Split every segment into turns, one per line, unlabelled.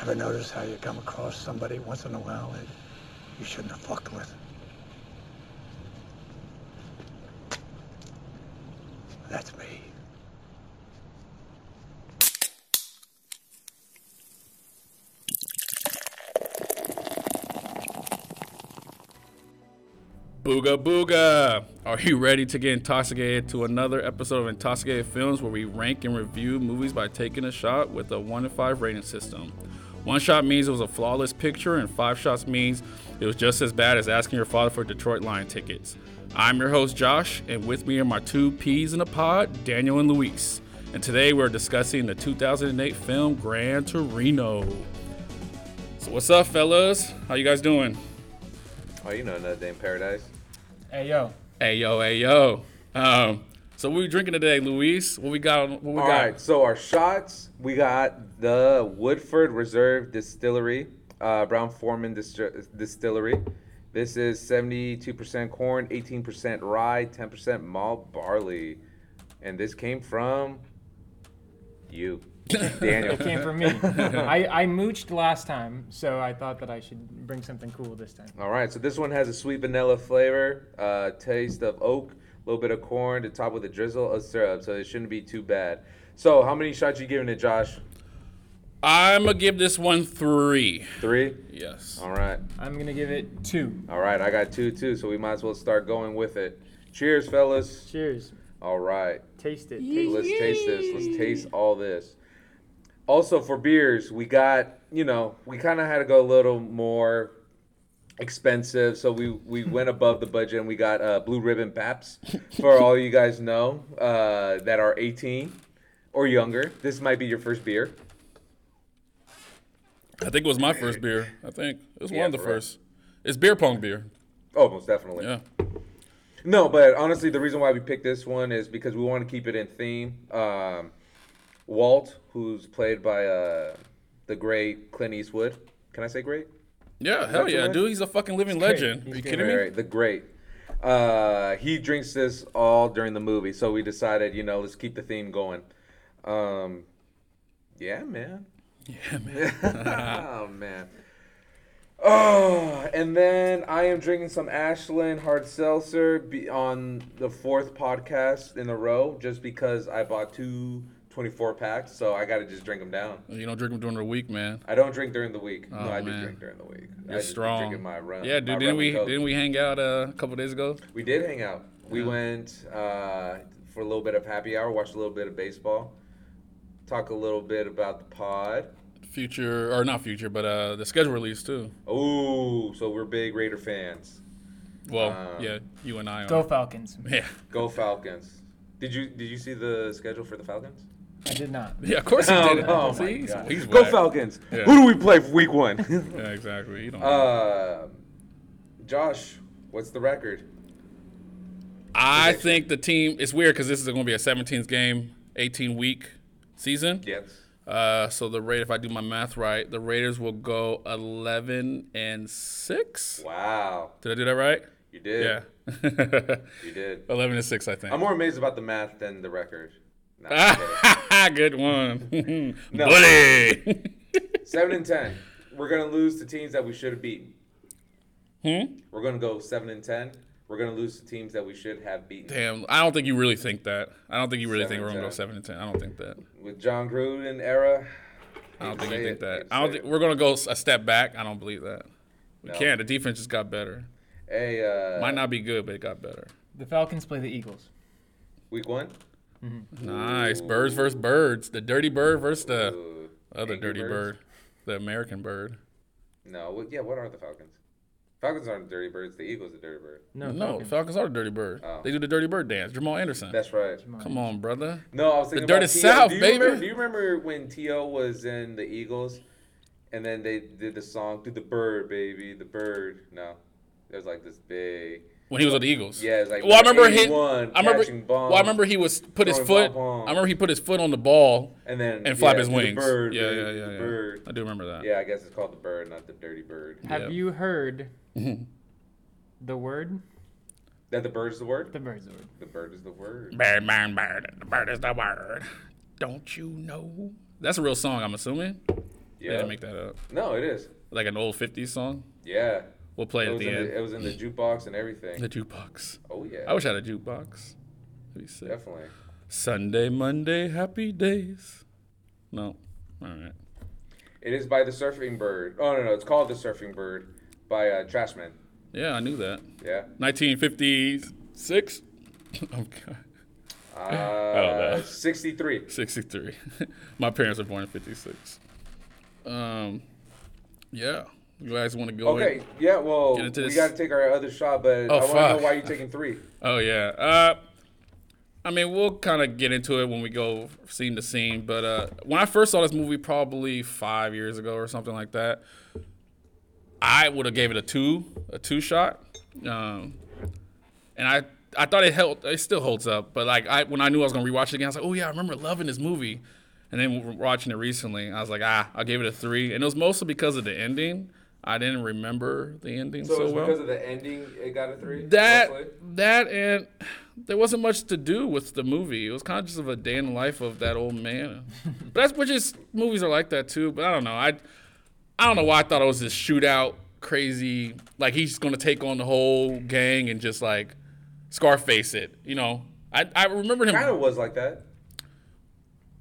Ever notice how you come across somebody once in a while that you shouldn't have fucked with? That's me.
Booga booga! Are you ready to get intoxicated to another episode of Intoxicated Films where we rank and review movies by taking a shot with a 1 to 5 rating system? One shot means it was a flawless picture, and five shots means it was just as bad as asking your father for Detroit Lion tickets. I'm your host, Josh, and with me are my two peas in a pod, Daniel and Luis. And today we're discussing the 2008 film Gran Torino. So, what's up, fellas? How you guys doing?
Oh, you know another day in paradise.
Hey yo.
Hey yo, hey yo. Um, so what we drinking today, Luis? What we got? What we
All
got?
right, so our shots, we got the Woodford Reserve Distillery, uh, Brown Foreman Distri- Distillery. This is 72% corn, 18% rye, 10% malt barley. And this came from you, Daniel.
It came from me. I, I mooched last time, so I thought that I should bring something cool this time.
All right, so this one has a sweet vanilla flavor, uh, taste of oak, a little bit of corn to top with a drizzle of syrup, so it shouldn't be too bad. So, how many shots you giving it, Josh?
I'm gonna give this one three.
Three.
Yes.
All right,
I'm gonna give it two.
all right. I got two too, so we might as well start going with it. Cheers, fellas.
Cheers.
All right,
Taste it.
let's taste this. Let's taste all this. Also, for beers, we got you know we kind of had to go a little more expensive, so we we went above the budget and we got uh, blue ribbon Paps for all you guys know uh, that are 18 or younger. This might be your first beer.
I think it was my first beer. I think it was
Yeah,
one of the
right.
first. It's beer pong beer.
Oh, most definitely.
Yeah.
No, but honestly, the reason why we picked this one is because we want to keep it in theme. Um, Walt, who's played by uh, the great Clint Eastwood. Can I say great?
Yeah. Hell
the
yeah,
one?
dude. He's a fucking living
great.
legend.
He's
Are you
great.
kidding me?
Right, right, the great. Uh, he drinks this all during the movie, so we decided, you know, let's keep the theme going. Um, yeah, man.
Yeah, man.
oh man. Oh, and then I am drinking some Ashland hard seltzer be- on the fourth podcast in a row, just because I bought two 24 packs, so I gotta just drink them down.
You don't drink them during the week, man.
I don't drink during the week. no, I
Oh, man.
do drink during the week. I
You're
just been
strong.
Drinking my run.
yeah, dude.
my
Didn't
rum
we
and Coke.
didn't we hang out uh, a couple days ago?
We did hang out. We went uh, for a little bit of happy hour, watched a little bit of baseball, talk a little bit about the pod.
Future or not future, but uh, the schedule release too.
Oh, so we're big Raider fans.
Well,
Um,
yeah, you and I are.
Go Falcons.
Yeah.
Go Falcons. Did you did you see the schedule for the Falcons?
I did not.
Yeah. Of course he
Oh,
did. it.
oh
See,
my
he's,
God.
he's
Go
whack.
Falcons.
Yeah.
Who do we play for week one?
Yeah. Exactly. You don't. know.
uh, Josh, what's the record?
I think the team. It's weird because this is going to be a 17th game, 18 week season.
Yes.
Uh, so the rate, if I do my math right, the Raiders will go 11 and six.
Wow,
Did I do that right?
you did.
Yeah,
you did.
11 and six, I think.
I'm more amazed about the math than the record. Nah, I'm kidding.
Good one, bully.
Seven and ten. We're gonna lose to teams that we should have beaten.
Hmm?
We're gonna go seven and ten. We're gonna lose to teams that we should have beaten.
Damn, I don't think you really think that. I don't think you really think
Seven
we're gonna go
and
seven and ten. I don't think that.
With John Gruden era.
I don't
hate
think you
to say
think
it, hate
that.
to
I don't
say
think
it.
we're gonna go s- a step back. I don't believe that. We
No.
can't. The defense just got better.
Hey, uh,
Might not be good, but it got better.
The Falcons play the Eagles.
week one.
Nice. Birds versus birds. The dirty bird versus the
Ooh,
Uh, other
Angry
dirty
Birds?
bird. The American bird.
No, what, yeah. What are the Falcons? Falcons aren't dirty birds. The Eagles are dirty bird.
No,
no,
Falcons.
Falcons are the dirty bird.
Oh.
They do the dirty bird dance. Jamal Anderson.
That's right.
Come on, brother.
No, I was thinking
Dirty
about T.O.
South,
do you
baby.
Remember, do you remember when T.O. was in the Eagles, and then they did the song "Do the Bird, Baby, the Bird"? No, it was like this big.
When he was with the Eagles.
Yeah, it's like
Well, I remember he.
81,
I remember.
catching bombs,
Well, I remember he was put his
throwing
foot.
ball bombs.
I remember he put his foot on the ball
And then
and flap
yeah,
his
"Do the
wings.
Bird,
yeah,
baby,
yeah,
do
yeah,
the
yeah.
Bird.
I do remember that.
Yeah, I guess it's called the Bird, not the Dirty Bird.
Have
Yeah.
you heard the word?
That the bird's the word.
The bird's the word.
The bird is the word.
Bird, bird, bird. The bird is the word. Don't you know? That's a real song, I'm assuming. I had
Yeah.
to make that up.
No, it is.
Like an old 50s song.
Yeah.
We'll play it
It
at
was,
the
in
end.
the, it was in the jukebox and everything.
the jukebox.
Oh yeah.
I wish I had a jukebox. That'd be sick.
Definitely.
Sunday, Monday, happy days. No. All right.
It is by the Surfing Bird. Oh no, no, it's called the Surfing Bird by uh, Trashman.
Yeah, I knew that.
Yeah.
1956. oh, God.
Uh,
no.
63.
63. My parents were born in 56. Um, yeah. You guys want to go? ahead-
Okay. Yeah. Well,
Get into
we
this.
got to take our other shot, but
Oh,
I want to know
fuck.
why you're taking three.
Oh yeah. Uh, I mean, we'll kind of get into it when we go scene to scene. But uh, when I first saw this movie, probably five years ago or something like that, I would have gave it a two, a two shot, um, and I. I thought it held. It still holds up, but like I, when I knew I was gonna rewatch it again, I was like, "Oh yeah, I remember loving this movie," and then w- watching it recently, I was like, "Ah, I gave it a three. and it was mostly because of the ending. I didn't remember the ending so,
So, it's
well.
because of the ending, it got a three.
That
mostly?
that and there wasn't much to do with the movie. It was kind of just of a day in the life of that old man. but that's which is movies are like that too. But I don't know. I I don't know why I thought it was this shootout crazy. Like he's gonna take on the whole gang and just like Scarface it. You know. I I remember him.
kind of was like that.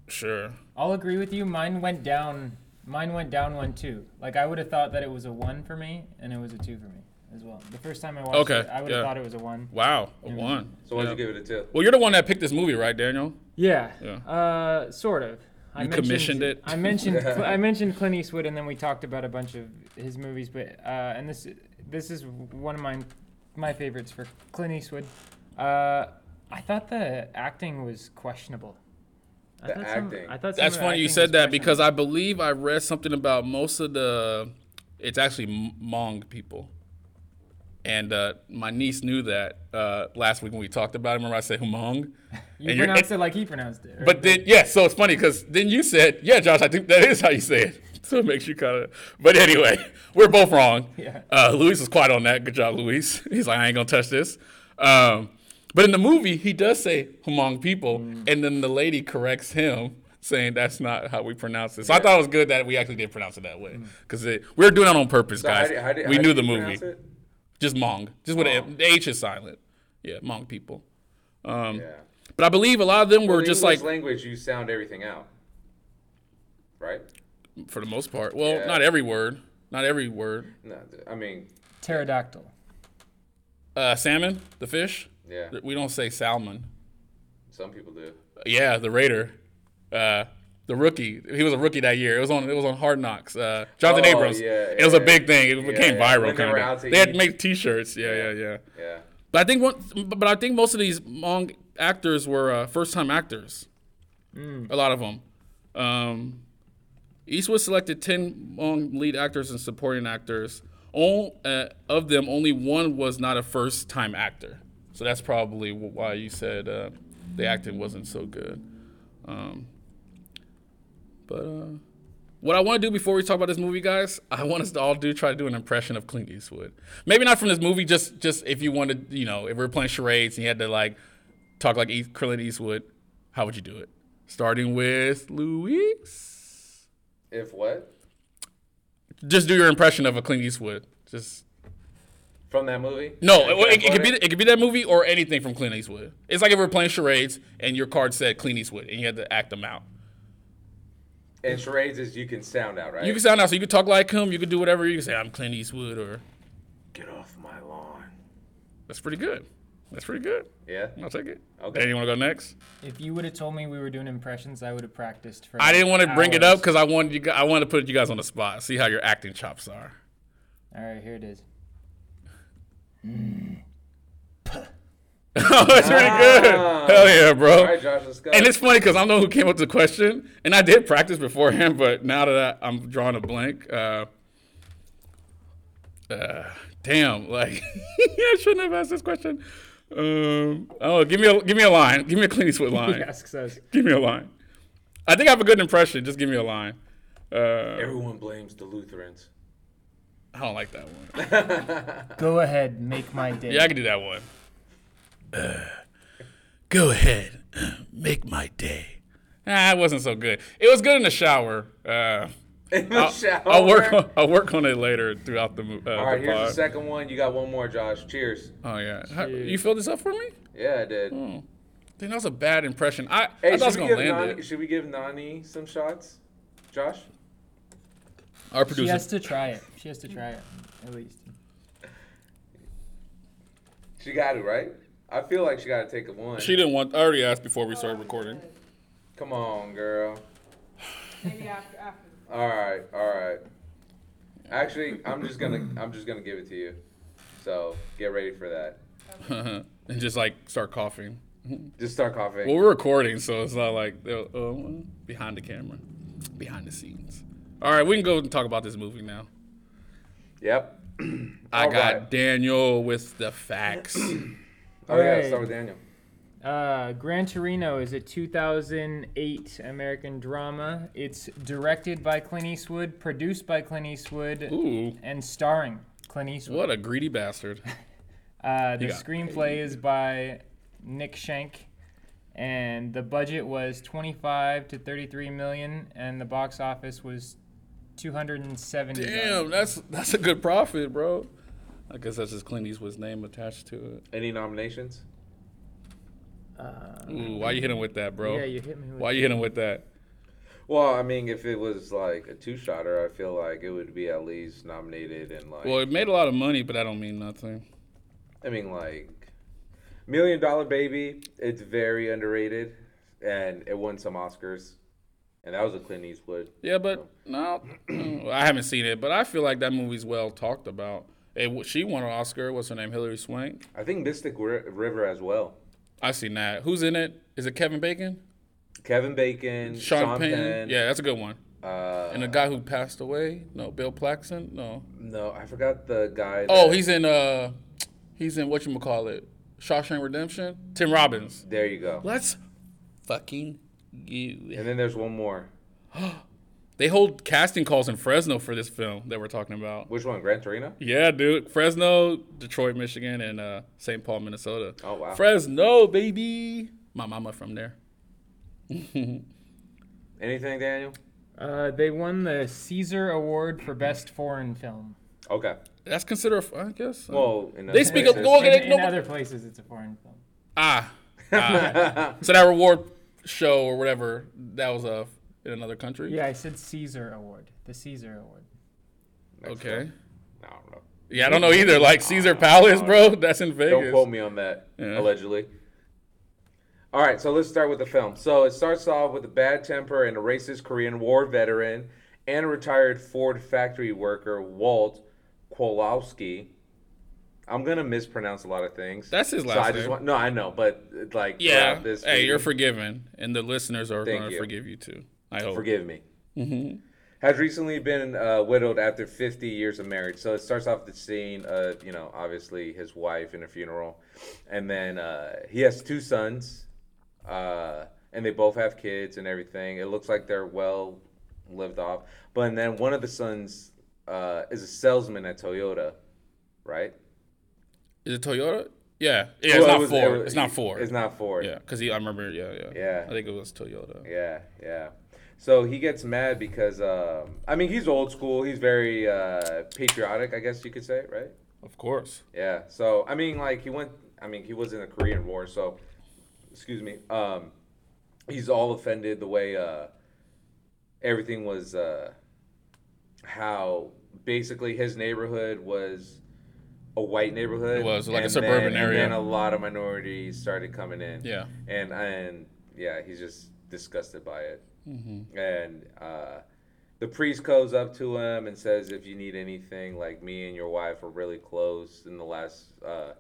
Sure.
I'll agree with you. Mine went down. Mine went down one two. Like I would have thought that it was a one for me, and it was a two for me as well. The first time I watched
Okay,
it, I would have
yeah.
thought it was a one.
Wow. A one.
So why'd
Yeah.
you give it a two?
Well, you're the one that picked this movie, right, Daniel?
Yeah.
Yeah.
Uh, sort of. I
You
mentioned-
commissioned it?
I mentioned Cl- I mentioned Clint Eastwood, and then we talked about a bunch of his movies. But uh, and this this is one of my my favorites for Clint Eastwood. Uh, I thought the acting was questionable. I
The
thought some-
acting.
I thought some
That's
of the
funny you
acting was
said that
questionable.
because I believe I read something about most of the. It's actually M- Hmong people, and uh, my niece knew that uh, last week when we talked about it. Remember I said Hmong,
you
and you're-
pronounced it like he pronounced it. right?
but then yeah, so it's funny because then you said yeah, Josh, I think that is how you say it. So it makes you kind of. But anyway, we're both wrong.
Yeah.
Uh, Luis was quiet on that. Good job, Luis. He's like I ain't gonna touch this. Um, but in the movie, he does say Hmong people,
Mm.
and then the lady corrects him. Saying that's not how we pronounce it, so I thought it was good that we actually did pronounce it that way because we were doing it on purpose,
So Mm. how
guys.
did- how did-
we
how
knew
did
the
you
movie,
pronounce it? Oh.
just Hmong, just with a,
Hmong.
the H is silent. Yeah, Hmong people.
Yeah.
But I believe a lot of them were
In
just
English
like
language. You sound everything out, right?
for the most part. Well,
Yeah.
not every word. Not every word.
No, th- I mean,
Pterodactyl.
Uh, salmon, the fish.
yeah.
We don't say salmon.
Some people do.
Yeah, the Raider. Uh, the rookie. He was a rookie that year. It was on. It was on Hard Knocks. Uh, Jonathan
Oh,
Abrams.
yeah,
it was a
yeah.
big thing. It became
yeah.
viral.
When they
Kind
were out
of.
to
They had to
eat.
make T-shirts. Yeah, yeah, yeah.
Yeah.
But I think one. But I think most of these Hmong actors were uh, first-time actors. A lot of them. Um, Eastwood selected 10 Hmong lead actors and supporting actors. All, uh, of them, only one was not a first time actor. So that's probably wh- why you said uh, the acting wasn't so good. Um, but uh, what I want to do before we talk about this movie, guys, I want us to all do try to do an impression of Clint Eastwood. Maybe not from this movie, just just if you wanted, you know, if we were playing charades and you had to like talk like East, Clint Eastwood, how would you do it? Starting with Luis.
If what?
just do your impression of a Clint Eastwood. Just
From that movie?
no,
Can I-
it,
can I
it, it
quote
could be it could be that movie or anything from Clint Eastwood. It's like if we we're playing charades and your card said Clint Eastwood and you had to act them out.
And charades is you can sound out, right?
You can sound out, so you could talk like him. You could do whatever. You can say I'm Clint Eastwood, or
Get off my lawn.
that's pretty good. That's pretty good.
Yeah.
I'll take it. Okay.
Okay.
you want to go next?
If you would have told me we were doing impressions, I would have practiced for.
I didn't want to bring it up
hours.
because I wanted you. gu- I wanted to put you guys on the spot. See how your acting chops are.
All right, here it is.
that's pretty good. Hell yeah, bro.
Ah. All right, Josh, let's go.
And it's funny because I don't know who came up with the question, and I did practice beforehand, but now that I, I'm drawing a blank, uh, uh, damn, like I shouldn't have asked this question. Um, oh, give me a give me a line. Give me a Clint Eastwood line.
He asks us.
Give me a line. I think I have a good impression. Just give me a line. Uh,
Everyone blames the Lutherans.
I don't like that one.
Go ahead, make my day.
Yeah, I can do that one. go ahead, make my day. Nah, it wasn't so good. It was good in the shower. Uh,
In the
I'll,
shower.
I'll work. On, I'll work on it later throughout the movie. Uh,
All right,
the
here's
pod.
the second one. You got one more, Josh. Cheers.
Oh yeah, How-
Shit.
you filled this up for me. Oh.
Yeah, I did.
Then that was a bad impression. I, I
Hey,
thought Hmm. I was
should we,
gonna
give
land
Nani,
it.
should we give Nani some shots? Josh?
Our
She
producer.
has to try it. She has to try it, at least.
She got it, right? I feel like she got to take a one.
She didn't want. I already asked before we
Oh.
started recording.
Come on, girl.
Maybe after, after.
All right, all right. Actually, I'm just gonna I'm just gonna give it to you. So get ready for that.
and just like start coughing.
Just start coughing.
Well, we're recording, so it's not like they're, uh, behind the camera, behind the scenes. All right, we can go and talk about this movie now.
yep.
I
All
got
right.
Daniel with the facts.
Oh yeah.
Alright.
Start with Daniel.
Uh, Gran Torino is a 2008 American drama. It's directed by Clint Eastwood, produced by Clint Eastwood,
Ooh,
and starring Clint Eastwood.
what a greedy bastard.
Uh, the
got
screenplay is by Nick Schenk, and the budget was 25 to 33 million, and the box office was 270. million.
Damn, that's that's a good profit, bro. I guess that's just Clint Eastwood's name attached to
Any nominations?
it. Ooh, why you hitting with that, bro?
Uh, Yeah, you hit me with.
Oh. why you hitting with that?
Well, I mean, if it was like a two-shotter, I feel like it would be at least nominated and like.
Well, it made a lot of money, but that don't mean nothing.
I mean, like Million Dollar Baby. It's very underrated, and it won some Oscars, and that was a Clint Eastwood.
Yeah, but no, I haven't seen it, but I feel like that movie's well talked about. It, w- she won an Oscar. What's her name? Hillary Swank.
I think Mystic Ri- River as well.
I've seen that. Who's in it? Is it Kevin Bacon?
Kevin Bacon,
Sean,
Sean,
Penn?
Penn.
Yeah, that's a good one.
Uh,
And the guy who passed away? No, Bill Plaxton? No.
no, I forgot the guy.
Oh,
that-
he's in uh, he's in what you call it? Shawshank Redemption. Tim Robbins.
There you go.
Let's fucking
And
you.
then there's one more.
They hold casting calls in Fresno for this film that we're talking about.
Which one? Gran Torino?
Yeah, dude. Fresno, Detroit, Michigan, and uh, St. Paul, Minnesota.
Oh, wow.
Fresno, baby. My mama from there.
Anything, Daniel?
Uh, they won the Caesar Award for Best Foreign Film.
Okay.
That's considered, a f- I guess.
Well, in
Mm. They speak
of
of- go
In,
Okay,
in
no-
other places, it's a foreign film.
Ah. ah. so that reward show or whatever, that was uh, in another country?
Yeah, I said Caesar Award. The Caesar Award.
Okay.
I don't know.
Yeah, I don't know either. Like Caesar Palace, bro. That's in Vegas.
Don't quote me on that.
Yeah.
Allegedly. All right, so let's start with the film. So it starts off with a bad temper and a racist Korean War veteran and a retired Ford factory worker, Walt Kowalski. I'm gonna mispronounce a lot of things.
That's his
so
last
I just
name.
Want, no, I know, but like
Yeah.
throughout this
hey, you're
movie-
forgiven, and the listeners are
Thank
going to
you.
forgive you too. I hope.
Forgive me. Has recently been uh, widowed after 50 years of marriage. So it starts off the scene of, you know, obviously his wife in a funeral. And then uh, he has two sons. Uh, and they both have kids and everything. It looks like they're well lived off. But then one of the sons uh, is a salesman at Toyota, right?
Is it Toyota? Yeah. Yeah, it's
Well, it
not
was-
Ford.
it was-
it's not Ford.
It's not Ford.
Yeah, because I remember. Yeah, yeah.
Yeah.
I think it was Toyota.
Yeah, yeah. So he gets mad because um, I mean he's old school. He's very uh, patriotic, I guess you could say, right?
Of course.
Yeah. So I mean, like he went. I mean, he was in the Korean War, so excuse me. Um, he's all offended the way uh, everything was. Uh, how basically his neighborhood was a white neighborhood.
It was, like a
and
suburban
then,
area.
And then a lot of minorities started coming in
Yeah.
and and yeah, he's just disgusted by it. Mm-hmm. And uh, the priest goes up to him and says, "If you need anything, like me and your wife were really close in the last uh,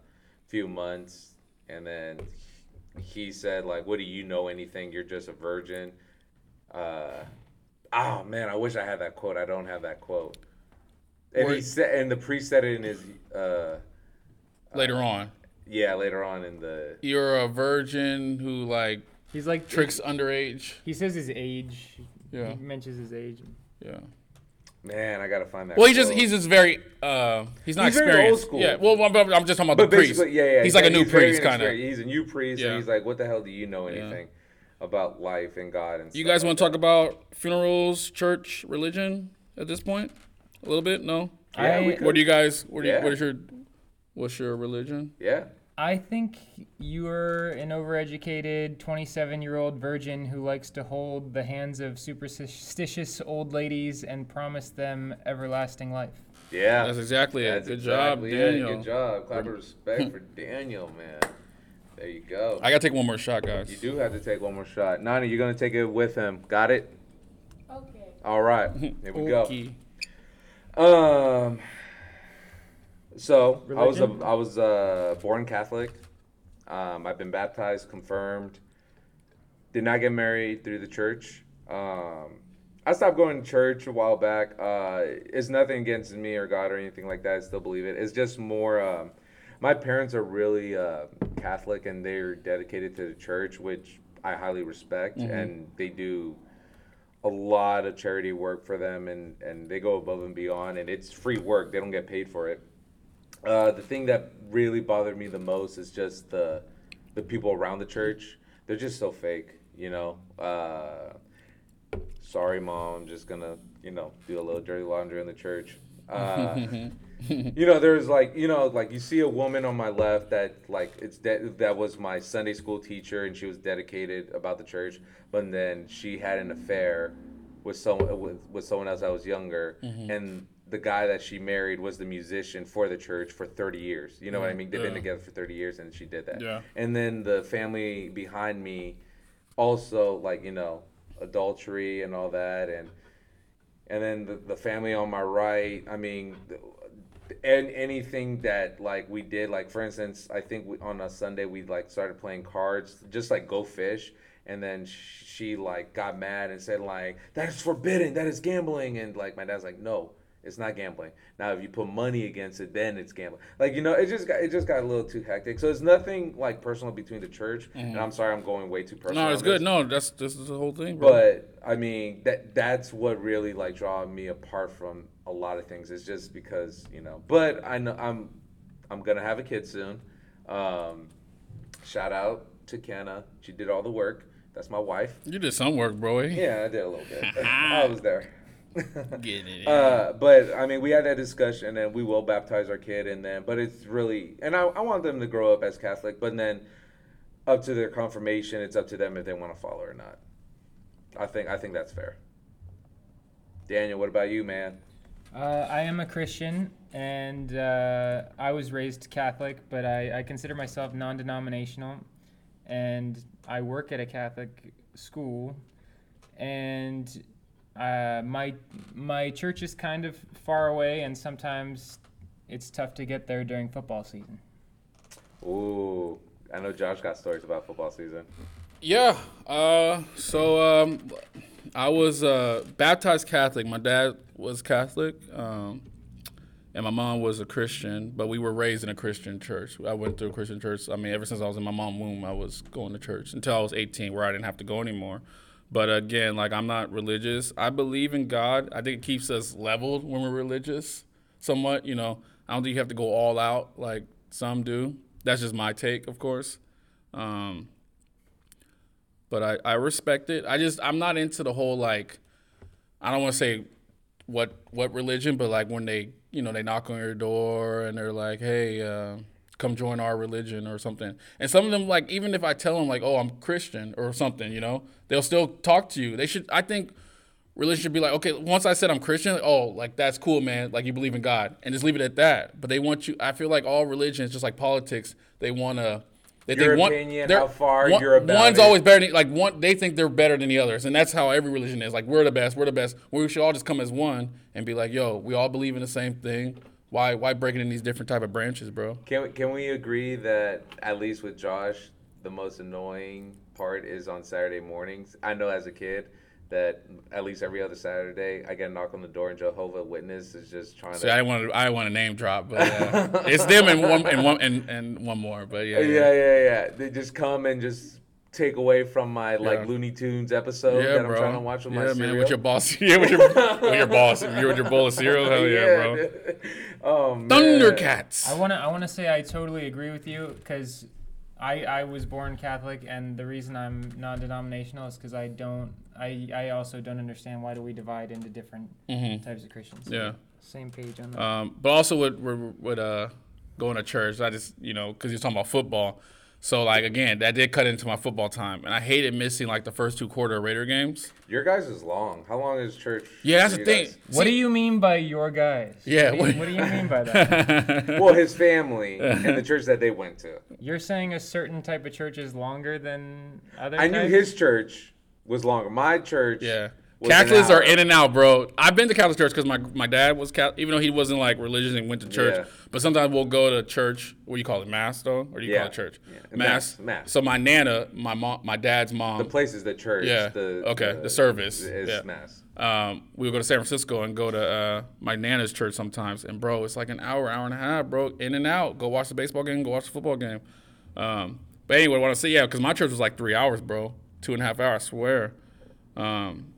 few months." And then he said, "Like, what do you know anything? You're just a virgin." Uh, oh man, I wish I had that quote. I don't have that quote. And he
Wait.
said, and the priest said it in his uh,
Later on,
yeah later on in the
you're a virgin who like
He's like
tricks underage.
He says his age.
Yeah.
He
Mm-hmm.
mentions his age.
Yeah.
man. I gotta find that.
Well, he just
quote.
he's just very uh he's not
He's very
experienced.
old school.
Yeah. Well, I'm, I'm just talking about
But
the priest.
basically, yeah, yeah.
He's like a new
very
priest kind of.
inexperienced. He's a new priest,
Yeah.
and he's like, "What the hell do you know anything about life and God and?"
You guys want to talk about funerals, church, religion? at this point? A little bit? No.
Yeah, we
I-
could.
What do you guys? What do you,
Yeah.
What is your? What's your religion?
Yeah.
I think you're an overeducated 27 year old virgin who likes to hold the hands of superstitious old ladies and promise them everlasting life.
Yeah.
That's exactly it.
That's
Good
exactly
job,
it.
Daniel.
Good job. Clap of respect for Daniel, man. There you go.
I gotta take one more shot, guys.
you do have to take one more shot. Nani, you're gonna take it with him. Got it?
Okay.
All right. Here we go.
Okay.
Um. So I was
Religion?
a, I was uh, born Catholic. Um, I've been baptized, confirmed. Did not get married through the church. Um, I stopped going to church a while back. Uh, it's nothing against me or God or anything like that. I still believe it. It's just more. Um, my parents are really uh, Catholic and they're dedicated to the church, which I highly respect, and they do a lot of charity work for them and, and they go above and beyond and it's free work they don't get paid for it uh, the thing that really bothered me the most is just the the people around the church they're just so fake you know uh, sorry mom i'm just gonna you know do a little dirty laundry in the church uh, you know there's like you know like you see a woman on my left that like it's de- that was my sunday school teacher and she was dedicated about the church but then she had an affair with someone with, with someone else that was younger and the guy that she married was the musician for the church for 30 years you know what i mean they've been
Yeah.
together for 30 years and she did that
Yeah.
and then the family behind me also like you know adultery and all that and and then the, the family on my right i mean th- and anything that like we did like for instance i think we, on a sunday we like started playing cards just like go fish and then sh- she like got mad and said like that is forbidden that is gambling and like my dad's like no it's not gambling now if you put money against it then it's gambling like you know it just got it just got a little too hectic so it's nothing like personal between the church and i'm sorry i'm going way too personal
Mm-hmm. No,
on
it's good.
this.
No, that's this is the whole thing, bro.
But I mean that that's what really like draw me apart from a lot of things. It's just because you know. But I know I'm I'm gonna have a kid soon. Um, shout out to Kenna. She did all the work. That's my wife.
you did some work, bro. eh?
Yeah, I did a little bit. I was there.
Get it.
Uh, but I mean, we had that discussion, and we will baptize our kid, and then, but it's really, and I, I want them to grow up as Catholic, but then, up to their confirmation, it's up to them if they want to follow or not. I think I think that's fair. Daniel, what about you, man?
Uh, I am a Christian, and uh, I was raised Catholic, but I, I consider myself non denominational. And I work at a Catholic school, and uh, my, my church is kind of far away, and sometimes it's tough to get there during football season.
Ooh, I know Josh got stories about football season.
Yeah. Uh, so um, I was uh, baptized Catholic. My dad was Catholic, um, and my mom was a Christian. But we were raised in a Christian church. I went to a Christian church. I mean, ever since I was in my mom's womb, I was going to church until I was 18, where I didn't have to go anymore. But again, like I'm not religious. I believe in God. I think it keeps us leveled when we're religious, somewhat. You know, I don't think you have to go all out like some do. That's just my take, of course. Um, but I, I respect it. I just I'm not into the whole like I don't want to say what what religion, but like when they you know they knock on your door and they're like, hey, uh, come join our religion or something. And some of them like even if I tell them like, oh, I'm Christian or something, you know, they'll still talk to you. They should I think religion should be like, okay, once I said I'm Christian, oh, like that's cool, man. Like you believe in God, and just leave it at that. But they want you. I feel like all religions, just like politics, they want to. They
Your
think one-
opinion,
they're-
how far
one-
you're about
One's
it.
always better. Than, like one, they think they're better than the others, and that's how every religion is. Like we're the best, we're the best. We should all just come as one and be like, yo, we all believe in the same thing. Why, why break it in these different type of branches, bro?
Can we, can we agree that at least with Josh, the most annoying part is on Saturday mornings? I know as a kid that at least every other Saturday, I get a knock on the door, and Jehovah Witness is just trying
So
to.
I didn't want to, I didn't want to name drop, but uh, it's them and one and one and, and one more. But yeah,
yeah, yeah, yeah. They just come and just take away from my like
Yeah.
Looney Tunes episode
Yeah,
that
bro.
I'm trying to watch with
yeah,
my
man,
cereal.
with your boss. Yeah, with your with your boss. You with your bowl of cereal. Hell yeah, bro.
dude. Oh man.
Thundercats.
I wanna I wanna say I totally agree with you because I I was born Catholic and the reason I'm non-denominational is because I don't uh, I I also don't understand why do we divide into different types of Christians.
Yeah.
Same page on that.
Um, but also with with, with uh, going to church, I just you know because you're talking about football, so like again that did cut into my football time, and I hated missing like the first two quarter Raider games.
Your guys is long. How long is church?
Yeah, that's
for
the thing.
you guys?
what do you mean by your guys?
Yeah,
What do you,
what-
what do you mean by that?
Well, his family and the church that they went to.
You're saying a certain type of church is longer than other.
I knew
types?
his church was longer. My church.
Yeah.
was an
Catholics are
hour.
in and out, bro. I've been to Catholic church because my my dad was Catholic, even though he wasn't like religious and went to church.
Yeah.
But sometimes we'll go to church. What do you call it, mass though, or do you
Yeah.
call it church?
Yeah.
Mass.
Mass, mass.
So my nana, my mom, my dad's mom,
The place is the church.
Yeah.
The,
Okay, the service.
Is
Yeah.
mass.
um, we would go to San Francisco and go to uh, my nana's church sometimes. And bro, it's like an hour, hour and a half, bro, in and out. Go watch the baseball game, go watch the football game. Um, but anyway, what I say, yeah, because my church was like three hours, bro, two and a half hours, I swear. Um,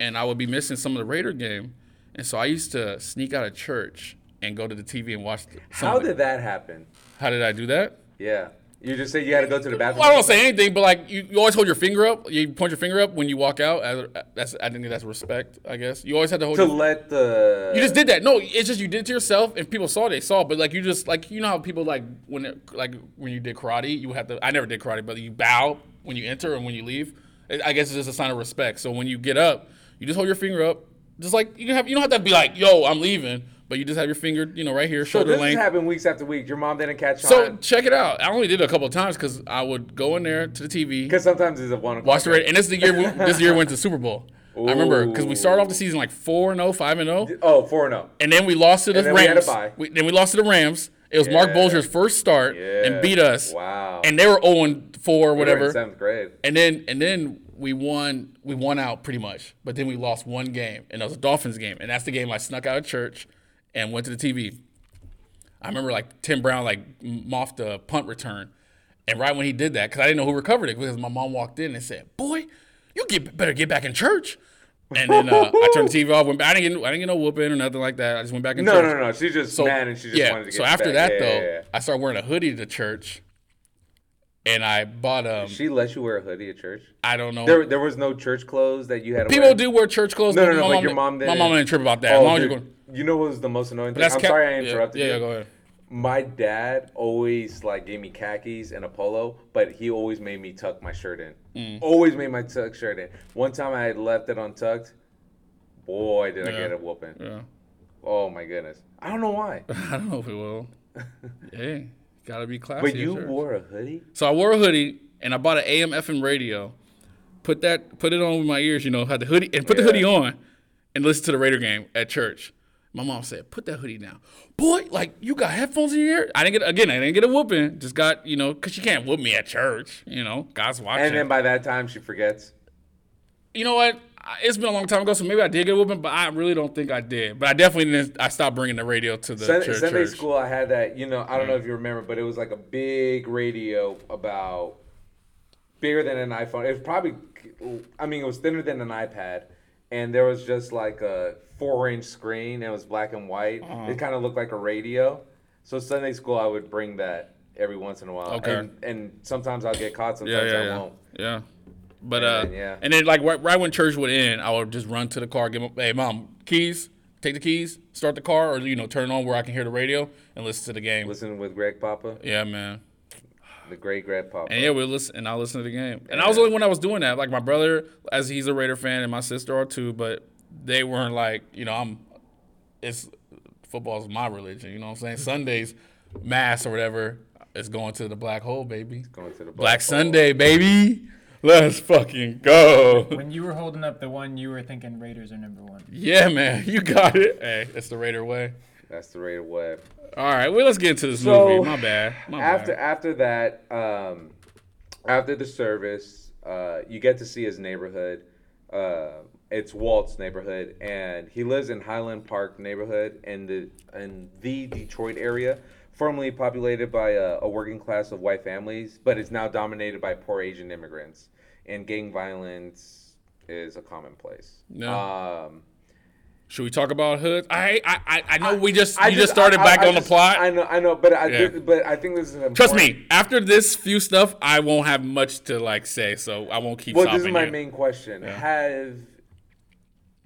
and I would be missing some of the Raider game, and so I used to sneak out of church and go to the TV and watch. The, some
How
of the-
did that happen?
How did I do that?
Yeah. You just said you had to go to the bathroom.
Well, I don't say anything, but like you, you always hold your finger up. You point your finger up when you walk out. as- That's I think that's respect, I guess. You always have to hold
to
your,
let the.
You just did that. No, it's just you did it to yourself, and people saw it. They saw, it. but like you just like you know how people like when it, like when you did karate, you have to. I never did karate, but you bow when you enter and when you leave. I I guess it's just a sign of respect. So when you get up, you just hold your finger up, just like you have. You don't have to be like, "Yo, I'm leaving," but you just have your finger, you know, right here,
So
shoulder
this has
length.
happened weeks after week. Your mom didn't catch
so
on.
check it out. I only did it a couple of times because I would go in there to the TV,
Because sometimes it's a one o'clock.
Watch the Raiders. And this is the year we, this year we went to the Super Bowl. I remember because we started off the
Ooh.
season like 4 0, 5 0.
Oh, four and oh.
And then we lost to the
And then we had a
Rams.
bye.
We- then we lost to the Rams. It was Mark
Yeah.
Bolger's first start
Yeah.
and beat us.
Wow.
And they were 0 4
We were in
whatever.
seventh grade.
and then and then we won we won out pretty much. But then we lost one game and that was a Dolphins game. And that's the game I snuck out of church and went to the TV. I remember like Tim Brown like m- moffed a punt return. And right when he did that, because I didn't know who recovered it, because my mom walked in and said, "Boy, you get better get back in church." And then uh, I turned the TV off. Went back. I didn't get I didn't get no whooping or nothing like that. I just went back in
No,
church.
no, no, no. She's just mad and she just
yeah.
wanted to get
so after
back.
that
Yeah,
though,
yeah, yeah.
I started wearing a hoodie to church, and I bought um
she let you wear a hoodie at church.
I don't know.
There, there was no church clothes that you had. To
People
wear.
do wear church clothes.
No,
but
no,
my
no. Like
mom
your
didn't-
mom did.
My mom didn't trip about that. as
Oh,
long as
dude,
you're going.
you know what was the most annoying
But
thing?
that's
I'm
ca-
sorry I
yeah,
interrupted.
Yeah,
you.
yeah, go ahead.
My dad always like gave me khakis and a polo, but he always made me tuck my shirt in.
Mm.
Always made my tuck shirt in. One time I had left it untucked. Boy, did I
Yeah.
get a whooping!
Yeah.
Oh my goodness! I don't know why,
I don't know if it will. hey, gotta be classy.
but
at
you
church.
wore a hoodie.
So I wore a hoodie and I bought an AM FM radio. Put that, put it on with my ears. You know, had the hoodie and put the
Yeah.
hoodie on, and listen to the Raider game at church. My mom said, "Put that hoodie down, boy. Like you got headphones in your ear." I didn't get again. I didn't get a whooping. Just got you know, cause you can't whoop me at church. You know, God's watching.
And then by that time she forgets.
you know what? I- It's been a long time ago, so maybe I did get a whooping, but I really don't think I did. But I definitely didn't. I stopped bringing the radio to the
Sun-
church.
Sunday
church. Mm.
school, I had that. You know, I don't know if you remember, but it was like a big radio about bigger than an iPhone. It was probably, I mean, it was thinner than an iPad, and there was just like a four-inch screen. And it was black and white.
Uh-huh.
It kind of looked like a radio. So Sunday school, I would bring that every once in a while.
Okay.
And, and sometimes I'll get caught.
Yeah,
Sometimes
yeah,
I
yeah.
won't.
Yeah. But
And
uh,
then, yeah.
and then like right, right when church would end, I would just run to the car, give my hey mom keys, take the keys, start the car, or you know turn it on where I can hear the radio and listen to the game.
Listen with Greg Papa,
Yeah, man.
the great Greg Papa.
And yeah, we listen, and I listen to the game. And I was the only one that was doing that. Like my brother, as he's a Raider fan, and my sister are too. But they weren't like, you know, I'm. It's football's my religion. You know what I'm saying? Sundays, mass or whatever, it's going to the black hole, baby.
Going to the black,
Black
hole.
Sunday, baby. Let's fucking go.
When you were holding up the one, you were thinking Raiders are number one.
Yeah, man, you got it. Hey, it's the Raider way.
That's the Raider way.
All right, well, let's get into this
So,
movie. My bad. My
after
bad.
after that, um, after the service, uh, you get to see his neighborhood. Uh, it's Walt's neighborhood, and he lives in Highland Park neighborhood in the in the Detroit area, formerly populated by a, a working class of white families, but is now dominated by poor Asian immigrants, and gang violence is a commonplace.
Yeah.
Um,
Should we talk about Hood? I I I, I know we just
I
you just, started
I-
back
I
on
just-
the plot.
I know, I know, but I,
Yeah.
thi- but I think this is important.
Trust me, after this few stuff, I won't have much to like say, so I won't keep.
Well,
stopping
this is my
you.
main question. Have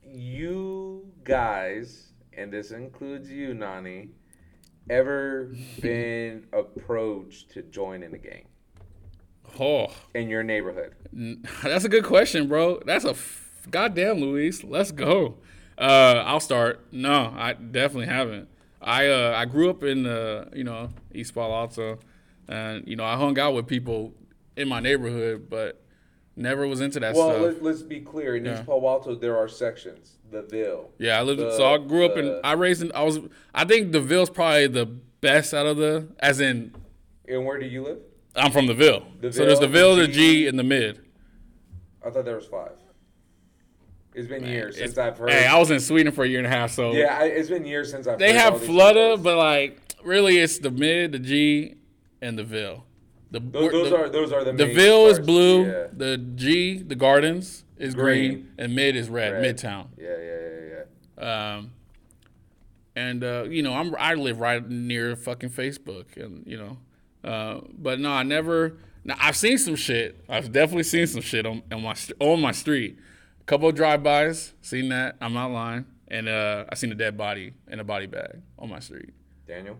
you guys, and this includes you, Nani, ever been approached to join in a gang
Oh,
in your neighborhood?
that's a good question, bro. That's a f- goddamn Luis. Let's go. Uh, I'll start. No, I definitely haven't. I uh, I grew up in uh, you know East Palo Alto, and you know I hung out with people in my neighborhood, but never was into that
Well,
stuff.
let, let's be clear. In East Palo Alto, there are sections. The Ville.
Yeah, I lived.
The-
so I grew up in.
the-
I raised in. I was. I think DeVille's probably the best out of the. As in,
And where do you live?
I'm from DeVille. so
DeVille,
there's DeVille, the
G.
G, and the mid.
I thought there was five. It's been years
It's-
since I've heard.
Hey, I was in Sweden for a year and a half, so
yeah, I, it's been years since I've.
they
heard all
have
these
Flutter,
details.
but like really, it's the mid, the G, and the Ville. The,
those, those
the,
are those are the. main
DeVille is
parts.
blue.
Yeah.
The G, the Gardens is green,
Green.
and mid is red,
Red.
Midtown.
Yeah, yeah, yeah, yeah.
Um, and uh, you know, I'm I live right near fucking Facebook, and you know, uh, but no, I never. Now I've seen some shit. I've definitely seen some shit on, on my st- on my street. A couple of drive-bys, seen that. I'm not lying. And uh, I seen a dead body in a body bag on my street.
Daniel.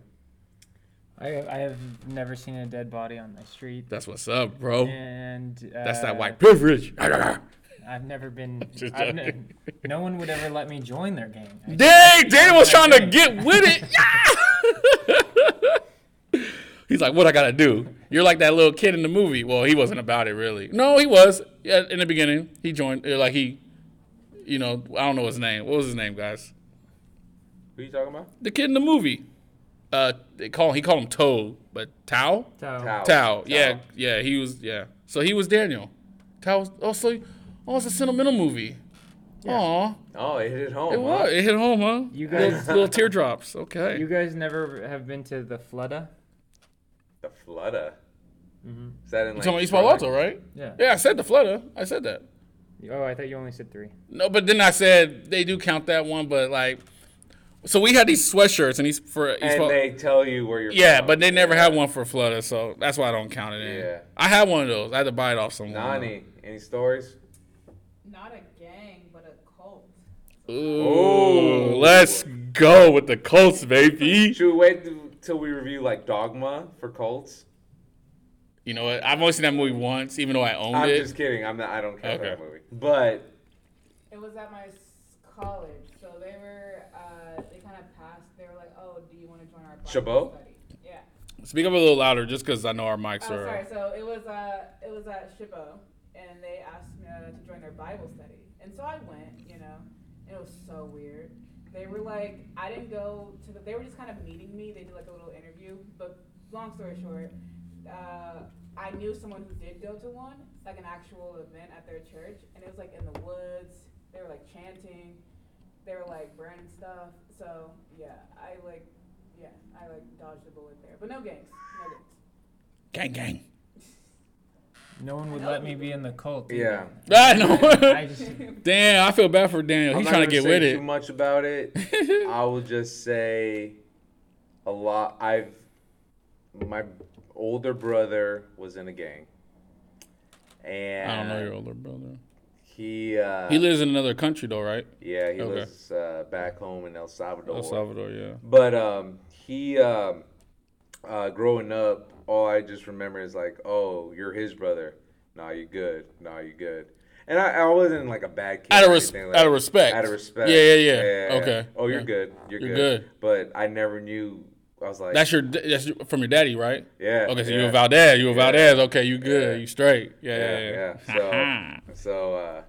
I, I have never seen a dead body on my street.
That's what's up, bro.
And uh,
That's that white privilege.
I've never been.
Just
I've ne-
joking.
no one would ever let me join their gang. I-
Dang, Daniel was trying to get with it. Yeah! He's like, what I gotta do? You're like that little kid in the movie. Well, he wasn't about it really. No, he was. Yeah, in the beginning, he joined. uh, Like he, you know, I don't know his name. What was his name, guys?
Who you talking about?
The kid in the movie. Uh, they call he called him Toad, but Tao.
So,
Tao.
Tao. Yeah, yeah. He was. Yeah. So he was Daniel. Tao. Was, oh, so oh, it's a sentimental movie. Aw,
Oh, it hit home.
it
huh?
was. It hit home, huh?
You
Little-
guys-
little teardrops. Okay.
you guys never have been to the Flooda?
The Flutter. Is that in
You
like?
talking about East Palo Alto, right?
Yeah.
Yeah, I said the flutter. I said that.
Oh, I thought you only said three.
No, but then I said they do count that one, but like, so we had these sweatshirts and these for East
And
Palo.
they tell you where you're.
yeah,
from.
but they never had one for flutter, so that's why I don't count it in.
Yeah.
I had one of those. I had to buy it off someone.
Nani, any stories?
Not a gang, but a cult.
Ooh,
Ooh.
let's go with the Colts, baby.
Should we wait th- till we review like Dogma for Colts?
You know what? I've only seen that movie once, even though I owned
I'm
it.
just kidding. I'm not. I don't care about
Okay.
that movie. But
It was at my s- college, so they were, uh, they kind of passed. They were like, "Oh, do you want to join our Bible
Chabot?
study?" Yeah.
Speak up a little louder, just because I know our mics
Oh,
are.
sorry. So it was, uh, it was at Chabot, and they asked me uh, to join their Bible study, and so I went. You know, and it was so weird. They were like, I didn't go to the. They were just kind of meeting me. They did like a little interview, but long story short, uh, I knew someone who did go to one, like an actual event at their church, and it was like in the woods. They were like chanting. They were like burning stuff. So yeah, I like, yeah, I like dodged a bullet there, but no gangs, no gangs.
Gang, gang.
No one would let me be in the cult.
yeah,
I know.
I just
Damn, I feel bad for Daniel.
I'm
He's
not
trying to get
gonna say
with
too
it.
much about it. I will just say a lot. I've my older brother was in a gang, and
I don't know your older brother.
He uh,
He lives in another country though, right?
Yeah, he
Okay.
lives uh, back home in El Salvador.
El Salvador, yeah.
But um, he um, uh, growing up, all I just remember is like, "Oh, you're his brother. Nah, you good. Nah, you good." And I, I wasn't like a bad kid.
Out of
or
res-
anything
out of respect.
Out of respect.
Yeah, yeah, yeah. Okay.
Oh, you're
Yeah.
good. You're,
You're
good.
good.
But I never knew. I was like,
That's your that's your, from your daddy, right?
yeah.
Okay, so
yeah.
you a Valdez, you a Valdez. Okay, you good,
Yeah.
you straight. Yeah,
yeah,
yeah,
yeah.
yeah.
So, so uh,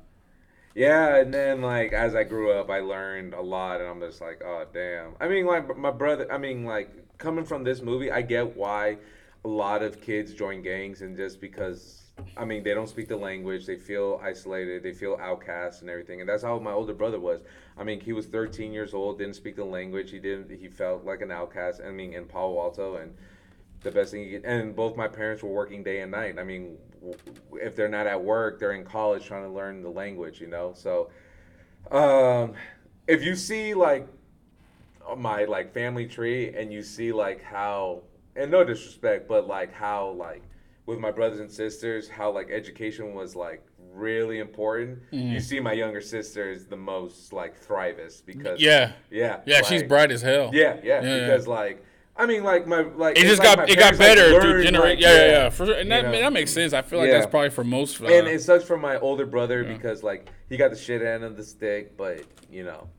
yeah, and then like as I grew up, I learned a lot, and I'm just like, oh damn. I mean, like my brother. I mean, like coming from this movie, I get why a lot of kids join gangs, and just because. I mean, they don't speak the language. They feel isolated. They feel outcast and everything. And that's how my older brother was. I mean, he was 13 years old, didn't speak the language. He didn't. He felt like an outcast. I mean, in Palo Alto, and the best thing you could and both my parents were working day and night i mean w- if they're not at work they're in college trying to learn the language you know so um if you see like my like family tree and you see like how and no disrespect but like how like with my brothers and sisters how like education was like really important
Mm-hmm.
you see my younger sister is the most like thrivest because
Yeah.
yeah
Yeah, she's
like-
bright as hell.
yeah, yeah,
Yeah, yeah.
because like I mean, like my like
It
it's
just
like
got
my
it got
parents, like,
better through
learned,
generation.
like,
yeah, yeah, yeah, for sure. And
you
that
know?
that makes sense. I feel like
Yeah.
that's probably for most. Uh,
And it sucks for my older brother because like he got the shit end of the stick, but you know,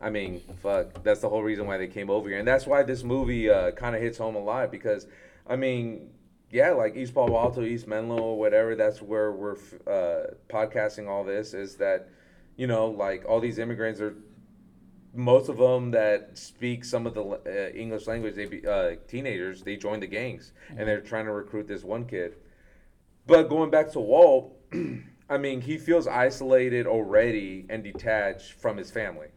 I mean, fuck, that's the whole reason why they came over here, and that's why this movie uh, kind of hits home a lot because I mean. Yeah, like East Palo Alto, East Menlo, or whatever. That's where we're f- uh, podcasting. All this is that, you know, like all these immigrants are most of them that speak some of the uh, English language, they be uh, teenagers. They join the gangs, and they're trying to recruit this one kid. But going back to Walt, I mean, he feels isolated already and detached from his family.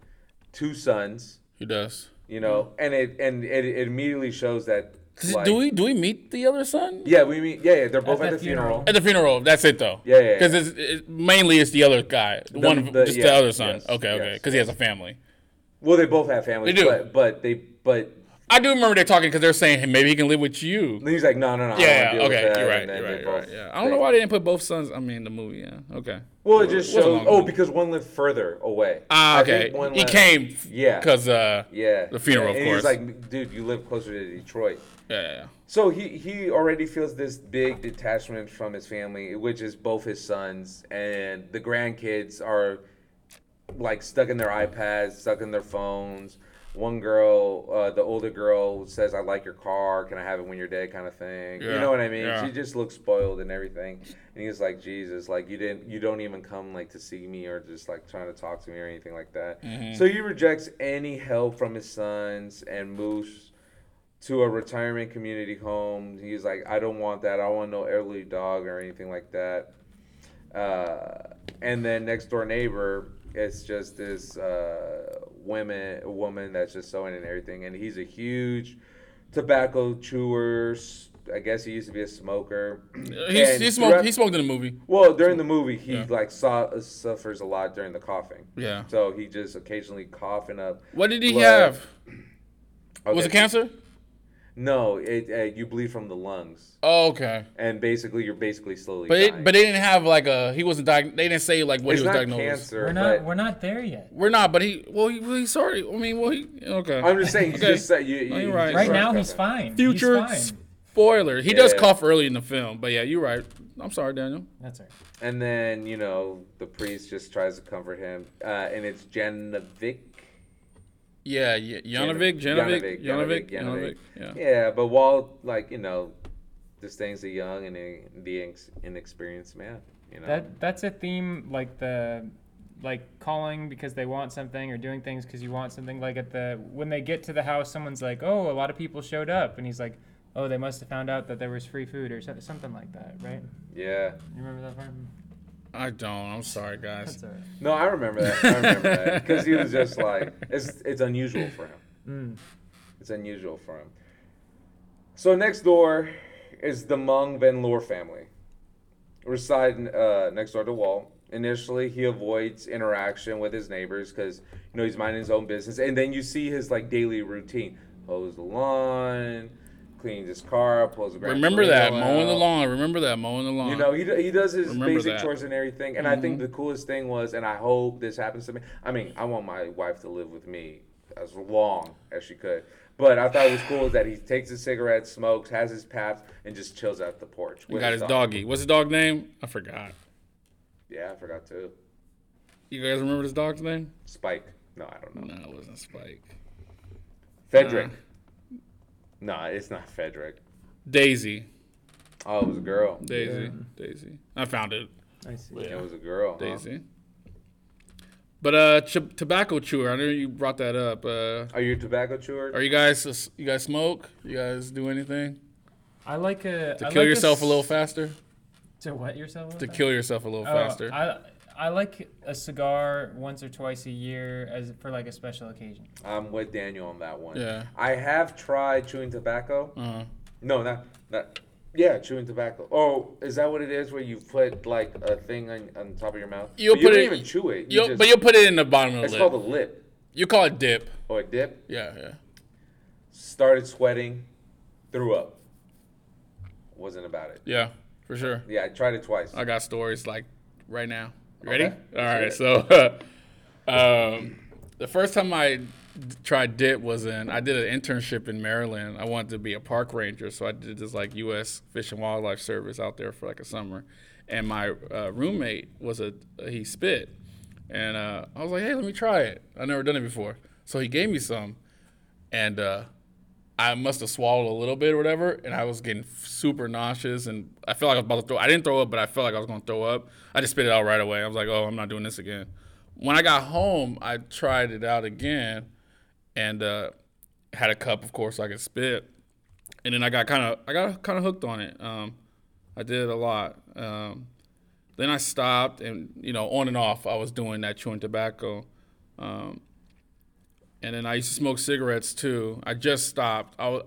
Two sons,
he does.
you know,
Mm.
and it and it, it immediately shows that.
'Cause
like-
do we do we meet the other son?
Yeah, we mean, yeah, yeah. They're both
At
at
the
the funeral.
At the funeral, that's it though.
Yeah, yeah, yeah.
Because it's it, mainly it's the other guy, one of
the-
just the
yes,
other son.
yes,
okay, okay,
yes.
because he has a family.
Well, they both have families,
They do.
but but they but
I do remember they're talking because they're saying hey, maybe he can live with you.
he's like, no, no, no. I don't
Yeah,
wanna deal with
okay,
that,"
you're right,
and then
you're
they
right, you're right.
both-
Yeah, I don't know
they-
why they didn't put both sons. I mean, in the movie, yeah, okay.
Well, it just
What's
shows.
wrong
Oh,
with it?
because one lived further away.
Ah,
I
okay.
think one
He
left-
came,
Yeah.
because uh, yeah,
Yeah.
the funeral, of
and
course.
He's like, dude, you live closer to Detroit.
yeah, yeah.
So he he already feels this big detachment from his family, which is both his sons and the grandkids are like stuck in their iPads, stuck in their phones. One girl, uh, the older girl, says, "I like your car. Can I have it when you're dead?" kind of thing.
Yeah,
You know what I mean?
yeah.
She just looks spoiled and everything. And he's like, "Jesus, like you didn't, you don't even come like to see me or just like trying to talk to me or anything like that."
Mm-hmm.
So he rejects any help from his sons and moves to a retirement community home. He's like, I don't want that. I don't want no elderly dog or anything like that. Uh, and then next door neighbor, it's just this uh, women woman that's just sewing and everything. And he's a huge tobacco chewer. s- I guess he used to be a smoker.
He's,
And
he smoked.
throughout-
He smoked in the movie.
well, during the movie, he
Yeah.
like saw, uh, suffers a lot during the coughing.
Yeah.
So he just occasionally coughing up.
What did he
blood.
have? Was it
Okay.
cancer?
No, it uh, you bleed from the lungs.
Oh, okay.
and basically you're basically slowly.
But
dying.
it, but they didn't have like a he wasn't diag- they didn't say like what
it's
he was
not
diagnosed.
cancer.
We're not.
but-
We're not there yet.
We're not, but he well he, well, he sorry. I mean, well he okay.
I'm just saying. You
Okay.
just said you. you,
you're
you
right.
just
Right
said
now,
that.
he's fine.
Future
He's fine.
spoiler. He does
Yeah.
cough early in the film, but yeah, you're right. I'm sorry, Daniel.
That's all right.
And then you know the priest just tries to comfort him, uh, and it's Janovic.
Yeah, yeah Janovic, Janovic, Janovic, Janovic. Yeah.
Yeah, but Walt, like you know, this thing's a young and a, the inex- inexperienced man. You know.
Um,
That that's a theme like the like calling because they want something or doing things because you want something like at the when they get to the house someone's like oh a lot of people showed up and he's like oh they must have found out that there was free food or so- something like that right
yeah.
you remember that part
I don't. I'm sorry, guys.
that's all right
No, I remember that. I remember that because he was just like it's it's unusual for him.
mm.
It's unusual for him. So next door is the Mung Van Loor family. Reside uh, next door to Walt. Initially, he avoids interaction with his neighbors because you know he's minding his own business, and then you see his like daily routine: mows the lawn, cleans his car, pulls the. Gran
Remember that
Torino
mowing the
out.
lawn. Remember that mowing the lawn.
uh, You know, he, d- he does his
Remember
basic
that. Mm-hmm.
chores and everything. And I think the coolest thing was, and I hope this happens to me. I mean, I want my wife to live with me as long as she could. But I thought it was cool that he takes his cigarettes, smokes, has his paps, and just chills out the porch.
He got his doggy. What's his dog name? I forgot.
Yeah, I forgot too.
You guys remember this dog's name? Oh,
Spike. No, I don't know.
No, it wasn't Spike.
Frederick.
Uh.
No, it's not Frederick.
Daisy.
Oh, it was a girl.
Daisy. Daisy. I found it.
I see
It was a girl. huh?
Daisy. But uh, ch- tobacco chewer. I know you brought that up. Uh,
Are you a tobacco chewer?
are you guys? You guys smoke? You guys do anything
I like a
to kill yourself a, little faster?
to what yourself a
To
little
kill yourself a little
Oh,
faster.
I I like a cigar once or twice a year as for like a special occasion
I'm with Daniel on that one.
Yeah.
I have tried chewing tobacco.
uh,
No, not not. Yeah, chewing tobacco. Oh, is that what it is? Where you put like a thing on, on top of your mouth?
You'll
But you
put
don't
it-
even chew it. You
you'll,
just,
but you'll put it in the bottom of
it's
the
called
lip.
a lip.
You call it dip.
or a dip.
Yeah, yeah.
Started sweating, threw up. Wasn't about it.
Yeah, for sure.
Yeah, I tried it twice.
I got stories like right now. You ready?
Okay,
All right.
let's
So, um, the first time I d- tried dip was in I did an internship in Maryland. I wanted to be a park ranger, so I did this like U.S. Fish and Wildlife Service out there for like a summer. And my uh, roommate was a he spit, and uh, I was like, hey, let me try it. I've never done it before, so he gave me some, and. uh I must have swallowed a little bit or whatever, and I was getting f- super nauseous, and I felt like I was about to throw. I didn't throw up, but I felt like I was going to throw up. I just spit it out right away. I was like, "Oh, I'm not doing this again." When I got home, I tried it out again, and uh, had a cup, of course, so I could spit. And then I got kind of, I got kind of hooked on it. Um, I did it a lot. Um, then I stopped, and you know, on and off, I was doing that chewing tobacco. Um, and then I used to smoke cigarettes too. I just stopped. I was,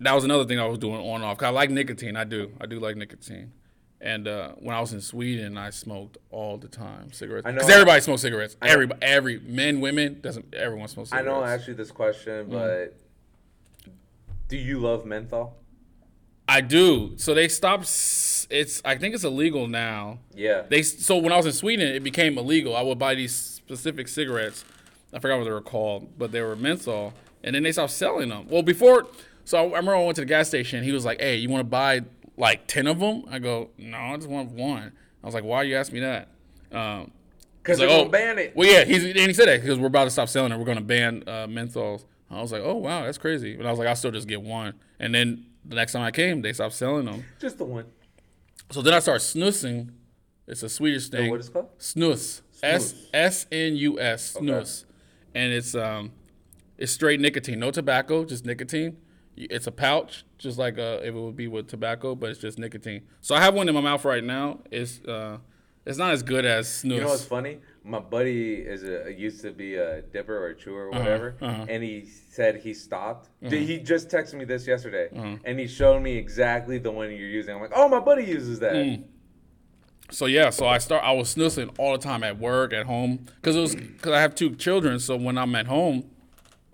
that was another thing I was doing on and off. 'Cause I like nicotine. I do. I do like nicotine. And uh, when I was in Sweden, I smoked all the time cigarettes.
I know-
Because everybody smokes cigarettes.
know-
Everybody, every men, women, doesn't everyone smokes
I
cigarettes?
know I asked you this
Mm.
question, but do you love menthol?
I do. So they stopped. s- It's. I think it's illegal now.
Yeah.
They so when I was in Sweden, it became illegal. I would buy these specific cigarettes. I forgot what they were called, but they were menthol. And then they stopped selling them. Well, before, so I, I remember I went to the gas station. He was like, "Hey, you want to buy like ten of them?" I go, "No, I just want one." I was like, "Why are you asking me that?" Um,
Because
he's like,
they're
"Oh."
gonna ban it.
Well, yeah, he's, and he said that because we're about to stop selling it. We're going to ban uh, menthols. I was like, "Oh wow, that's crazy." And I was like, "I'll still just get one." And then the next time I came, they stopped selling them.
Just the one.
So then I started snussing. It's a Swedish thing.
What is it called?
Snus. S S N U S. Snus. And it's um, it's straight nicotine, no tobacco, just nicotine. Y- It's a pouch, just like uh, if it would be with tobacco, but it's just nicotine. So I have one in my mouth right now. It's uh, it's not as good as snus.
You know what's funny? My buddy is a used to be a dipper or a chewer or whatever, and he said he stopped. Dude, He just texted me this yesterday, and he showed me exactly the one you're using. I'm like, oh, my buddy uses that.
So yeah, so I start I was snuzzling all the time at work, at home, because it was because I have two children. So when I'm at home,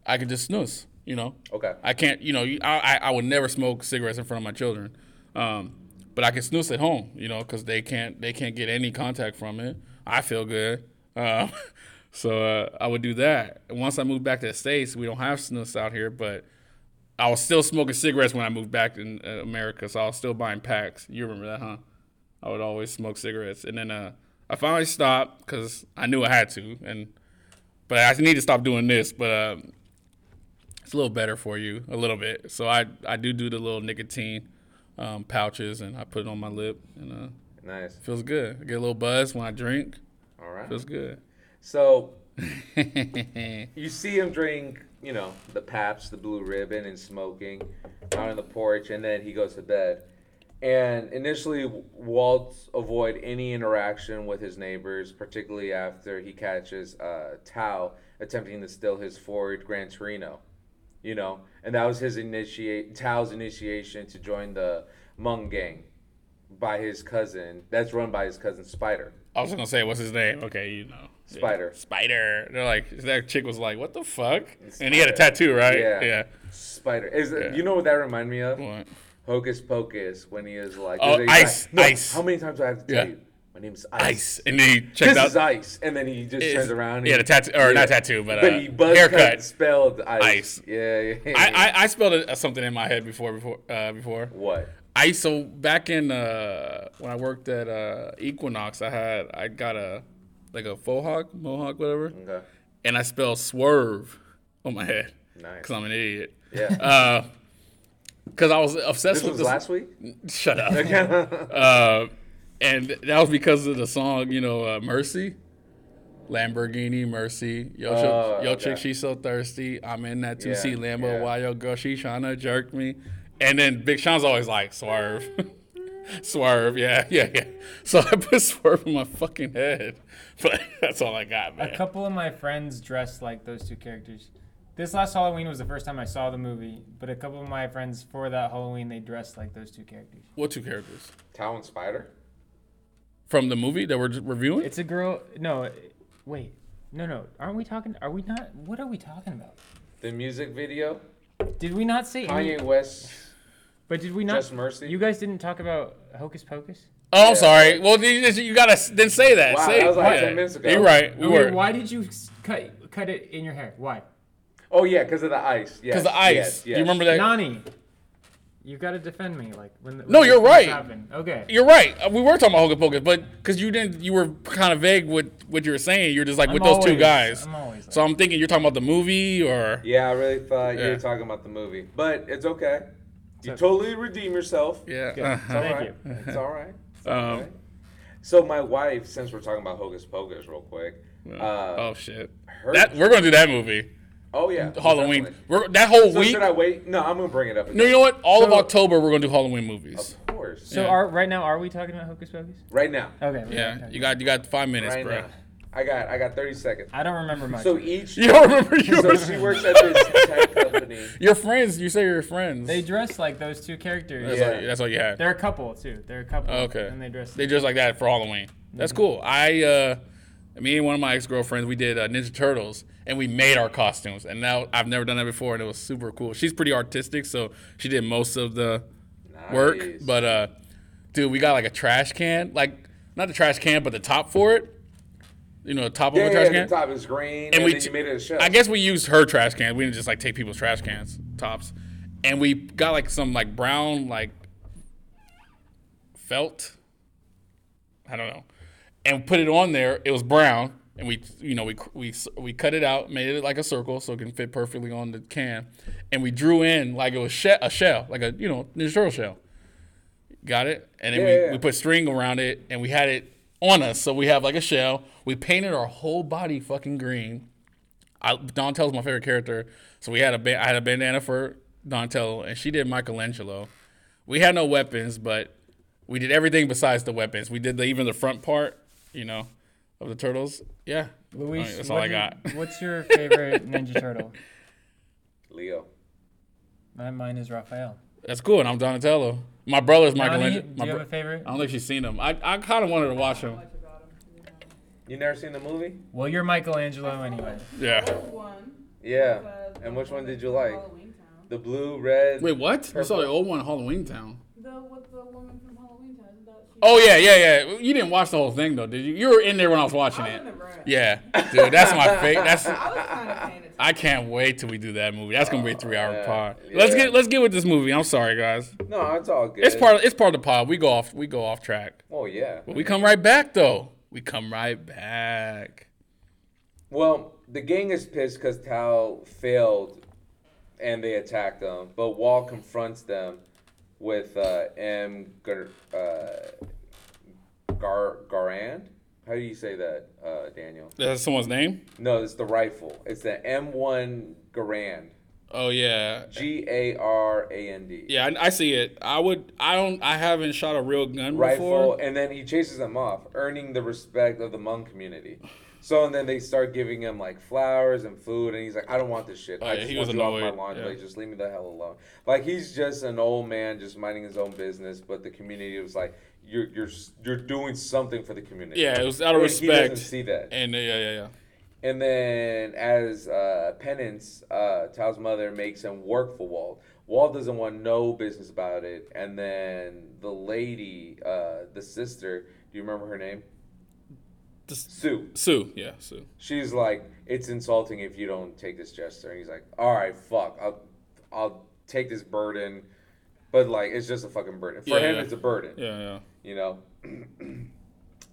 I can just snooze, you know.
Okay.
I can't, you know, you- I I, I would never smoke cigarettes in front of my children, um, but I can snooze at home, you know, because they can't they can't get any contact from it. I feel good, uh, so uh, I would do that. And once I moved back to the states, we don't have snus out here, but I was still smoking cigarettes when I moved back in uh, America, so I was still buying packs. You remember that, huh? I would always smoke cigarettes, and then uh, I finally stopped because I knew I had to, and but I need to stop doing this. But uh, it's a little better for you, a little bit. So I I do do the little nicotine um, pouches, and I put it on my lip, and uh,
Nice.
feels good. I get a little buzz when I drink.
All right.
Feels good.
So
yeah,
you see him drink, you know, the Paps, the Blue Ribbon, and smoking out on the porch, and then he goes to bed. And initially, Walt's avoid any interaction with his neighbors, particularly after he catches uh, Tao attempting to steal his Ford Gran Torino. You know, and that was his initiate Tao's initiation to join the Hmong gang by his cousin. That's run by his cousin Spider.
I was gonna say what's his name. Okay, you know. Yeah.
Spider.
Spider. They're like that chick was like, what the fuck? And he had a tattoo, right?
Yeah.
Yeah.
Spider. Is you know what that reminded me of?
What?
Hocus Pocus when he is like,
Oh,
he's
Ice,
like, "No,
Ice.
How many times do I have to tell
Yeah.
you? My name is Ice.
Ice, and then he checked
This
out.
is Ice, and then he just
Is-
turns around. and
yeah,
he-
the tattoo- or not
Yeah.
tattoo, but, uh,
he buzz
haircut.
cut spelled Ice.
Ice.
Yeah, yeah.
I, I, I spelled it, uh, something in my head before before uh, before.
what?
I so back in uh, when I worked at uh, Equinox, I had I got a like a faux hawk, mohawk, whatever,
Okay.
and I spelled swerve on Uh, my head
Nice.
because I'm an idiot.
Yeah.
Because I was obsessed
this
with
was
this.
last week.
Shut up. uh, and that was because of the song, you know, uh, Mercy. Lamborghini Mercy. Yo, chick-
Oh,
yo
okay.
chick, she so thirsty. I'm in that 2C
Yeah,
Lambo.
yeah.
Why yo girl, she tryna jerk me. And then Big Sean's always like, swerve. swerve, yeah, yeah, yeah. So I put swerve in my fucking head. But that's all I got, man.
A couple of my friends dressed like those two characters. This last Halloween was the first time I saw the movie, but a couple of my friends for that Halloween they dressed like those two characters.
What two characters?
Tao and Spider.
From the movie that we're just reviewing?
It's a girl. No, wait. No, no. Aren't we talking? Are we not? What are we talking about?
The music video,
Did we not say? Any,
Kanye West,
but did we not?
Just Mercy.
You guys didn't talk about Hocus Pocus.
Oh,
Yeah.
I'm sorry. Well, you, just- you gotta s- then say that.
Wow,
say
that was like
yeah.
10 minutes ago.
You're right. We
Okay,
were.
why did you s- cut cut it in your hair? Why,
Oh yeah, because of the ice. Yeah.
Because the ice. You remember that?
Nani? You gotta defend me, like when. The,
No,
when
you're
these things
right.
happen. Okay.
You're right. Uh, We were talking about Hocus Pocus, but because you didn't, you were kind of vague with what you were saying. You're just like
I'm
with those two
always-
guys.
I'm always like-
so I'm thinking you're talking about the movie or
Yeah, I really thought you
Yeah.
were talking about the movie, but it's okay. You
okay.
totally redeem yourself.
yeah.
Yeah.
It's all
Thank
right.
you.
It's all right. It's all
Um,
right. So my wife, since we're talking about Hocus Pocus, real quick. Uh,
oh shit.
her-
That we're gonna do that movie
oh yeah,
Halloween.
definitely.
We're, that whole
So
week.
should I wait? No, I'm gonna bring it up. Again.
no, you know what? All of
So-
October we're gonna do Halloween movies.
Of course.
So are right now are we talking about Hocus Pocus?
Right now.
Okay. we are
Yeah,
talking-
you got you got five minutes,
Right
bro.
now. I got I got 30 seconds.
I don't remember much.
So each.
You don't remember you
So
were
she works at this tech company.
your friends. You say your friends.
they dress like those two characters.
that's, all,
Yeah.
that's all you had.
They're a couple too. They're a couple.
Okay.
And they dress. Mm-hmm.
They dress like that for Halloween. That's cool. I, uh, me and one of my ex girlfriends, we did uh, Ninja Turtles, and we made our costumes. And now I've never done that before, and it was super cool. She's pretty artistic, so she did most of the work.
Nice.
But uh, dude, we got like a trash can, like not the trash can, but the top for it. You know, the top
Yeah,
of a
yeah,
trash
the
can.
top is green, and,
And we
then
t-
you made it a show.
I guess we used her trash can. We didn't just like take people's trash cans tops, and we got like some like brown like felt. I don't know, and put it on there. It was brown, and we you know we we we cut it out, made it like a circle so it can fit perfectly on the can, and we drew in like it was she- a shell, like a you know Ninja Turtle shell. Got it? And then
Yeah,
we,
yeah, yeah.
we put string around it and we had it on us. So we have like a shell. We painted our whole body fucking green. I, Donatello's my favorite character. So we had a ba- I had a bandana for Donatello and she did Michelangelo. We had no weapons, but we did everything besides the weapons. We did the, even the front part, you know, of the turtles. Yeah. I mean,
Luis,
that's all
what
I
do-
got.
What's your favorite Ninja Turtle?
Leo.
My mine is Raphael.
That's cool. And I'm Donatello. My brother's
Donnie,
Michelangelo.
do
My
you
bro-
have a favorite?
I don't think she's seen him. I, I kind of wanted to watch him.
Much about him.
You never seen the movie?
Well, you're Michelangelo Oh, anyway.
Yeah.
One.
Yeah.
uh,
And
the
which one
that's
did you
from
like?
Halloween Town.
The blue, red.
Wait, what? I saw the old one, Halloween Town.
The with the woman from Halloween Town. Isn't that- she-
Oh yeah, yeah, yeah. You didn't watch the whole thing though, did you? You were in there when I was watching
I was
it.
in the room.
Yeah, dude, that's my favorite. That's
I was kind of paying attention.
I can't wait till we do that movie. That's gonna be a three-hour
yeah,
pod. Let's
yeah.
get let's get with this movie. I'm sorry, guys.
No, it's all good.
It's part of, it's part of the pod. We go off we go off track.
Oh yeah.
But we come right back though. We come right back.
Well, the gang is pissed because Tao failed, and they attacked them. But Wall confronts them with uh, M. Gar, uh, Gar Garand. How do you say that, uh, Daniel?
That's someone's name.
No, it's the rifle. It's the M1 Garand.
Oh yeah,
G A R A N D.
yeah. I, I see it. I would. I don't. I haven't shot a real gun
rifle,
before.
and then he chases them off, earning the respect of the Hmong community. So and then they start giving him like flowers and food, and he's like, "I don't want this shit.
Oh,
I
yeah,
just
he
want
was
you off my
annoyed,
lawn,
yeah.
please. Just leave me the hell alone." Like he's just an old man, just minding his own business. But the community was like, "You're you're you're doing something for the community."
Yeah, it was out of
And He
respect.
doesn't see that.
And uh, yeah, yeah, yeah.
And then, as uh, penance, uh, Tao's mother makes him work for Walt. Walt doesn't want no business about it. And then the lady, uh, the sister, do you remember her name?
Just-
Sue.
Sue. Yeah, Sue.
She's like, it's insulting if you don't take this gesture. And he's like, all right, fuck, I'll, I'll take this burden. But like, it's just a fucking burden. For
Yeah,
him,
yeah.
it's a burden
Yeah, yeah.
you know,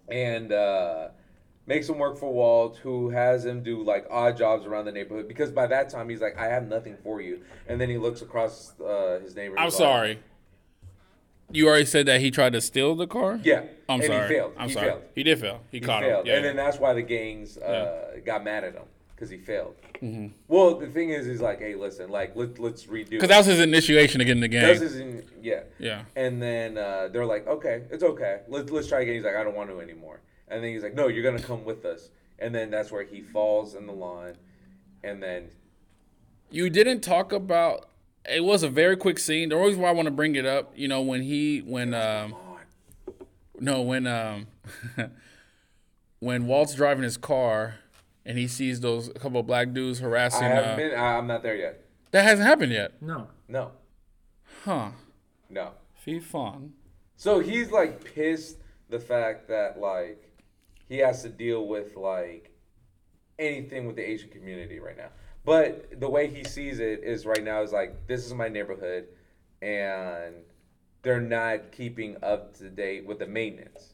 and uh, makes him work for Walt, who has him do like odd jobs around the neighborhood because by that time he's like, I have nothing for you. And then he looks across uh, his neighbor. and
I'm
he's like-
sorry. You already said that he tried to steal the car.
Yeah.
I'm
and
sorry.
He failed.
I'm
he
sorry.
Failed.
He did fail. He,
He
caught
failed.
him. Yeah.
and then that's why the gangs uh, got mad at him because he failed.
Mm-hmm.
Well, the thing is, he's like, hey, listen, like let let's redo.
Because that was his initiation to get in the
This
game.
isn't yeah.
Yeah.
And then uh, they're like, okay, it's okay. Let's let's try again. He's like, I don't want to anymore. And then he's like, no, you're gonna come with us. And then that's where he falls in the lawn. And then
You didn't talk about. It was a very quick scene. The reason why I want to bring it up, you know, when he when um no when um when Walt's driving his car and he sees those a couple of black dudes harassing.
I haven't
uh,
been. I, I'm not there yet.
that hasn't happened yet,
No.
No,
huh?
no.
Fee Fon.
So he's like pissed the fact that like he has to deal with like anything with the Asian community right now. But the way he sees it is right now is like this is my neighborhood and they're not keeping up to date with the maintenance.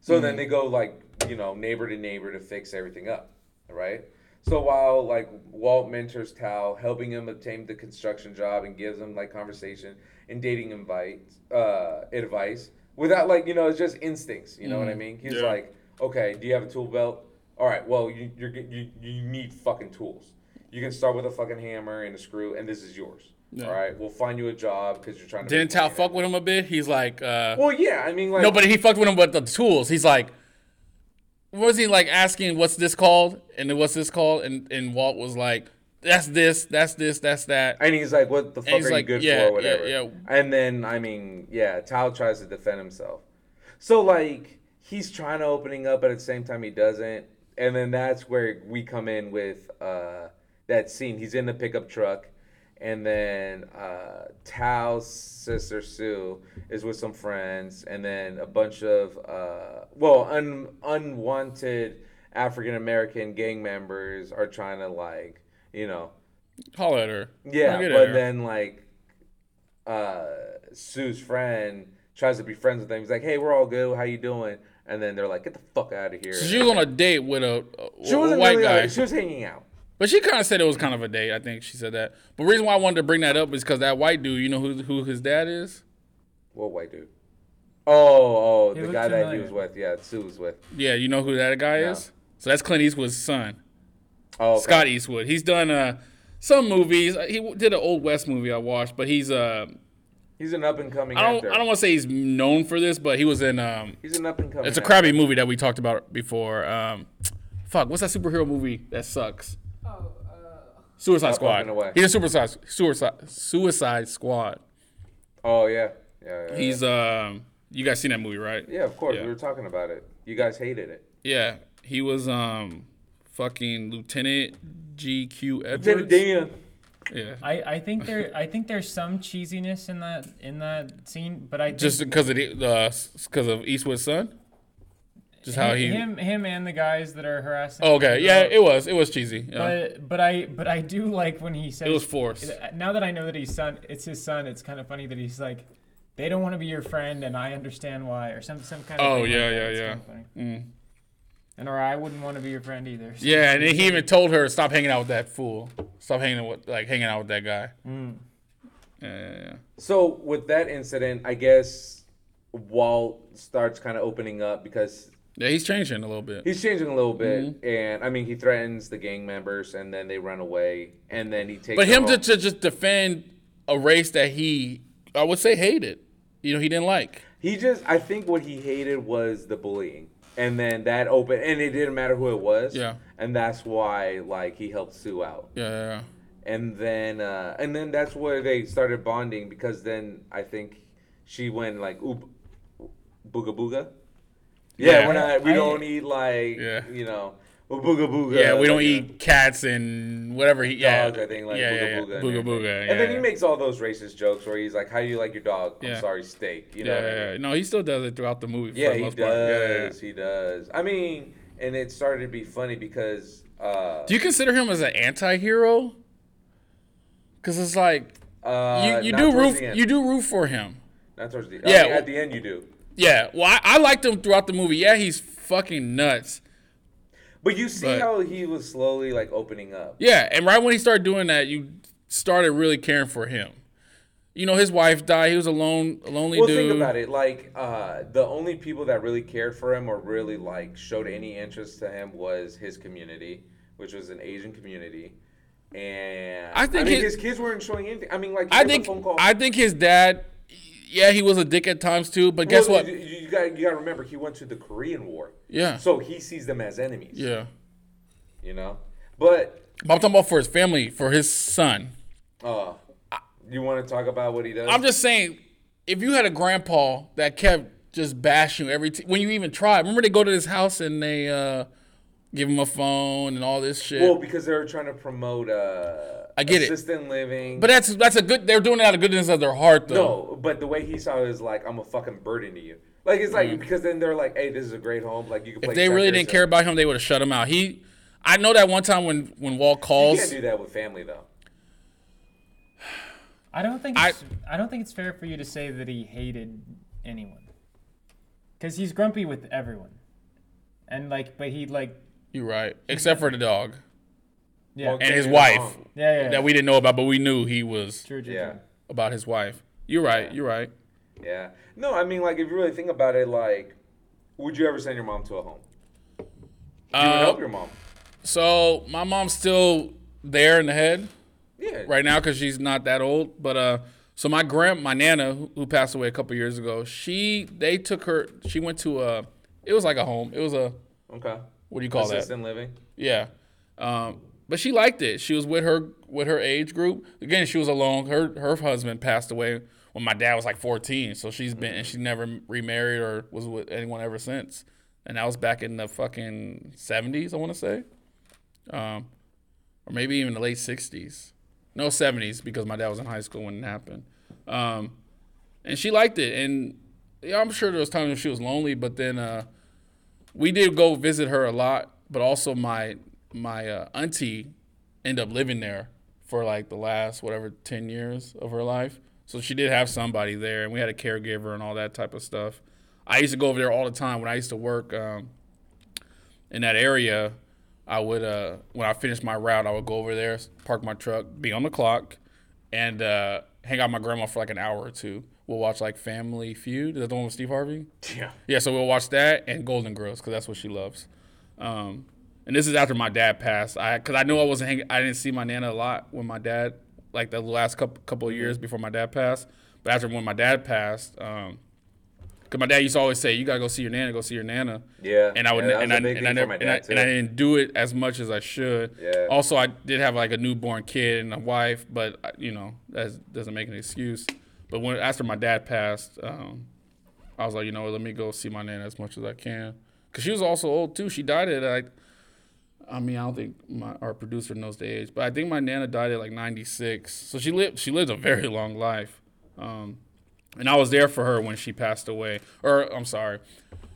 So then they go like, you know, neighbor to neighbor to fix everything up, right? So while like Walt mentors Tal, helping him obtain the construction job and gives him like conversation and dating invites, uh, advice without like you know it's just instincts. You know what I mean? He's
Yeah.
like, okay, do you have a tool belt? All right, well you you're, g- you you need fucking tools. You can start with a fucking hammer and a screw, and this is yours.
Yeah.
All right, we'll find you a job because you're trying to.
Didn't
make money
Tal fuck with him a bit? He's like, uh,
Well, yeah, I mean like
no, but he fucked with him with the tools. He's like, what was he like asking? What's this called? And then what's this called? And and Walt was like, that's this, that's this, that's that.
And he's like, "What the fuck
he's
are
like,
you good
yeah,
for?" Or whatever.
yeah, yeah.
And then I mean, yeah, Tal tries to defend himself. So like he's trying to opening up, but at the same time he doesn't. And then that's where we come in with uh, that scene. He's in the pickup truck, and then uh, Tal's sister Sue is with some friends, and then a bunch of uh, well un- unwanted African American gang members are trying to like you know
Holler at her.
yeah,
Look at
but
her.
then like uh Sue's friend tries to be friends with them. He's like, "Hey, we're all good. How you doing?" And then they're like, "Get the fuck out of here."
So she was on a date with a, a-
She
a
wasn't
white
really
guy.
like- she was hanging out.
But she kind of said it was kind of a date. I think she said that. But the reason why I wanted to bring that up is because that white dude, you know who who his dad is?
What white dude? Oh, oh,
He
the
looked
guy that he
familiar.
was with. Yeah, Sue was with.
Yeah, you know who that guy
No.
is. So that's Clint Eastwood's son,
Oh, okay.
Scott Eastwood. He's done uh, some movies. He w- did an old west movie I watched, but he's uh,
He's an up and coming
I don't
actor.
I don't want to say he's known for this, but he was in um,
He's an up and coming.
it's a crappy movie that we talked about before. Um, fuck, what's that superhero movie that sucks?
Oh, uh,
Suicide
Up, Up,
Squad.
and Away.
He's a Suicide Suicide Suicide Squad.
Oh yeah, yeah. yeah,
He's um, you guys seen that movie right?
yeah. Of course,
yeah.
we were talking about it. You guys hated it.
Yeah, he was um fucking Lieutenant GQ
Did
Edwards.
Dan?
Yeah,
I, I think there I think there's some cheesiness in that in that scene, but I think
just because of the because of Eastwood's son. Just how he.
him uh, him and the guys that are harassing.
Oh, okay,
the
yeah,
girl.
it was it was cheesy. Yeah.
but but I but I do like when he says
It was forced.
Now that I know that he's son, it's his son. It's kind of funny that he's like, they don't want to be your friend, and I understand why, or some some kind of.
Oh,
thing like
yeah,
that.
yeah,
It's
yeah. Mm.
kind of funny. And or I wouldn't want to be your friend either. So-
Yeah, and then he even told her stop hanging out with that fool. Stop hanging with like hanging out with that guy.
Mm.
Yeah, yeah, yeah.
So with that incident, I guess Walt starts kind of opening up because
Yeah, he's changing a little bit.
he's changing a little bit,
Mm-hmm.
and I mean he threatens the gang members, and then they run away, and then he takes.
But
them
him to,
home.
to just defend a race that he, I would say, hated. You know, he didn't like.
he just I think what he hated was the bullying, and then that open, and it didn't matter who it was.
Yeah.
And that's why like he helped Sue out,
Yeah, yeah, yeah.
and then uh, and then that's where they started bonding because then I think she went like oop, booga booga. Yeah,
Yeah.
we're not. We
I-
don't eat like
Yeah.
you know booga booga.
Yeah, we don't
like,
eat cats and whatever he. Yeah,
dogs, I think, Oh, like
yeah,
booga
yeah, yeah.
booga.
booga
and,
booga.
everything.
Yeah.
and then he makes all those racist jokes where he's like, "How do you like your dog?
Yeah.
I'm sorry, steak." You know.
yeah,
what I
yeah, yeah.
mean?
No, he still does it throughout the movie. For
yeah,
the
he
most
does.
Part. Yeah, yeah, yeah.
He does. I mean, and it started to be funny because uh,
Do you consider him as an anti-hero? Because it's like you,
uh,
you
not
do
towards
root
the end.
you do root for him.
not towards the
Yeah,
I mean,
well-
at the end you do,
Yeah. Well, I, I liked him throughout the movie. Yeah, he's fucking nuts.
but you see
But-
how he was slowly like opening up.
Yeah, and right when he started doing that, you started really caring for him. You know, his wife died. He was a lone, a lonely
Well,
dude.
think about it. Like uh, the only people that really cared for him or really like showed any interest to him was his community, which was an Asian community. And
I think
mean,
his-
his, kids weren't showing anything. I mean, like
I
there was a
think
phone call-
I think his dad. Yeah, he was a dick at times too. But guess
Well,
what?
You, you got you got to remember he went to the Korean War,
Yeah.
so he sees them as enemies.
yeah.
You know, but
But I'm talking about for his family, for his son.
uh, you want to talk about what he does?
I'm just saying, if you had a grandpa that kept just bashing you every t- when you even tried. Remember they go to this house and they uh give him a phone and all this shit.
Well, because they were trying to promote uh,
I get it.
assistant living.
but that's that's a good. They're doing it out of goodness of their heart, though.
no, but the way he saw it is like I'm a fucking burden to you. Like it's like because then they're like, hey, this is a great home. Like you can. Play
Mm-hmm. if they really
checkers
didn't care
and-
about him, they would have shut him out. He, I know that one time when when Wall
you
calls,
can't do that with family though.
I don't think
I-
it's, I, don't think it's fair for you to say that he hated anyone, because he's grumpy with everyone, and like, but he like
you're right, except for the dog
yeah
Well,
yeah
and his
Yeah.
wife Mm-hmm.
yeah, yeah.
that we didn't know about, but we knew he was
true, true,
Yeah.
true.
about his wife. You're right. You're right.
Yeah. No, I mean like if you really think about it, like, would you ever send your mom to a home? You would
Uh,
help your mom.
so my mom's still there in the head.
Yeah.
right now because she's not that old. But uh, so my grand, my nana, who- who passed away a couple years ago, she they took her. She went to a. It was like a home. It was a
Okay.
what do you call that?
assistant living.
Yeah. Um, but she liked it. She was with her with her age group. Again, she was alone. Her her husband passed away when my dad was like 14. So she's been and she never remarried or was with anyone ever since. And that was back in the fucking 70s, I want to say. Um, or maybe even the late 60s. No 70s because my dad was in high school when it happened. Um, and she liked it and yeah, I'm sure there was times when she was lonely, but then uh we did go visit her a lot, but also my my uh, auntie ended up living there for like the last whatever ten years of her life. So she did have somebody there, and we had a caregiver and all that type of stuff. I used to go over there all the time when I used to work um, in that area. I would uh, when I finished my route, I would go over there, park my truck, be on the clock, and uh, hang out with my grandma for like an hour or two. We'll watch like Family Feud. Is that the one with Steve Harvey?
Yeah.
Yeah, so we'll watch that and Golden Girls because that's what she loves. Um, and this is after my dad passed. I because I knew I wasn't hanging. I didn't see my nana a lot when my dad, like the last couple couple of years before my dad passed. But after when my dad passed, um 'cause because my dad used to always say, "You gotta go see your nana, go see your nana."
Yeah.
And I would,
Yeah, that
and,
was
I,
a
and,
big thing
I
for
never,
my
and, I,
dad,
and I
too.
didn't do it as much as I should.
Yeah.
Also, I did have like a newborn kid and a wife, but I- you know that doesn't make an excuse. But when after my dad passed, um, I was like, you know, what, let me go see my nana as much as I can, because she was also old too. She died at like, I mean, I don't think my our producer knows the age, but I think my nana died at like 96. So she lived she lived a very long life, um, and I was there for her when she passed away. Or I'm sorry,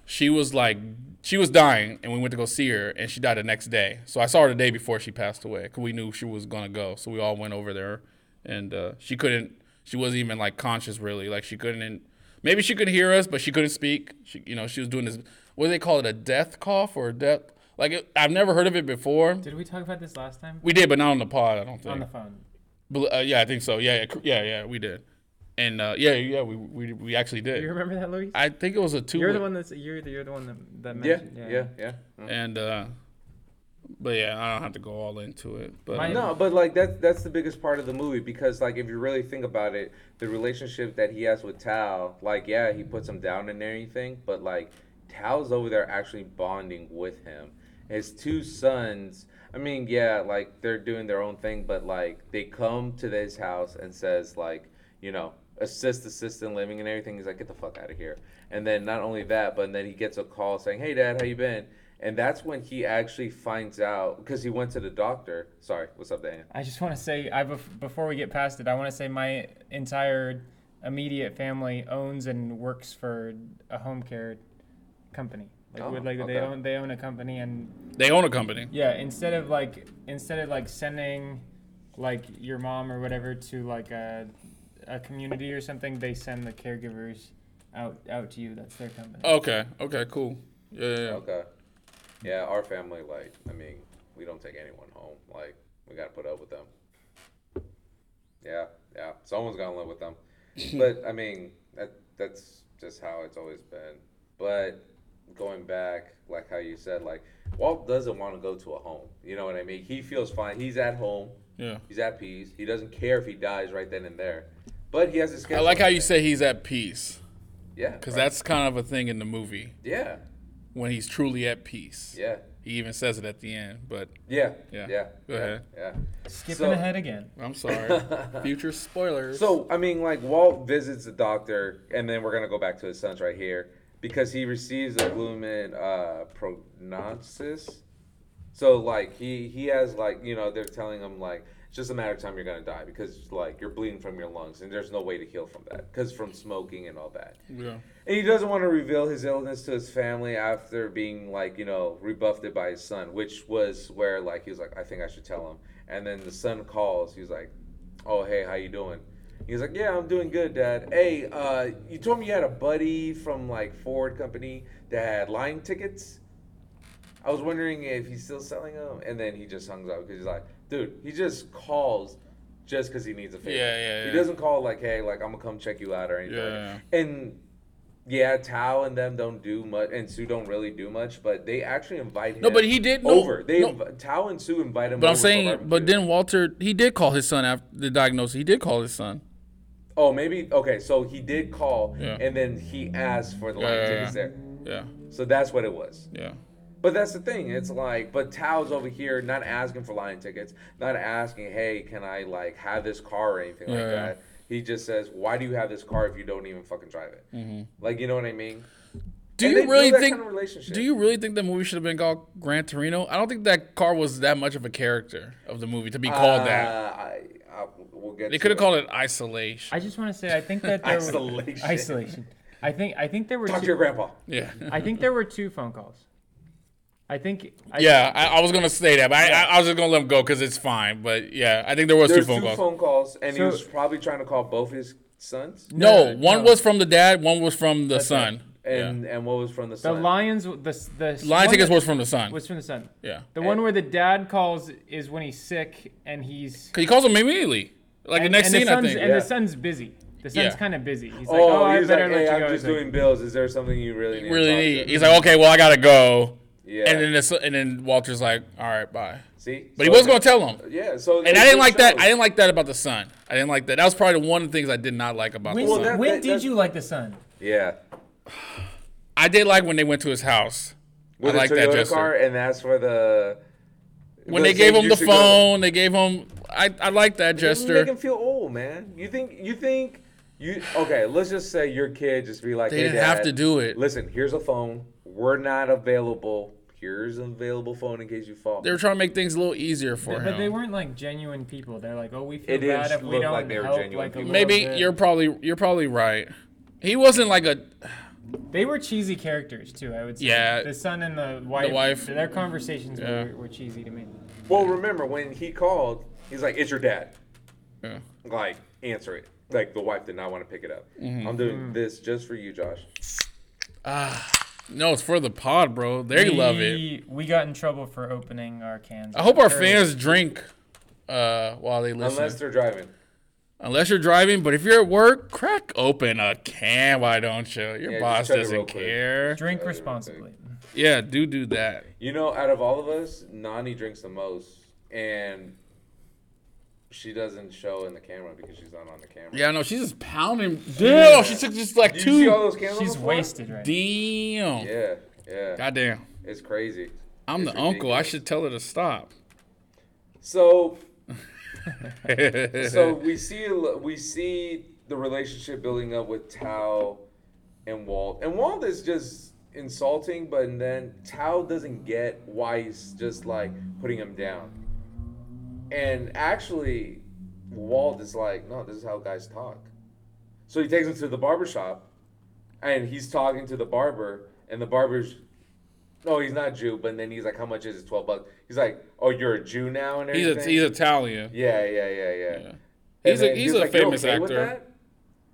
she was like she was dying, and we went to go see her, and she died the next day. So I saw her the day before she passed away, because we knew she was gonna go. So we all went over there, and uh, she couldn't. She wasn't even like conscious really. Like she couldn't. Maybe she could hear us, but she couldn't speak. She, you know, she was doing this. What do they call it? A death cough or a death? Like it, I've never heard of it before.
Did we talk about this last time
We did, but not on the pod. I don't think.
on the phone?
Bel- uh, yeah, I think so. Yeah, yeah, cr- yeah, yeah. We did, and uh, yeah, yeah, we, we we actually
Do you
did.
remember that, Luis?
I think it was a two.
you're the one that's you're the, you're the one that that
Yeah.
mentioned.
Yeah. Yeah.
And uh, but yeah, I don't have to go all into it. But
My-
uh,
No, but like that's that's the biggest part of the movie because like if you really think about it, the relationship that he has with Tao, like yeah, he puts him down and everything, but like Tao's over there actually bonding with him. His two sons, I mean, yeah, like they're doing their own thing, but like they come to this house and says like, you know, assist assistant living and everything. He's like, get the fuck out of here. And then not only that, but then he gets a call saying, hey dad, how you been? And that's when he actually finds out because he went to the doctor. Sorry, what's up, Daniel?
I just want to say, I bef- before we get past it, I want to say my entire immediate family owns and works for a home care company. Like,
Oh,
we're- like
okay.
they own they own a company, and
they own a company.
yeah, instead of like instead of like sending like your mom or whatever to like a a community or something, they send the caregivers out out to you. That's their company.
Oh,
Okay. Okay. Cool. Yeah. yeah, yeah.
Okay. Yeah, our family, like, I mean, we don't take anyone home. Like, we gotta put up with them. Yeah, yeah, someone's gonna live with them. but I mean, that that's just how it's always been. But going back, like how you said, like Walt doesn't want to go to a home. You know what I mean? He feels fine. He's at home.
Yeah.
He's at peace. He doesn't care if he dies right then and there. But he has his.
I like how you say he's at peace
Yeah.
because
right.
that's kind of a thing in the movie
Yeah.
when he's truly at peace.
Yeah.
He even says it at the end. But
Yeah.
Yeah.
Yeah.
Go
yeah,
ahead.
Yeah.
Skipping
So-
ahead again.
I'm sorry. Future spoilers.
So I mean, like Walt visits the doctor, and then we're gonna go back to his sons right here because he receives a lumen uh, prognosis. So like he he has like you know they're telling him like it's just a matter of time you're gonna die because like you're bleeding from your lungs and there's no way to heal from that because from smoking and all that.
Yeah.
And he doesn't want to reveal his illness to his family after being like, you know, rebuffed by his son, which was where like he was like, I think I should tell him. And then the son calls. He's like, Oh hey, how you doing? He's like, Yeah, I'm doing good, Dad. Hey, uh, you told me you had a buddy from like Ford company that had Lime tickets. I was wondering if he's still selling them. And then he just hung up because he's like, Dude, he just calls just because he needs a favor.
Yeah, yeah,
He
yeah.
doesn't call like, Hey, like I'm gonna come check you out or anything. like
Yeah.
that. And yeah, Tao and them don't do much, and Sue don't really do much, but they actually invite him.
No, but he did- no,
over. they
no.
inv- Tao and Sue invite him.
But I'm
over for
saying, but
barbecue.
then Walter, he did call his son after the diagnosis. He did call his son.
oh, maybe okay. So he did call,
Yeah.
and then he asked for the
Yeah,
line
yeah,
tickets
yeah.
there.
Yeah,
So that's what it was.
yeah.
But that's the thing. It's like, but Tao's over here not asking for line tickets, not asking, hey, can I like have this car or anything like
Yeah.
that. He just says, why do you have this car if you don't even fucking drive it? Like, you know what I mean?
Mm-hmm. Do
And
you
they build
really
that
think?
kind of relationship.
do you really think the movie should have been called Gran Torino? I don't think that car was that much of a character of the movie to be called that.
Uh, I, I, we'll get
They
to
could have
it.
called it Isolation.
I just want to say I think that there was
Isolation.
isolation. I think I think there were
Talk to
two,
your grandpa.
yeah,
I think there were two phone calls. I think I,
yeah. I, I was gonna say that, but I, I, I was just gonna let him go because it's fine. But yeah, I think there was
There's
two phone calls.
and he
So-
was probably trying to call both his sons.
no,
No,
one
no.
was from the dad. One was from the son.
And and what was from the
the
son?
Lions the the
yeah. Line
one
tickets
that-
was from the son.
was from the sun.
yeah.
The one where the dad calls is when he's sick and he's
Cause he calls him immediately, like
and,
the next
and
scene.
the
I
son's,
think.
and
Yeah.
the son's busy. The son's
Yeah.
kind of busy. He's like,
oh,
oh, I
he's like,
better
hey,
let you
I'm
go.
just
He's like,
doing bills. Is there something you really need? to
really
talk to?"
neat. He's like, okay, well, I gotta go.
yeah.
And then this, and then Walter's like, all right, bye.
See,
But he was gonna tell him.
Yeah. So
And I didn't like that. I didn't like that about the son. I didn't like that. That was probably one of the things I did not like about
when,
the
Well,
son.
that-
when
that-
did
that's-
you like the sun?
Yeah.
I did like when they went to his house.
With
I like
the
that
Toyota
gesture.
car, and that's where the
When
the
they gave
thing
him the
used to go-
phone, they gave him. I I like that
You make
gesture.
him feel old, man. You think you think you okay? Let's just say your kid just be like,
They
"Hey,
didn't have
Dad,
to do it.
Listen, here's a phone. We're not available. Here's an available phone in case you fall.
They were trying to make things a little easier for him.
But they weren't like genuine people. They're like, oh, we feel
It didn't
bad if we
look
don't
like they were
help.
genuine
Like a
people.
little
Maybe
bit."
you're probably you're probably right. He wasn't like a
They were cheesy characters too. I would say.
Yeah.
The son and the wife.
wife.
Their conversations
Yeah.
were, were cheesy to me.
well, remember when he called? He's like, "It's your dad."
yeah.
Like, answer it. Like the wife did not want to pick it up.
Mm-hmm.
I'm doing this just for you, Josh.
no. It's for the pod, bro. They love it.
We- We got in trouble for opening our cans.
I hope our
Or-
fans drink uh, while they listen.
Unless
Unless,
they're driving.
you're driving, but if you're at work, crack open a can. Why don't you? Your
Yeah,
boss
just chug it real
doesn't
quick.
care.
Drink responsibly.
Yeah, do do that.
You know, out of all of us, Nani drinks the most, and she doesn't show in the camera because she's not on the camera.
Yeah, I know. she's just pounding. Damn, she took just like
Did you see all
two.
those cameras? on
She's
the floor?
wasted right. now.
Damn.
Yeah, yeah.
Goddamn.
It's crazy.
I'm
It's
the uncle. I
ridiculous.
should tell her to stop.
So, so we see a l- we see the relationship building up with Tao and Walt, and Walt is just insulting, but then Tao doesn't get why he's just like putting him down, and actually, Walt is like, no, this is how guys talk. So he takes him to the barber shop, and he's talking to the barber, and the barber's. No, he's not Jew, but then he's like, "How much is it? Twelve bucks." He's like, "Oh, you're a Jew now," and
he's
everything.
a, he's Italian.
Yeah, yeah, yeah, yeah.
Yeah.
And
He's
then
a he's
was
a
like, "You
famous
okay with
actor.
that?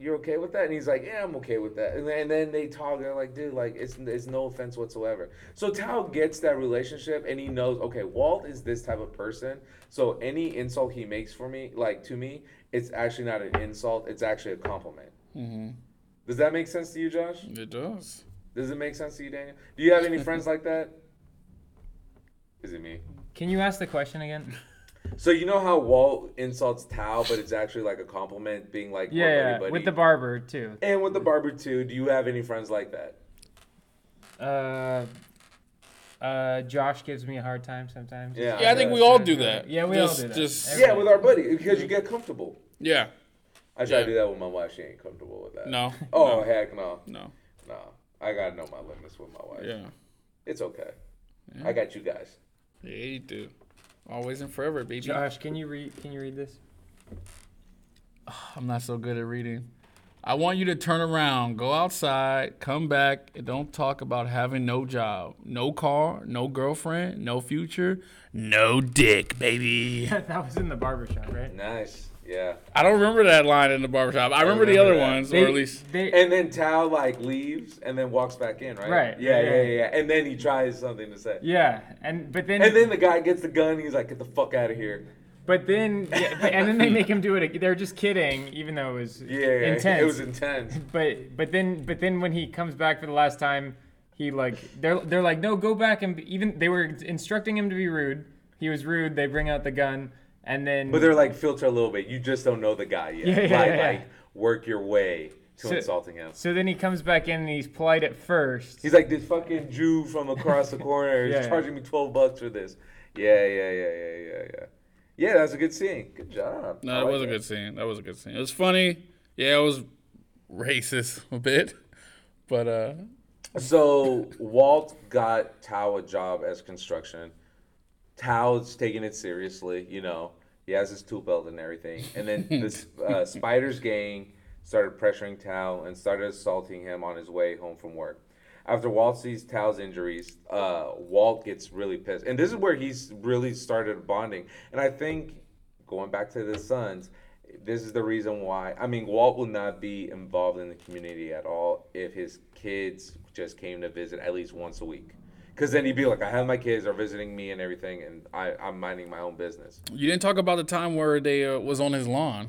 You're okay with that? And he's like, yeah, I'm okay with that. And then, and then they talk. They're like, dude, like it's it's no offense whatsoever. So Tao gets that relationship, and he knows, okay, Walt is this type of person. So any insult he makes for me, like to me, it's actually not an insult. It's actually a compliment.
Mm-hmm.
Does that make sense to you, Josh?
It does.
Does it make sense to you, Daniel? Do you have any friends like that? Is it me?
Can you ask the question again?
So you know how Walt insults Tao, but it's actually like a compliment, being like, "Oh, buddy,
Yeah, yeah.
buddy."
With the barber too.
and with the barber too. Do you have any friends like that?
Uh, uh, Josh gives me a hard time sometimes.
Yeah,
Yeah, I think we all do that.
Yeah, we all
just,
do that.
Just
Yeah, with our buddy because you get comfortable.
yeah.
I try
Yeah.
to do that with my wife. She ain't comfortable with that.
No.
Oh heck no,
No.
no. I gotta know my limits with my wife.
Yeah.
It's okay. I got you guys.
Yeah, you do. Always and forever, baby.
Josh, can you read? Can you read this?
I'm not so good at reading. I want you to turn around, go outside, come back, and don't talk about having no job, no car, no girlfriend, no future, no dick, baby.
that was in the barbershop, right?
Nice. Yeah.
I don't remember that line in the barbershop. I remember, the
remember
other
that.
ones,
They-
or at least
they-
And then Tao like leaves and then walks back in, right?
Right,
Yeah,
right,
yeah, yeah.
right.
yeah. And then he tries something to say.
yeah, and but then
And then the guy gets the gun. He's like, "Get the fuck out of here."
but then yeah, but, and then they make him do it. ag- They're just kidding, even though it was
Yeah, yeah, yeah.
intense.
It was intense.
but but then but then when he comes back for the last time, he like they're they're like no go back and be, even they were instructing him to be rude. He was rude. They bring out the gun and then
But they're like, filter a little bit. You just don't know the guy yet.
Yeah, yeah,
like,
yeah.
like, work your way to
So-
insulting him.
so then he comes back in and he's polite at first.
He's like, this fucking Jew from across the corner is
Yeah, yeah.
charging me twelve bucks for this. Yeah, yeah, yeah, yeah, yeah, yeah. Yeah, that was a good scene. Good job.
no,
I
that
like
was a good scene. That was a good scene. It was funny. Yeah, it was racist a bit, but uh,
So Walt got Tao a job as construction. Tao's taking it seriously, you know. He has his tool belt and everything. And then this uh, Spiders gang started pressuring Tao and started assaulting him on his way home from work. After Walt sees Tao's injuries, uh, Walt gets really pissed. And this is where he's really started bonding. And I think going back to the Suns, this is the reason why. I mean, Walt will not be involved in the community at all if his kids just came to visit at least once a week. Because then he'd be like, I have my kids are visiting me and everything, and I, I'm minding my own business.
you didn't talk about the time where they uh, was on his lawn.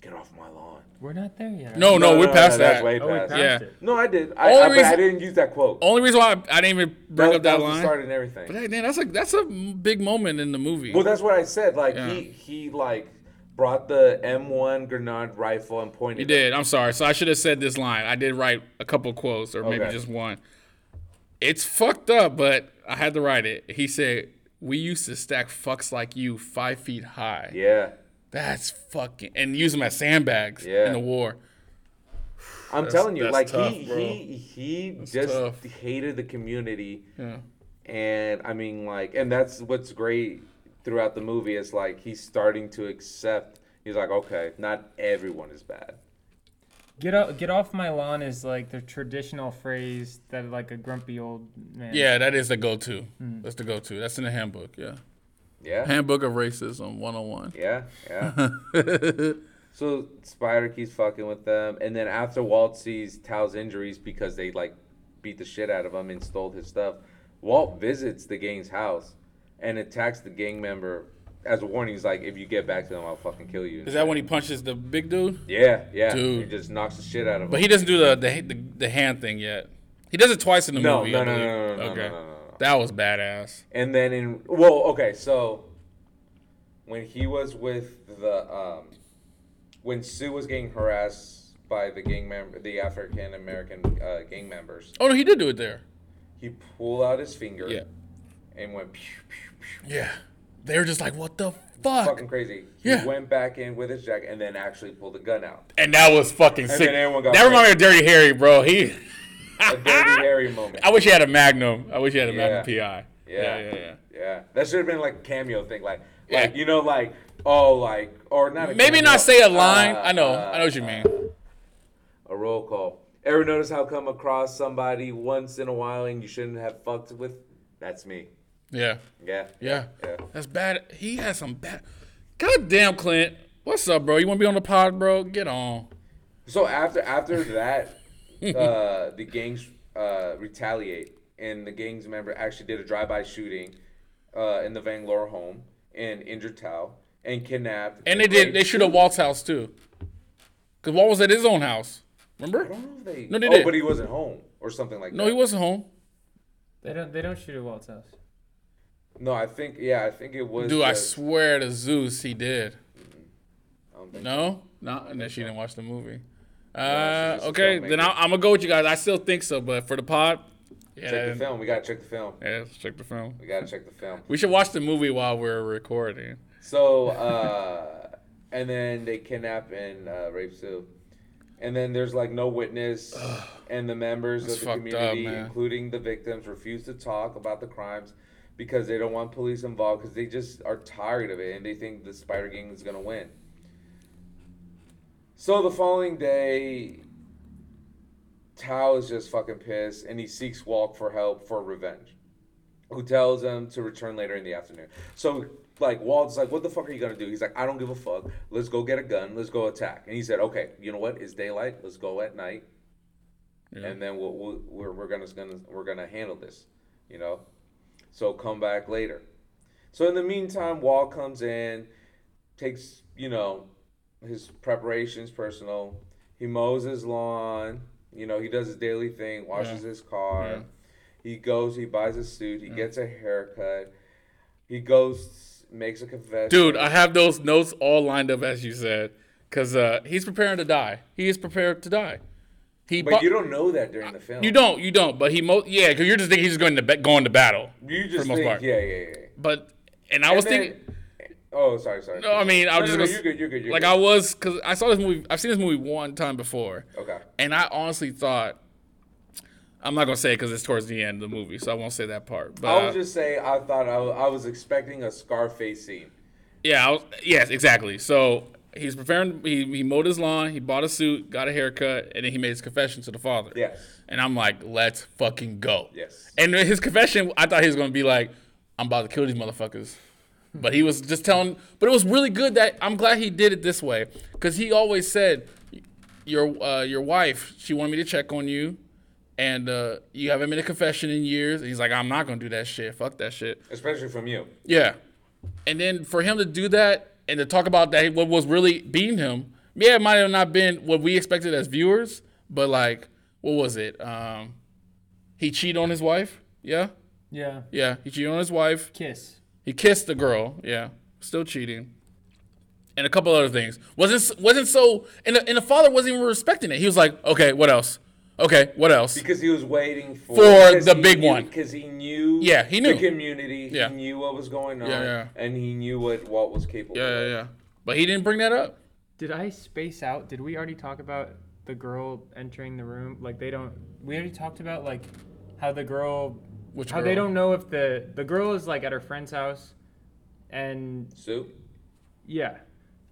Get off my lawn.
we're not there yet.
No, no, we're past
that's
that.
way
Oh, we
past.
passed
Yeah.
it.
No, I did. I,
Only
I, but I
reason-
didn't use that quote.
Only reason why I, I didn't even bring up that
was
line.
the start and everything.
But hey, man, that's a that's a big moment in the movie.
Well, that's what I said. Like
Yeah.
he he like brought the M1 grenade rifle and pointed.
You
it.
did. I'm sorry. So I should have said this line. I did write a couple quotes or maybe
Okay.
just one. It's fucked up, but I had to write it. He said, "We used to stack fucks like you five feet high.
Yeah.
That's fucking and use them as sandbags
Yeah.
in the war.
I'm telling you,
that's
like
tough,
he,
bro.
he he just
tough.
hated the community,
Yeah.
and I mean, like, and that's what's great throughout the movie is like he's starting to accept. He's like, okay, not everyone is bad.
Get off, get off my lawn is like the traditional phrase that like a grumpy old man.
Yeah, that is the go-to. That's the go-to. That's in the handbook. Yeah,
Yeah,
handbook of racism 101.
yeah, yeah. so Spider keeps fucking with them, and then after Walt sees Tao's injuries because they like beat the shit out of him and stole his stuff, Walt visits the gang's house and attacks the gang member. As a warning, he's like, if you get back to them, I'll fucking kill you.
Is that when he punches the big dude?
Yeah, yeah.
Dude.
He just knocks the shit out of him.
But he doesn't do the the, the, the hand thing yet. He does it twice in the
No,
movie.
no,
I
no,
believe.
no, no, no, no,
okay.
no, no, no.
That was badass.
and then in well, okay, so when he was with the um, when Sue was getting harassed by the gang member, the African American uh, gang members,
Oh no, he did do it there.
he pulled out his finger
Yeah.
and went pew, pew, pew,
Yeah. They were just like, what the fuck?
fucking crazy. He
Yeah.
went back in with his jacket and then actually pulled the gun out.
and that was fucking
then
sick.
everyone got
That reminded me of Dirty Harry, bro. He.
A Dirty Harry moment.
I wish he had a Magnum. I wish he had a Magnum
Yeah.
PI. Yeah,
Yeah.
yeah, yeah.
Yeah, that should have been like a cameo thing, like
Yeah.
like you know, like oh, like or not. A
Maybe
cameo,
not say a line.
uh,
I know.
uh,
I know what you mean.
a roll call. Ever notice how come across somebody once in a while and you shouldn't have fucked with? That's me.
Yeah.
Yeah.
Yeah.
Yeah.
That's bad. He has some bad. God damn, Clint. What's up, bro? You want to be on the pod, bro? Get on.
So after after that, uh, the gangs uh, retaliate, and the gangs member actually did a drive-by shooting uh, in the Bangalore home and injured Tao and kidnapped.
And they did.
raped-
They shoot at Walt's house too. Cause Walt was at his own house. Remember?
I don't know if they.
No, they
oh,
did.
but he wasn't home or something like that.
No, he wasn't home.
They don't they don't shoot at Walt's house.
No, I think yeah, I think it was.
Dude, I
just-
swear to Zeus, he did.
I don't think-
No, no, and then she didn't watch the movie.
Yeah,
Uh,
she's just a
okay, then
filmmaker.
I, I'm gonna go with you guys. I still think so, but for the pod, yeah,
Check the
then-
film. We gotta check the film.
yeah, let's check the film.
We gotta check the film.
We should watch the movie while we're recording.
So, uh, and then they kidnap and uh, rape Sue. And then there's like no witness, and the members
That's
of the
fucked up,
community,
man.
including the victims, refuse to talk about the crimes. because they don't want police involved because they just are tired of it and they think the spider gang is going to win. So the following day, Tao is just fucking pissed and he seeks Walk for help for revenge, who tells him to return later in the afternoon. So, like, Walt's like, What the fuck are you gonna do? He's like, I don't give a fuck. Let's go get a gun. Let's go attack. And he said, Okay, you know what? It's daylight. Let's go at night. And then we'll, we'll, we're, we're gonna, gonna we're gonna handle this, you know. So come back later. So in the meantime, Wall comes in, takes you know his preparations personal. He mows his lawn. You know, he does his daily thing, washes his car.
Yeah.
He goes, he buys a suit, he gets a haircut. He goes, makes a confession.
Dude, I have those notes all lined up as you said, because uh, he's preparing to die. He is prepared to die. He
but
bu-
you don't know that during the film.
You don't. You don't. But he mo. Yeah, because you're just thinking he's going to be- going to battle.
You
for
just
the most
think,
part.
yeah, yeah, yeah.
But and I was thinking.
Oh, sorry, sorry.
No, I mean, I was
no,
just
no,
gonna,
you're good, you're good, you're
like
good.
I was because I saw this movie. I've seen this movie one time before,
Okay.
and I honestly thought I'm not gonna say it because it's towards the end of the movie, so I won't say that part. But
I
uh,
would just say I thought I wa- I was expecting a Scarface scene.
yeah, I was, yes, exactly. So he's preparing. He, he mowed his lawn. He bought a suit, got a haircut, and then he made his confession to the father.
Yes.
And I'm like, let's fucking go.
Yes.
And his confession, I thought he was gonna be like, I'm about to kill these motherfuckers. But he was just telling. But it was really good that I'm glad he did it this way, because he always said, your uh, your wife, she wanted me to check on you, and uh, you haven't made a confession in years. And he's like, I'm not gonna do that shit. Fuck that shit.
Especially from you.
Yeah. And then for him to do that and to talk about that, what was really beating him, yeah, it might have not been what we expected as viewers, but like, what was it? Um, he cheated on his wife. Yeah.
Yeah.
Yeah. He cheated on his wife.
Kiss.
He kissed the girl. Yeah. Still cheating. And a couple other things. Wasn't wasn't so. And the, and the father wasn't even respecting it. He was like, okay, what else? Okay, what else?
Because he was waiting for,
For the big one.
Because he knew
Yeah, he knew.
the community.
Yeah.
He knew what was going on.
Yeah, yeah.
And he knew what Walt was capable
Yeah, yeah,
of.
yeah. But he didn't bring that up.
Did I space out? Did we already talk about the girl entering the room? Like they don't. We already talked about like how the girl.
Which
how they
girl?
don't know if the the girl is like at her friend's house, and
So
yeah,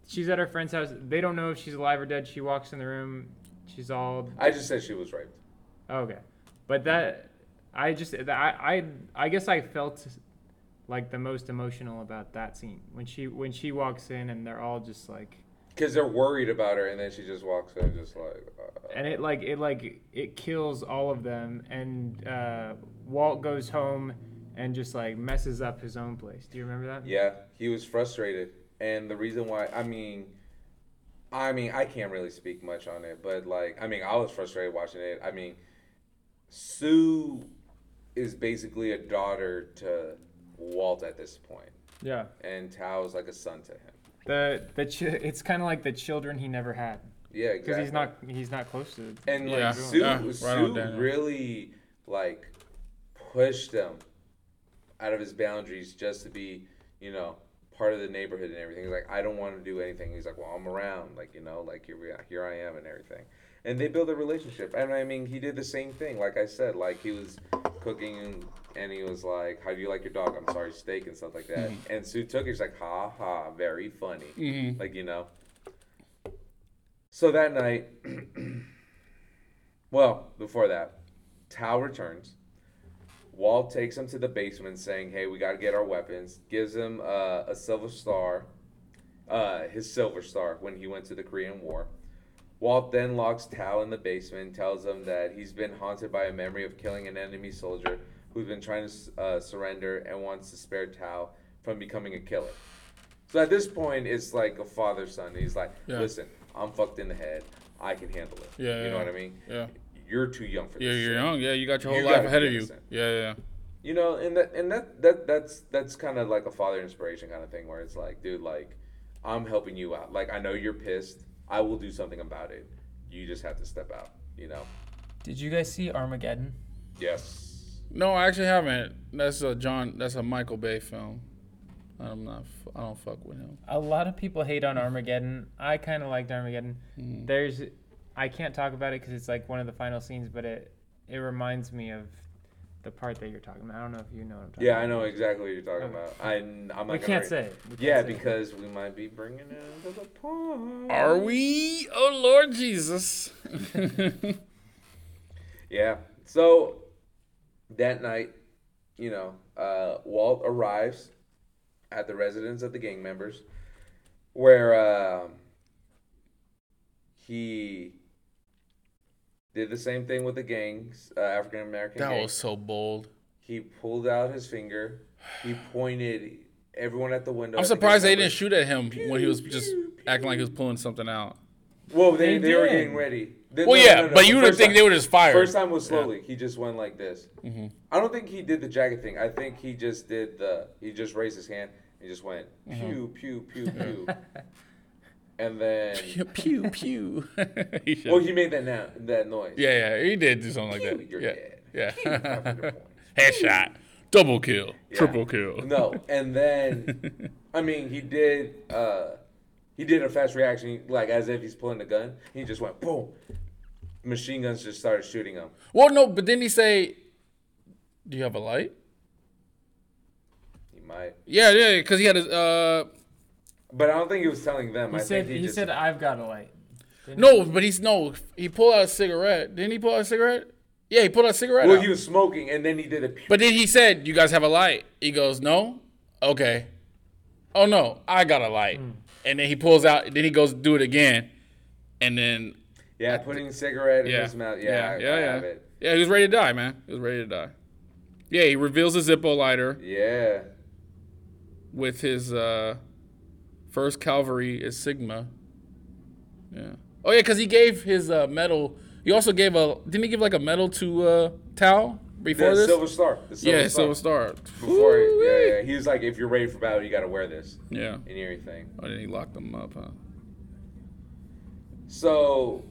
she's at her friend's house. They don't know if she's alive or dead. She walks in the room. She's all
I just said she was raped.
okay, but that I just I I I guess I felt like the most emotional about that scene when she when she walks in and they're all just like
Because they're worried about her, and then she just walks in, just like. Uh,
and it like it like it kills all of them and uh, walt goes home and just like messes up his own place do you remember that
yeah, he was frustrated, and the reason why, I mean, I mean, I can't really speak much on it, but like, I mean, I was frustrated watching it. I mean, Sue is basically a daughter to Walt at this point,
yeah
and Tao is like a son to him.
the the ch- it's kind of like the children he never had
Yeah, exactly.
because he's not he's not close to them.
And like
Yeah,
Sue,
yeah, right on,
Sue
Daniel.
really like pushed him out of his boundaries just to be, you know, part of the neighborhood and everything. He's like, I don't want to do anything. He's like, Well, I'm around, like you know, like here we are, here I am and everything. And they build a relationship. And I mean, he did the same thing. Like I said, like he was cooking and, and he was like, "How do you like your dog?" I'm sorry, steak and stuff like that.
Mm-hmm.
And Sue took it. She's like, "Ha ha, very funny." Like you know. So that night, well, before that, Tao returns. Walt takes him to the basement, saying, "Hey, we got to get our weapons." Gives him uh, a silver star, uh, his silver star when he went to the Korean War. Walt then locks Tao in the basement, and tells him that he's been haunted by a memory of killing an enemy soldier who's been trying to uh, surrender and wants to spare Tao from becoming a killer. So at this point, it's like a father son. He's like,
Yeah.
"Listen, I'm fucked in the head. I can handle it.
Yeah,
you
yeah,
know what
yeah.
I mean?
Yeah.
You're too young for this.
Yeah, you're
shit."
young. Yeah, you got your whole
You
life
gotta
ahead
be
of you.
innocent.
Yeah, yeah, yeah.
you know and that and that that that's that's kind of like a father inspiration kind of thing where it's like dude like i'm helping you out like i know you're pissed i will do something about it you just have to step out you know
Did you guys see Armageddon?
yes
No, I actually haven't. That's a John. That's a Michael Bay film. I'm not. f- I don't fuck with him.
a lot of people hate on armageddon i kind of liked armageddon
Hmm.
there's i can't talk about it because it's like one of the final scenes but it it reminds me of the part that you're talking about. I don't know if you know what I'm talking
Yeah,
about.
I know exactly what you're talking about. I, I'm not
We
gonna
can't
re-
say. it. We can't
Yeah,
say it.
because we might be bringing it to the pond.
Are we? Oh Lord Jesus.
Yeah. So that night, you know, uh, Walt arrives at the residence of the gang members, where um he did the same thing with the gangs, uh, African American
that
gang.
was so bold.
He pulled out his finger. He pointed everyone at the window.
I'm
at the gang
surprised they didn't
members.
shoot at him when he was just acting like he was pulling something out.
Well, they,
They
they were
did.
getting ready. They-
Well,
no,
yeah,
no, no, no.
but you would
First
think
time-
they would just fire.
First time was slowly. He just went like this. I don't think he did the jacket thing. I think he just did the. He just raised his hand and just went pew pew pew pew, and then
pew pew. he should-
well, he made that now that noise.
yeah, yeah, he did do something like that.
You're
yeah,
dead.
yeah. Headshot, double kill, triple kill.
No, and then I mean he did. uh He did a fast reaction, like as if he's pulling a gun. He just went boom. Machine guns just started shooting him.
Well, no, but then he say, "Do you have a light?"
He might,
Yeah, yeah, because he had his. Uh,
but I don't think he was telling them.
he
I
said
think he,
he
just
said I've got a light.
no, but he's no. He pulled out a cigarette. Didn't he pull out a cigarette? Yeah, he pulled out a cigarette.
Well,
out.
he was smoking, and then he did a. pew.
But then he said, "You guys have a light." He goes, "No." Okay. Oh no, I got a light.
Hmm.
And then he pulls out. Then he goes do it again, and then
Yeah, putting a cigarette
yeah,
in his mouth. Yeah,
yeah,
I, I
yeah.
have
yeah.
it.
Yeah, he was ready to die, man. He was ready to die. Yeah, he reveals a Zippo lighter
Yeah.
with his uh, first Calvary is Sigma. Yeah. Oh yeah, because he gave his uh, medal. He also gave a. Didn't he give like a medal to uh, Tao before
The
this?
Silver Star. The Silver
yeah,
Star.
Silver Star.
Before, yeah, yeah. He was like, if you're ready for battle, you got to wear this
Yeah.
and everything.
Oh, then he locked them up, huh?
So,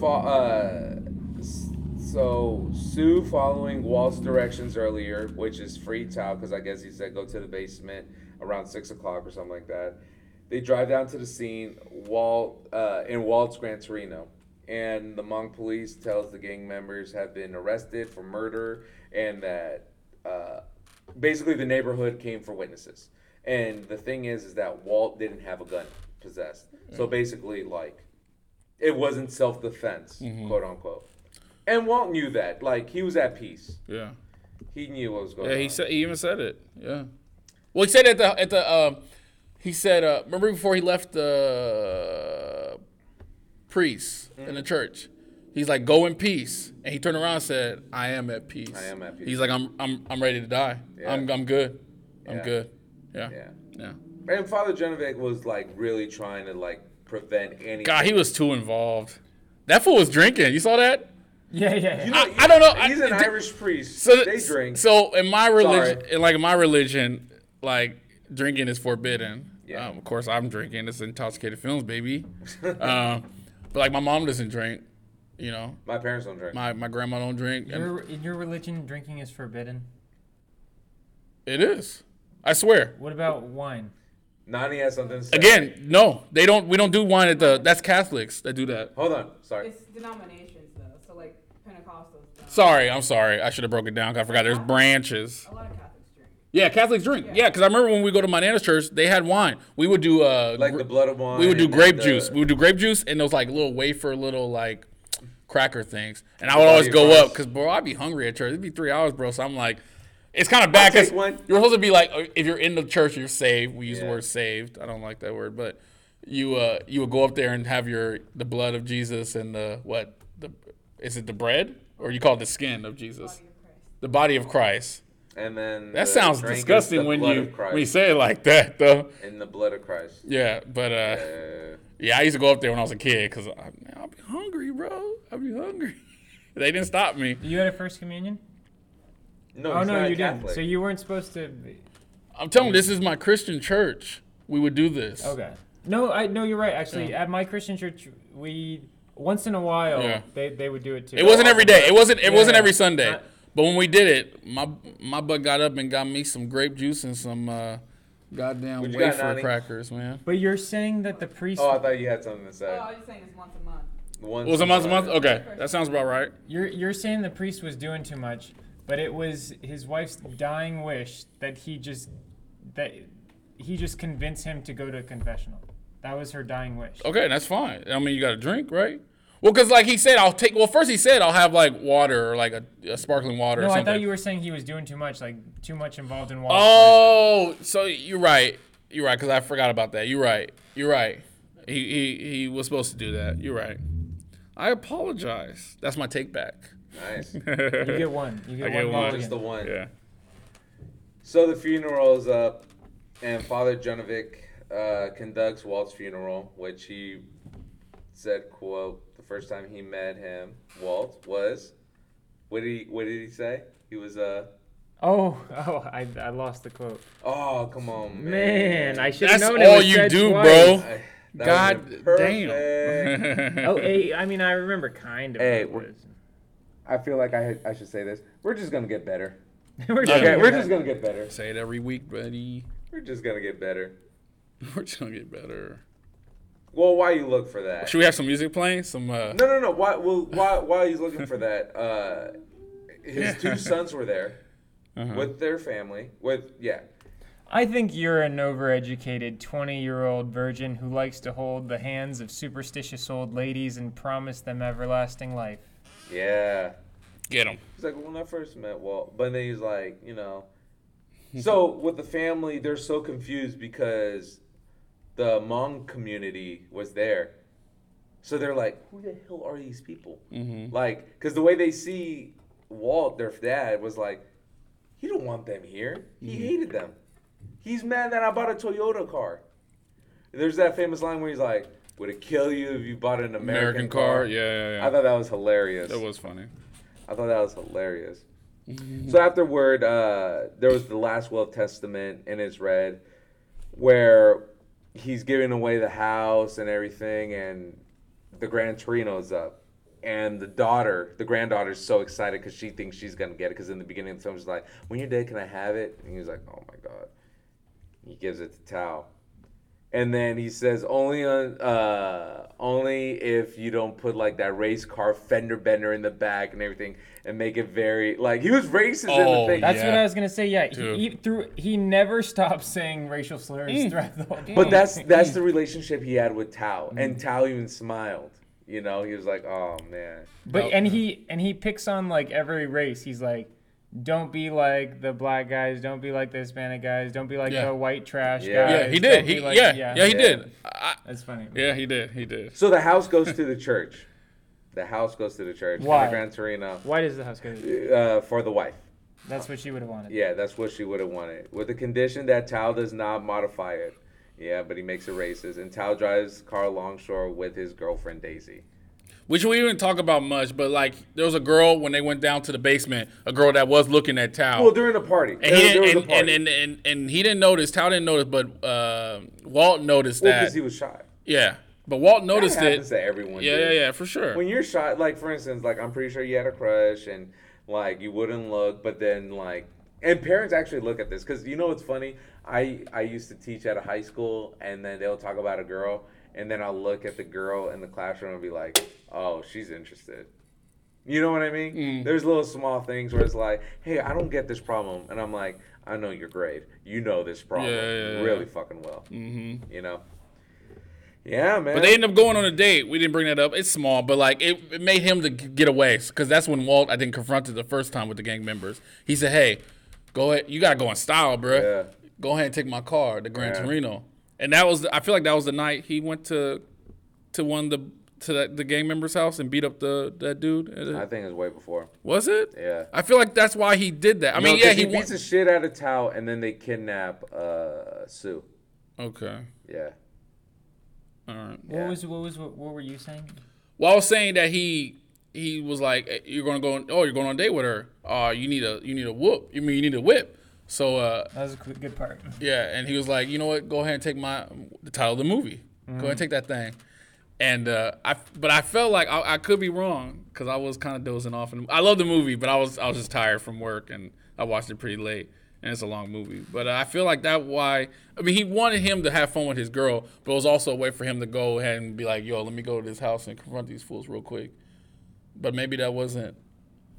fo- uh, s- so Sue following Walt's directions earlier, which is free towel because I guess he said go to the basement around six o'clock or something like that. They drive down to the scene. Walt uh, in Walt's Gran Torino, and the Monk police tells the gang members have been arrested for murder and that uh, basically the neighborhood came for witnesses. And the thing is, is that Walt didn't have a gun possessed. So basically, like, it wasn't self defense,
Mm-hmm.
quote unquote. And Walt knew that. Like, he was at peace.
Yeah.
He knew what was going
Yeah,
on.
he said he even said it. Yeah. Well, he said at the at the uh, he said uh, remember before he left the uh, priest in
Mm-hmm.
the church. He's like, "Go in peace," and he turned around and said, "I am at peace."
I am at peace.
He's like, "I'm I'm I'm ready to die.
Yeah.
I'm I'm good. I'm
Yeah.
good. Yeah. yeah,
yeah. And Father Genevieve was, like, really trying to, like, prevent any.
God, he was too involved. That fool was drinking. You saw that?
Yeah, yeah, yeah.
I, I don't know.
He's
I,
an
d-
Irish priest.
So
they drink.
So in my religion,
Sorry.
in like my religion, like drinking is forbidden.
Yeah.
Um, of course, I'm drinking. It's intoxicated films, baby. um, but like my mom doesn't drink. You know,
My parents don't drink.
my my grandma don't drink. And
Your, in your religion, drinking is forbidden.
it is. I swear.
What about wine?
Nani has something to say.
Again, no, they don't. We don't do wine at the. That's Catholics that do that.
Hold on. Sorry.
It's denominations though, so like Pentecostals. don't.
Sorry, I'm sorry. I should have broke it down. 'cause I forgot. There's branches.
A lot of Catholics drink.
Yeah, Catholics drink. Yeah, because I remember when we go to my nana's church, they had wine. We would do uh,
Like
gr-
the blood of wine.
We would do
and uh,
grape
the-
juice. We would do grape juice and those like little wafer, little like cracker things. And I would always
Body
go
rice.
up because bro, I'd be hungry at church. It'd be three hours, bro. So I'm like, it's kind of bad
I'll
because
take one.
you're supposed to be like, uh, if you're in the church, you're saved. We use the
Yeah.
word saved. I don't like that word, but you uh you would go up there and have your the blood of Jesus and the what the is it the bread or you call it the skin of Jesus,
Body of Christ.
the body of Christ.
And then.
That
the
sounds
drink is
disgusting
the
when
blood
you
of Christ.
when you say it like that, though.
In the blood of Christ.
Yeah, but uh,
Uh,
yeah, I used to go up there when I was a kid because I, man, I'll be hungry, bro. I'll be hungry. they didn't stop me.
You had a first communion?
no,
Oh
he's
no,
not
you
Catholic.
didn't. So you weren't supposed to. Be...
I'm telling you, this is my Christian church. We would do this.
Okay. No, I no, you're right. Actually, at my Christian church, we once in a while
Yeah.
they, they would do it too.
It wasn't every day. It wasn't. It wasn't
Yeah.
every Sunday.
Uh,
but when we did it, my my butt got up and got me some grape juice and some uh, goddamn
What you got,
wafer
Nani?
crackers, man.
But you're saying that the priest.
Oh,
Oh,
I thought you had something to say.
Oh, I was just saying it's once a month.
Once
It was a
in
month, a
my-
month. Okay, that sounds about right.
You're you're saying the priest was doing too much, but it was his wife's dying wish that he just that he just convince him to go to a confessional. That was her dying wish.
Okay, that's fine. I mean, you got to drink, right? Well, because like he said, I'll take. Well, first he said I'll have like water or like a, a sparkling water. or
No, I
something.
thought you were saying he was doing too much, like too much involved in water.
Oh, so you're right. You're right because I forgot about that. You're right. You're right. He, he he was supposed to do that. You're right. I apologize. That's my take back.
Nice.
You get one. You
I
get
get
one.
one.
mulligan.
Just the one.
yeah.
So the funeral is up, and Father Junovic uh, conducts Walt's funeral, which he said, "quote The first time he met him, Walt was, what did he, what did he say? He was uh,
Oh, oh, I, I lost the quote.
oh, come on, man,
Man, I should have
That's
known
all
it was
you
said
do,
twice.
bro.
I- that
God
would've been perfect.
damn.
Oh, hey, I mean, I remember kind of.
Hey,
what it
we're-
was.
I feel like I I should say this. We're just gonna get better.
We're just
Okay,
gonna
we're
get
just gonna get better.
Say it every week, buddy.
We're just gonna get better.
We're just gonna get better.
Well, why you look for that?
Should we have some music playing? Some uh,
No, no, no. Why? Well, why? Why he's looking for that? Uh, his two sons were there
uh-huh.
with their family. With yeah,
I think you're an overeducated 20 year old virgin who likes to hold the hands of superstitious old ladies and promise them everlasting life.
yeah.
get them.
He's like when I first met Walt, but then he's like, you know. So with the family, they're so confused because the Hmong community was there, so they're like, who the hell are these people? Mm-hmm. Like, because the way they see Walt, their dad, was like, he don't want them here. He
Mm-hmm.
hated them. He's mad that I bought a Toyota car. There's that famous line where he's like, "Would it kill you if you bought an American,
American car. Yeah, yeah, yeah.
I thought that was hilarious.
that was Mm-hmm. funny.
I thought that was hilarious. so afterward, uh, there was the last will of testament, and it's read where he's giving away the house and everything, and the Gran Torino's up, and the daughter, the granddaughter's so excited because she thinks she's gonna get it. Because in the beginning of the film, she's like, "When you're dead, can I have it?" And he's like, "Oh my god." He gives it to Tao. And then he says, "Only, on, uh, only if you don't put like that race car fender bender in the back and everything, and make it very like he was racist in
Oh,
the thing."
That's what
Yeah.
I was gonna say. Yeah, he,
Dude.
he through he never stopped saying racial slurs
Mm.
throughout the whole game.
But that's that's the relationship he had with Tao, and Tao even smiled. You know, he was like, "Oh man,
But and he and he picks on like every race. He's like, don't be like the black guys. Don't be like the Hispanic guys. Don't be like
Yeah.
the white trash
Yeah.
guys.
Yeah, he
don't
did.
be
He,
like-
yeah, yeah, he
Yeah.
did. I,
That's funny.
yeah, he did. He did.
So the house goes to the church. The house goes to the church.
Why?
The Gran Torino
Why does the house go?
uh, for the wife.
That's what she would have wanted.
Yeah, that's what she would have wanted, with the condition that Tao does not modify it. Yeah, but he makes it racist, and Tao drives car longshore with his girlfriend Daisy.
which we didn't talk about much, but like there was a girl when they went down to the basement, a girl that was looking at Tao.
Well, during the party,
and,
there,
he
there was a
didn't, and,
party.
and, and, and, and he didn't notice, Tao didn't notice, but uh, Walt noticed
Well,
that.
because he was shot.
yeah. But Walt
That
noticed
happens
it.
to everyone.
Yeah,
dude.
yeah, yeah, for sure.
When you're shot, like for instance, like I'm pretty sure you had a crush, and like you wouldn't look, but then like, and parents actually look at this because you know what's funny? I I used to teach at a high school, and then they'll talk about a girl, and then I'll look at the girl in the classroom and be like, oh, she's interested. You know what I mean?
Mm.
There's little small things where it's like, hey, I don't get this problem, and I'm like, I know your grade. You know this problem
Yeah, yeah, yeah,
really
yeah.
fucking well. Mm-hmm. You know. Yeah, man.
but they ended up going on a date. We didn't bring that up. It's small, but like it, it made him to g- get away because that's when Walt I think confronted the first time with the gang members. He said, "Hey, go ahead. You gotta go in style, bro.
Yeah.
Go ahead and take my car, the Gran
Yeah.
Torino." And that was the- I feel like that was the night he went to to one of the to that, the gang member's house and beat up the that dude.
I think it was way before.
Was it?
Yeah.
I feel like that's why he did that. I
No,
mean, yeah,
'cause
he,
he,
wa-
beats the shit out of Tao, and then they kidnap uh, Sue.
Okay.
Yeah.
All right.
What was what was what, what were you saying?
Well, I was saying that he he was like, "Eh, "You're gonna go. On, oh, you're going on a date with her. Uh, you need a you need a whoop. You mean you need a whip." So uh,
That was a cl- good part.
yeah, and he was like, "You know what? Go ahead and take my the title of the movie. Go ahead and take that thing." And uh, I but I felt like I, I could be wrong because I was kind of dozing off. And I love the movie, but I was I was just tired from work and I watched it pretty late. and it's a long movie. But uh, I feel like that why I mean he wanted him to have fun with his girl, but it was also a way for him to go ahead and be like, "Yo, let me go to this house and confront these fools real quick." But maybe that wasn't.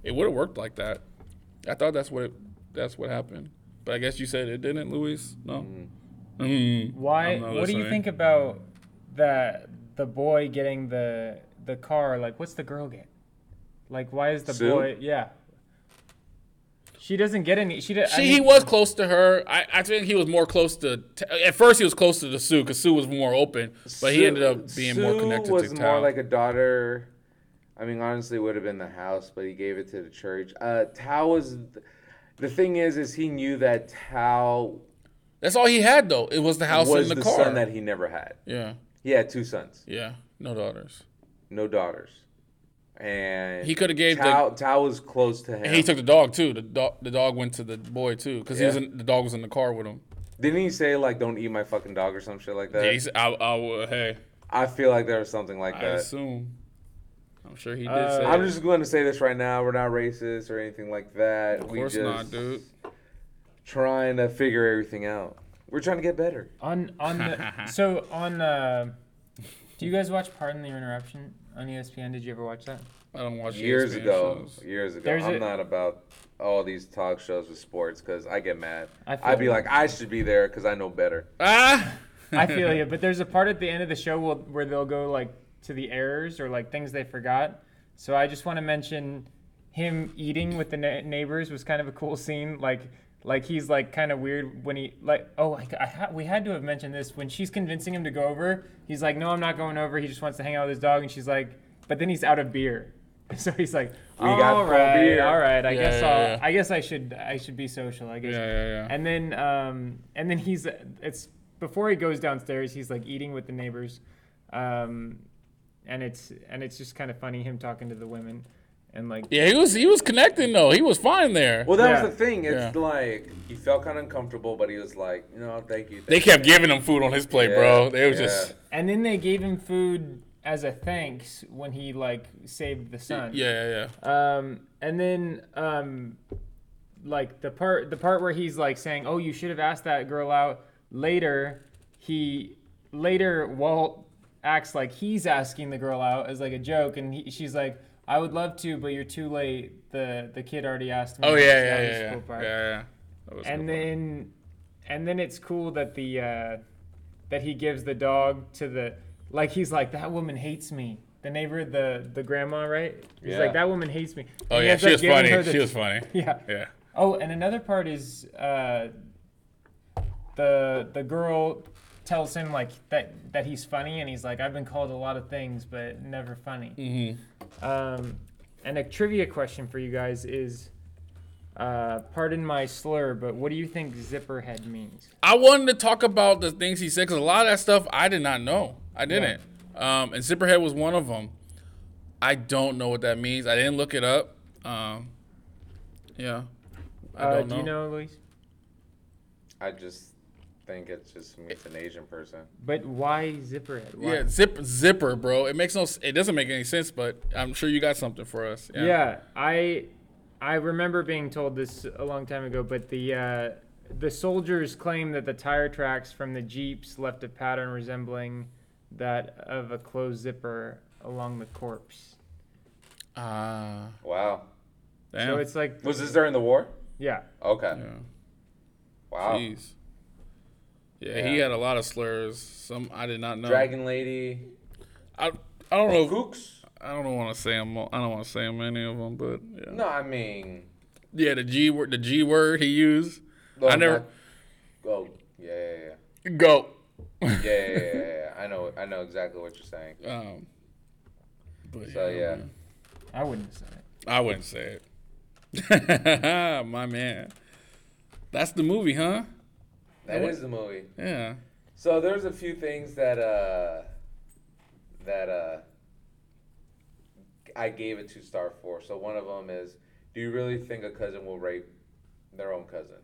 It would have worked like that. I thought that's what it, that's what happened. But I guess you said it didn't, Luis. No. Mm.
Why?
I'm not
What do you
listening.
think about the the boy getting the the car? Like, what's the girl get? Like, why is the
Sue?
boy? Yeah. She doesn't get any. She did.
She, he was close to her. I, I think he was more close to. T- at first, he was close to the Sue because Sue was more open, but he
Sue-
ended up being more
Sue
connected
was
to
more
Tao.
like a daughter. I mean, honestly, it would have been the house, but he gave it to the church. Uh, Tao was. The thing is, is he knew that Tao
That's all he had though. It was the house
was
and
the,
the, car.
son that he never had.
yeah,
He had two sons,
yeah, no daughters.
no daughters, and
He coulda gave the-
Tao. Tao was close to him.
And he took the dog too. The dog, the dog went to the boy too because
Yeah.
he was in, the dog was in the car with him.
Didn't he say like, "Don't eat my fucking dog" or some shit like that?
Yeah, he said, I, I, will- hey,
I feel like there was something like
I
that.
assume. I'm sure he did
Uh,
say.
I'm
it.
just going to say this right now. We're not racist or anything like that.
of
we
course
just
not, dude.
trying to figure everything out. We're trying to get better.
on on the. so on. Uh, do you guys watch Pardon the Interruption on E ESPN? Did you ever watch that?
I don't watch E
Years
ESPN
ago,
shows.
years ago,
There's
I'm
a-
not about all these talk shows with sports because I get mad.
I feel
I'd be
you.
like, I should be there because I know better.
Ah,
I feel you, but there's a part at the end of the show where, where they'll go like to the errors or like things they forgot. So I just want to mention him eating with the ne- neighbors was kind of a cool scene. Like, like he's like kind of weird when he like oh I, I ha- we had to have mentioned this when she's convincing him to go over. He's like, no, I'm not going over. He just wants to hang out with his dog, and she's like, but then he's out of beer, so he's like,
We got
all
full
right,
beer."
all right, I
Yeah,
guess
yeah,
I'll,
yeah.
I guess I should I should be social. I guess.
yeah, yeah, yeah.
And then um, and then he's it's before he goes downstairs, he's like eating with the neighbors, um, and it's and it's just kind of funny him talking to the women, and like
Yeah, he was he was connecting though. He was fine there.
Well, that
Yeah.
was the thing. It's
Yeah.
like he felt kind of uncomfortable, but he was like, you know, thank you.
They
Thank
kept giving him food on his plate,
Yeah,
bro. They was
yeah.
just
and then they gave him food as a thanks when he like saved the son.
yeah, yeah, yeah.
Um, and then um, like the part the part where he's like saying, "Oh, you should have asked that girl out." Later, he later Walt acts like he's asking the girl out as like a joke, and he, she's like, "I would love to, but you're too late. The the kid already asked me."
Oh yeah,
That was
yeah,
the
yeah, yeah.
cool part.
yeah, yeah. That was a
And
good part.
then, and then it's cool that the uh, that he gives the dog to the like he's like that woman hates me. The neighbor, the the grandma, right? He's
Yeah.
like that woman hates me.
oh
And he
yeah,
ends
she
up
was
giving her
funny.
the-
She was funny.
Yeah.
Yeah.
Oh, and another part is uh, the the girl tells him like that that he's funny, and he's like, I've been called a lot of things, but never funny.
Mm-hmm.
Um, and a trivia question for you guys is, uh, pardon my slur, but what do you think zipperhead means?
I wanted to talk about the things he said because a lot of that stuff I did not know. I didn't. Um, and Zipperhead was one of them. I don't know what that means. I didn't look it up. Um, yeah. I
uh,
don't know.
Do you know, Luis?
I just think it's just means an Asian person.
But why zipperhead? Why?
Yeah, zip zipper, bro. It makes no. s- It doesn't make any sense, but I'm sure you got something for us.
Yeah. I I remember being told this a long time ago, but the uh, the soldiers claim that the tire tracks from the jeeps left a pattern resembling that of a closed zipper along the corpse.
Ah,
Wow.
damn.
So it's like
Was this during the war?
yeah.
Okay.
yeah.
Wow.
Jeez. Yeah, he had a lot of slurs. Some I did not know.
Dragon Lady.
I, I don't know.
Kooks?
I don't want to say them. all- I don't want to say 'em, any of them, but yeah.
No, I mean.
Yeah, the G word. The G word he used.
those
I never
not- Oh, yeah, yeah, yeah.
go.
Yeah, yeah, yeah, yeah, yeah. I know, I know exactly what you're saying.
Um, but
So yeah,
man.
I wouldn't say it.
I wouldn't say it. My man, that's the movie, huh?
that is the movie.
Yeah.
So there's a few things that uh that uh I gave a two star for. So one of them is, do you really think a cousin will rape their own cousin?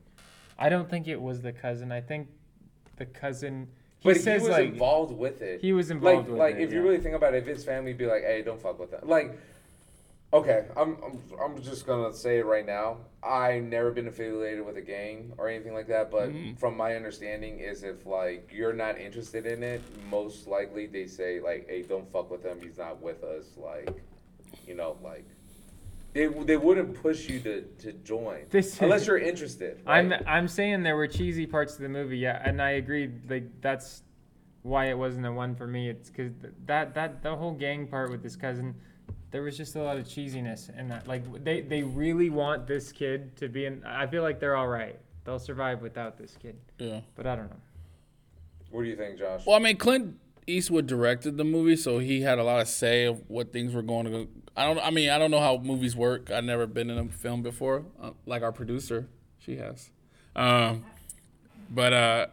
I don't think it was the cousin. I think the cousin he
But he,
says
was
like
involved with it.
he was involved
like,
with
like
it,
if you
yeah.
really think about it, if his family be like, hey, don't fuck with them, like Okay, I'm, I'm I'm just gonna say it right now. I've never been affiliated with a gang or anything like that, but
Mm-hmm.
from my understanding is if like you're not interested in it, most likely they say like, "Hey, don't fuck with him. He's not with us." Like, you know, like they they wouldn't push you to to join
This is-
unless you're interested.
I'm
right?
I'm saying there were cheesy parts of the movie, yeah, and I agree. Like that's why it wasn't the one for me. It's because that that the whole gang part with his cousin, there was just a lot of cheesiness in that. Like they they really want this kid to be in. I feel like they're all right. They'll survive without this kid,
Yeah.
but I don't know.
What do you think, Josh?
Well, I mean, Clint Eastwood directed the movie, so he had a lot of say of what things were going to go. I don't. I mean, I don't know how movies work. I've never been in a film before. Uh, like our producer, she has. Um, but uh,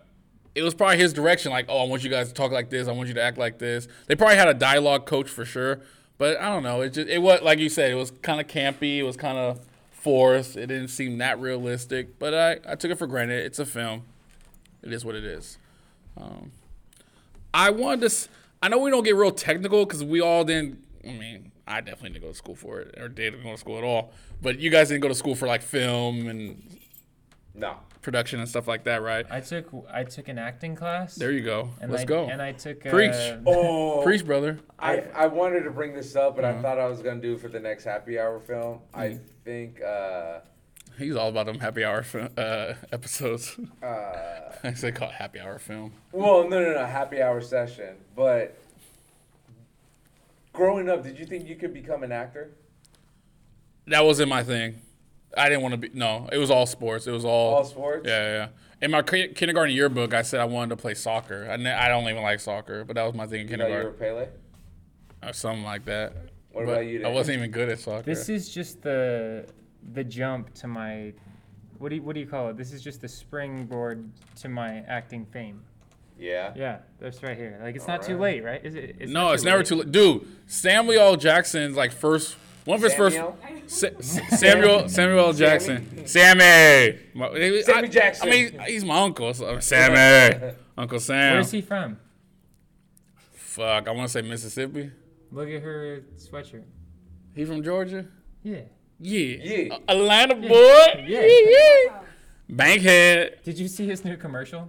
it was probably his direction. Like, oh, I want you guys to talk like this. I want you to act like this. They probably had a dialogue coach for sure. But I don't know. It just it was like you said. It was kind of campy. It was kind of forced. It didn't seem that realistic. But I I took it for granted. It's a film. It is what it is. I wanted to. s- I know we don't get real technical because we all didn't. I mean, I definitely didn't go to school for it, or didn't go to school at all. But you guys didn't go to school for like film and
no.
production and stuff like that, right?
I took I took an acting class.
There you go.
and
Let's
I,
go.
And I took
Preach.
uh,
Oh,
Preach, brother.
I, I wanted to bring this up, but I
Mm-hmm.
thought I was gonna do it for the next happy hour film. I think uh,
He's all about them happy hour fi- uh, episodes.
uh,
I say call it happy hour film.
well, no, no, no, happy hour session. But growing up, did you think you could become an actor?
That wasn't my thing. I didn't want to be. No, it was all sports. It was all
All sports?
Yeah, yeah. yeah. In my ki- kindergarten yearbook, I said I wanted to play soccer. I, ne- I don't even like soccer, but that was my thing in
You thought you were
kindergarten
Pele.
or something like that.
What
But
about you?
I
Dan?
wasn't even good at soccer.
This is just the the jump to my what do you what do you call it? This is just the springboard to my acting fame.
Yeah.
Yeah, that's right here. Like it's not too
Alright.
late, right? Is it?
no, it's never too late. Dude, Samuel L. Jackson's like first one of his
Samuel?
first Sa- Sa- Samuel Samuel L. Jackson. Sammy. My-
Sammy
I,
Jackson.
I mean, he's my uncle. So Sammy. uncle Sam.
Where's he from?
Fuck, I want to say Mississippi.
Look at her sweatshirt.
He from Georgia?
Yeah.
Yeah.
Yeah.
A- Atlanta boy.
Yeah.
yeah. Bankhead.
Did you see his new commercial?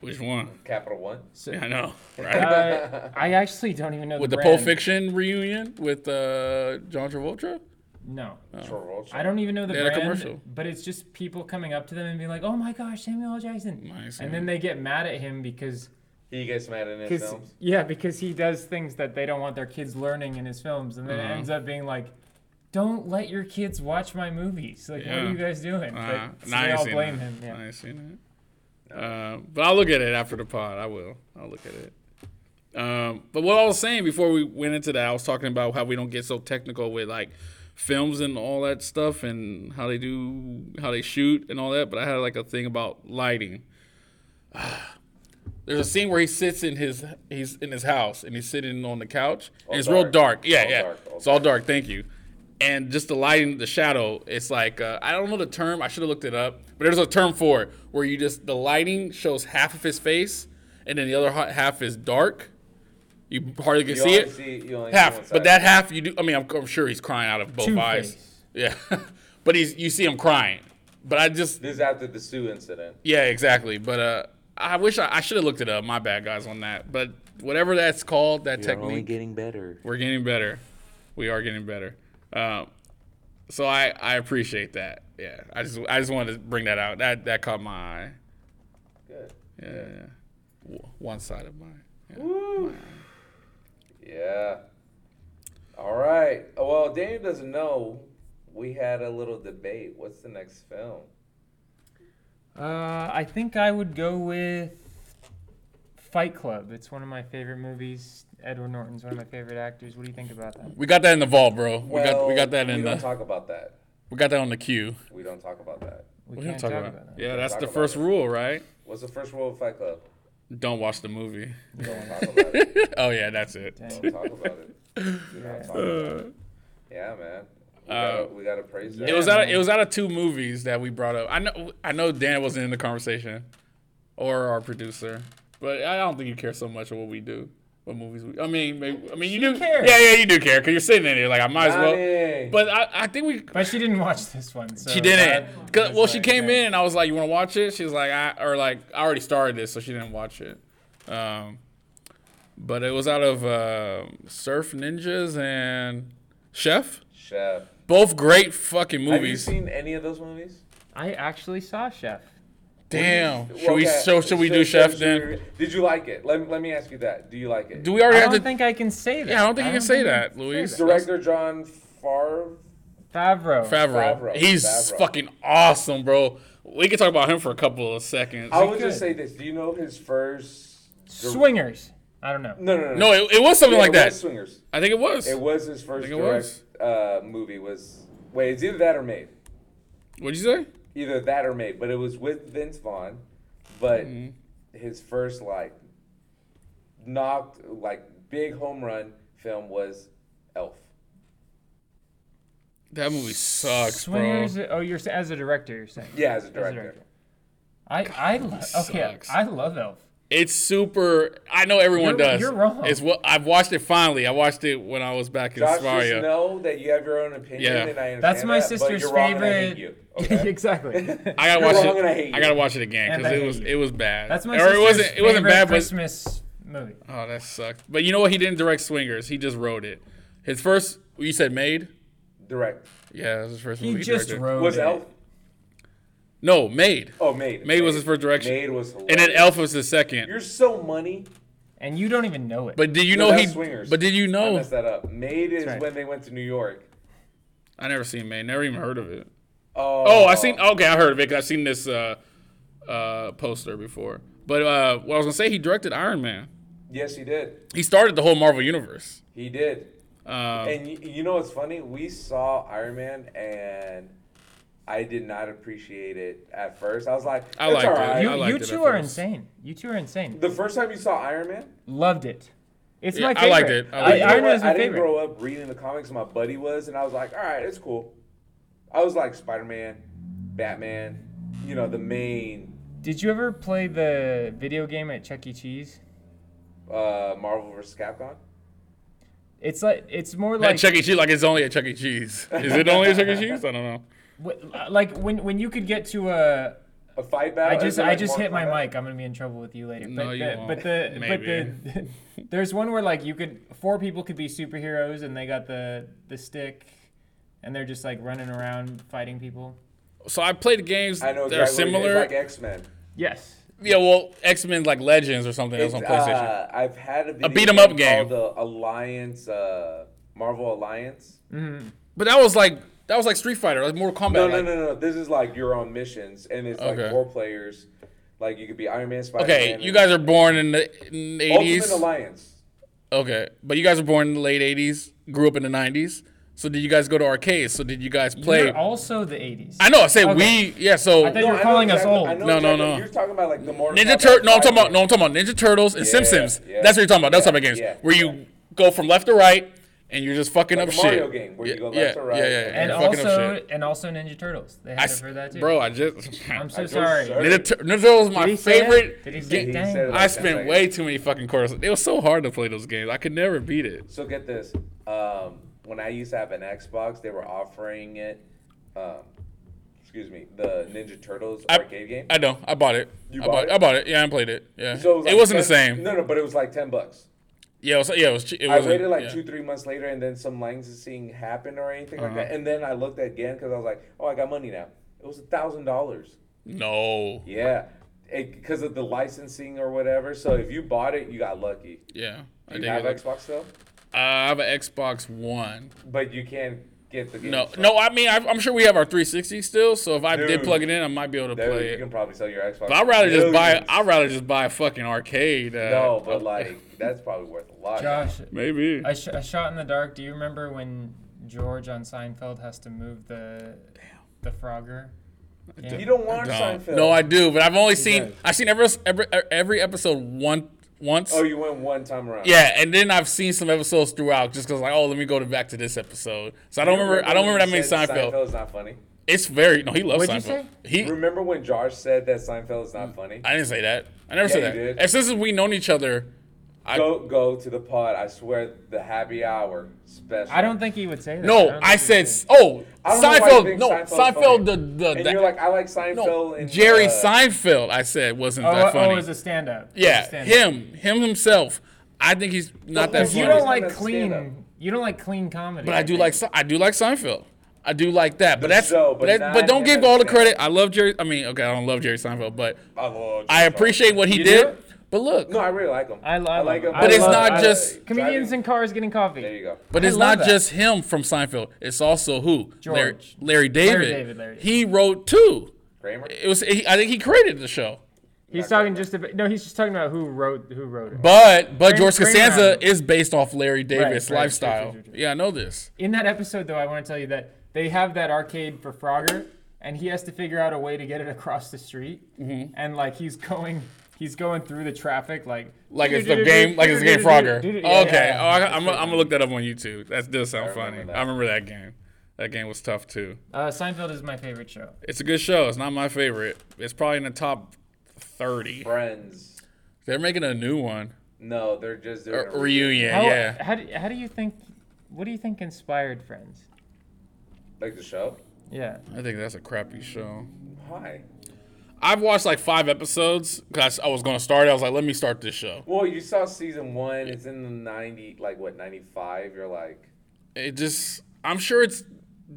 Which one?
Capital One.
Yeah, I know. Right.
Uh, I actually don't even know
with
the
the Pulp
brand.
Fiction reunion with uh, John Travolta.
No,
Oh.
Travolta.
I don't even know the
They had a
brand.
commercial.
But it's just people coming up to them and being like, "Oh my gosh, Samuel L. Jackson,"
Nice,
and
man.
then they get mad at him because
He gets mad in his
Because
films.
yeah, because he does things that they don't want their kids learning in his films, and then
Uh-huh.
it ends up being like, "Don't let your kids watch my movies." Like, what
Yeah.
are you guys doing? But-
Uh,
so
nah, I
they
ain't
all
seen
blame
that.
him.
I
Yeah.
ain't seen it. Uh, but I'll look at it after the pod. I will. I'll look at it. Um, but what I was saying before we went into that, I was talking about how we don't get so technical with like films and all that stuff and how they do, how they shoot and all that. But I had like a thing about lighting. There's a scene where he sits in his he's in his house and he's sitting on the couch and it's real
dark.
dark. Yeah,
All
yeah.
dark, all
it's all dark. Thank you. And just the lighting, the shadow. It's like uh, I don't know the term. I should have looked it up. But there's a term for it where you just the lighting shows half of his face and then the other ha- half is dark. You hardly can
You
see
only
it.
See, you only see one
half,
side.
but that half you do. I mean, I'm, I'm sure he's crying out of both eyes.
Two-Face.
Yeah, but he's you see him crying. But I just
This is after the Sue incident.
yeah, exactly. But uh, I wish I, I should have looked it up. My bad, guys, on that. But whatever that's called, that
You're only
technique,
getting better.
we're getting better. We are getting better. Um, so I, I appreciate that. Yeah, I just I just wanted to bring that out. That that caught my eye.
Good.
Yeah, yeah. W- one side of mine. Yeah.
Yeah. All right. Well, Daniel doesn't know. We had a little debate. What's the next film?
Uh, I think I would go with Fight Club. It's one of my favorite movies. Edward Norton's one of my favorite actors. What do you think about that?
We got that in the vault, bro. We got we got that
we
in
don't
the
talk about that.
we got that on the queue.
We don't talk about that.
We
We
can't
don't
talk, about, that.
Yeah, that's
talk
the
about
first
it.
rule, right?
What's the first rule of Fight Club?
Don't watch the movie.
We don't talk about it.
oh yeah, that's it.
We don't talk about it. We don't talk about it. Yeah, man. We gotta, we gotta praise that.
Uh, It was out. Of, it was out of two movies that we brought up. I know. I know Dan wasn't in the conversation, or our producer, but I don't think you care so much of what we do. what movies we. I mean, maybe, I mean, you do
cares.
Yeah, yeah, you do care because you're sitting in here like I might as well.
Dang.
But I, I think we.
But she didn't watch this one. So uh,
She didn't.
that
'Cause-
was
well, she
like,
came
dang.
in and I was like, "You want to watch it?" She was like, "I or like I already started this, so she didn't watch it." Um, but it was out of uh, Surf Ninjas and Chef.
Chef.
Both great fucking
Have you
movies.
seen any of those movies?
I actually saw Chef.
Damn.
Well,
Should we
okay.
so should we do
should-
Chef
should
then?
we- Did you like it? Let me, let me ask you that. Do you like it?
Do we already
I
have to?
don't think I can say that.
yeah, I don't think you can say that, Luis.
Luis.
Director John Favre.
Favreau.
Favreau.
Favreau.
He's
Favreau.
fucking awesome, bro. We can talk about him for a couple of seconds.
I would just
good.
say this. Do you know his first?
Swingers. I don't know.
No, no, no.
no, it, it was something
Yeah,
like
it
that.
was Swingers.
I think it was.
It was his first
think it
direct uh, movie. Was wait, it's either that or Made.
What'd you say?
Either that or Made, but it was with Vince Vaughn. But
Mm-hmm.
his first like knocked like big home run film was Elf.
That movie sucks, bro.
Swingers. Oh, you're sa- as a director. You're saying.
Yeah, as a
As a
director.
I I lo- okay.
sucks.
I love Elf.
It's super. I know everyone
You're-
does.
you're wrong.
It's what I've watched it finally. I watched it when I was back in
Josh,
Svaria.
just know that you have your own opinion,
Yeah.
and I understand
That's my
that, but
sister's
you're wrong and I hate
favorite.
you, okay?
exactly.
I gotta
You're
watch
wrong
it.
and I hate you.
gotta watch it again
And
because
I
it
hate
was
you.
it was bad.
That's my
or it wasn't it wasn't bad, but
Christmas movie.
oh that sucked. But you know what? He didn't direct Swingers. He just wrote it. His first you said Made.
Direct
Yeah, that was his first
He
movie.
just
directed.
wrote
was
it.
Elf.
No, Made.
Oh, Made.
Made was his first direction.
Made was hilarious.
and then Elf was the second.
You're so money.
and you don't even know it.
but did you know
No, that's
he?
Swingers.
But did you
I
know?
messed that up. Made is
right.
when they went to New York.
I never seen Made. Never even heard of it.
Oh,
Oh, I seen. Okay, I heard of it. 'cause I've seen this uh, uh, poster before. But uh, what I was gonna say, he directed Iron Man.
Yes, he did.
He started the whole Marvel universe.
He did.
Um,
And you, you know what's funny? We saw Iron Man, and I did not appreciate it at first. I was like,
I
"It's
liked it.
alright."
you
I liked
you
it at
two are
first.
insane. You two are insane.
The first time you saw Iron Man,
Loved it. It's
Yeah,
my
I
favorite.
liked it. I liked it.
Iron Man is
I
my
didn't
favorite.
grow up reading the comics. My buddy was, and I was like, all right, it's cool. I was like Spider Man, Batman, you know, the main
Did you ever play the video game at Chuck E. Cheese?
uh, Marvel vs. Capcom.
It's like it's more
that
like
Chuck E. Cheese, like it's only at Chuck E. Cheese. Is it only at Chuck E. Cheese? I don't know.
w- like when when you could get to a
A fight battle.
I just
Is it
I
like
just
Mortal
hit my
Kombat?
mic. I'm gonna be in trouble with you later.
No,
but
you
the,
won't.
But the but the there's one where like you could four people could be superheroes and they got the the stick and they're just like running around fighting people.
So I played games
I know
that are
exactly what it is,
similar.
like X Men.
Yes.
yeah, well, X Men like Legends or something else on PlayStation.
Uh, I've had a, video
beat 'em up game.
called the Alliance, uh, Marvel Alliance.
but that was like that was like Street Fighter, like Mortal Kombat.
No, no,
like-
no, no. This is like your own missions, and it's
Okay.
like four players. Like you could be Iron Man, Spider Man.
Okay, you guys are born in the in the
Ultimate
80s.
Alliance.
Okay, but you guys were born in the late 80s, grew up in the 90s. So did you guys go to arcades? So did you guys play?
You're also the 80s.
I know. I say
Okay.
we. Yeah. So
I thought you
I
were
know
calling us
exactly-
old.
I
No,
know
no,
exactly-
no.
You're talking about like the Mortal
Ninja
Kombat
Turtle. No, I'm talking
fighting.
about. No, I'm talking about Ninja Turtles and Simpsons.
yeah.
That's what you're talking about. Those type of games
yeah,
where you go from left to right and you're just fucking up
a Mario
shit.
game where
yeah,
you go left
yeah,
to right.
Yeah, yeah, yeah.
and
you're fucking up
also
shit.
and also Ninja Turtles. They
I
had it
s-
for that too.
bro, I just.
I'm so
just
sorry.
searched.
Ninja, Tur- Ninja Turtles is
Did
my
he say that?
favorite.
Did he say
game.
He
dang?
said it
I
like
spent
that.
way too many fucking quarters. It was so hard to play those games. I could never beat it.
So get this. Um, when I used to have an Xbox, they were offering it. Um, excuse me, the Ninja Turtles
I-
arcade game.
I know. I bought it.
You
I
bought
bought,
it?
I bought it. Yeah, I played it. Yeah.
So
it,
like
wasn't the
10
same.
No, no, but it was like ten bucks.
Yeah. It was, yeah. It was. che- It
I
wasn't-
waited like
yeah.
two, three months later, and then some licensing happened or anything
Uh-huh.
like that. And then I looked again because I was like, "Oh, I got money now." It was a thousand dollars.
No.
Yeah, because of the licensing or whatever. So if you bought it, you got lucky.
Yeah. I
Do
think
you have
it was-
Xbox though?
Uh, I have an Xbox One.
But you can't get the game.
No, no. I mean, I, I'm sure we have our 360 still. So if I did
Dude.
plug it in, I might be able to
Dude,
play
you
it.
can probably sell your Xbox.
But I'd rather just buy.
Millions.
I'd rather just buy a fucking arcade. Uh,
No, but like that's probably worth a lot.
Josh,
maybe.
a, sh- a shot in the dark. Do you remember when George on Seinfeld has to move the the Frogger?
you don't watch
Dumb.
Seinfeld.
No, I do. But I've only seen.
does.
I've seen every every, every episode one once.
Oh, you went one time around.
Yeah, and then I've seen some episodes throughout just because like, oh, let me go to back to this episode. So I don't remember. I don't
when
remember that
you
many
said
Seinfeld.
Seinfeld is not funny.
It's very no. He loves
What'd you
Seinfeld. He.
Remember when
Mm.
Josh said that Seinfeld is not funny?
I didn't say that. I never
Yeah,
said
you
that.
did.
And since we've known each other, I-
go go to the pod. I swear, the happy hour special.
I don't think he would say that.
No,
don't
I,
think he
said
would.
s- oh
I don't know why you
Seinfeld.
think
No,
Seinfeld's
Seinfeld.
funny.
The the,
And
the
you're like, I like Seinfeld.
no
and,
Jerry
uh,
Seinfeld. I said wasn't
Oh,
that
oh,
funny.
as a stand-up. As a
yeah,
stand-up.
him, him himself. I think he's not that
Because
funny.
You
Well,
don't
it's
like
not a stand-up.
clean. You don't like clean comedy.
But I do
think.
like Se- I do like Seinfeld. I do like that. But
The
that's
show,
but,
but
that, but
not
don't
him
give all the
as
credit. I love Jerry. I mean, okay, I don't love Jerry Seinfeld, but
I love
I
Jerry
appreciate what he
You
did.
do?
But look,
No, I really like him.
I love
like
him.
him.
I But it's love-
not I- just-
comedians in cars getting coffee.
There you go.
but it's
love
not
that.
just him from Seinfeld. It's also who Larry,
George.
Larry David.
David, Larry David.
He wrote two.
Kramer.
It was he, I think he created the show.
He's talking just about no. He's just talking about who wrote who wrote it.
But but
Kramer-
George
Kramer.
Costanza is based off Larry David's
right, true,
lifestyle.
true, true, true.
Yeah, I know this.
In that episode, though, I want to tell you that they have that arcade for Frogger, and he has to figure out a way to get it across the street.
Mm-hmm.
And like he's going, he's going through the traffic, like
Like it's the game, like it's the game Frogger. Okay, oh, I, I'm gonna I'm gonna look that up on YouTube. That does sound funny.
remember that.
I remember that game. That game was tough too.
Uh, Seinfeld is my favorite show.
It's a good show. It's not my favorite. It's probably in the top thirty.
Friends.
They're making a new one
No, they're just
a
they're
reunion.
How,
yeah,
How do, how do you think? What do you think inspired Friends?
like the show.
Yeah.
I think that's a crappy show.
Why?
I've watched like five episodes because I was gonna start. it. I was like, let me start this show.
Well, you saw season one. It's in the ninety, like what ninety five. You're like,
It just, I'm sure it's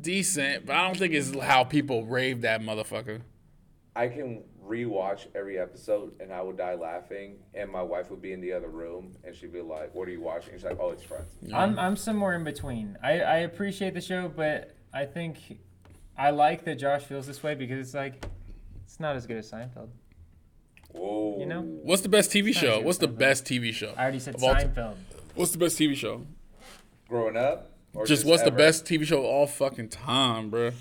decent, but I don't think it's how people rave that motherfucker.
I can rewatch every episode and I would die laughing. And my wife would be in the other room and she'd be like, "What are you watching?" She's like, "Oh, it's Friends."
I'm I'm somewhere in between. I, I appreciate the show, but I think I like that Josh feels this way because it's like it's not as good as Seinfeld.
Whoa.
You know?
What's the best TV show? What's the best TV show?
I already said
Of all ti-
Seinfeld.
What's the best TV show?
Growing up. Or
Just, what's
ever?
the best TV show of all fucking time, bruh?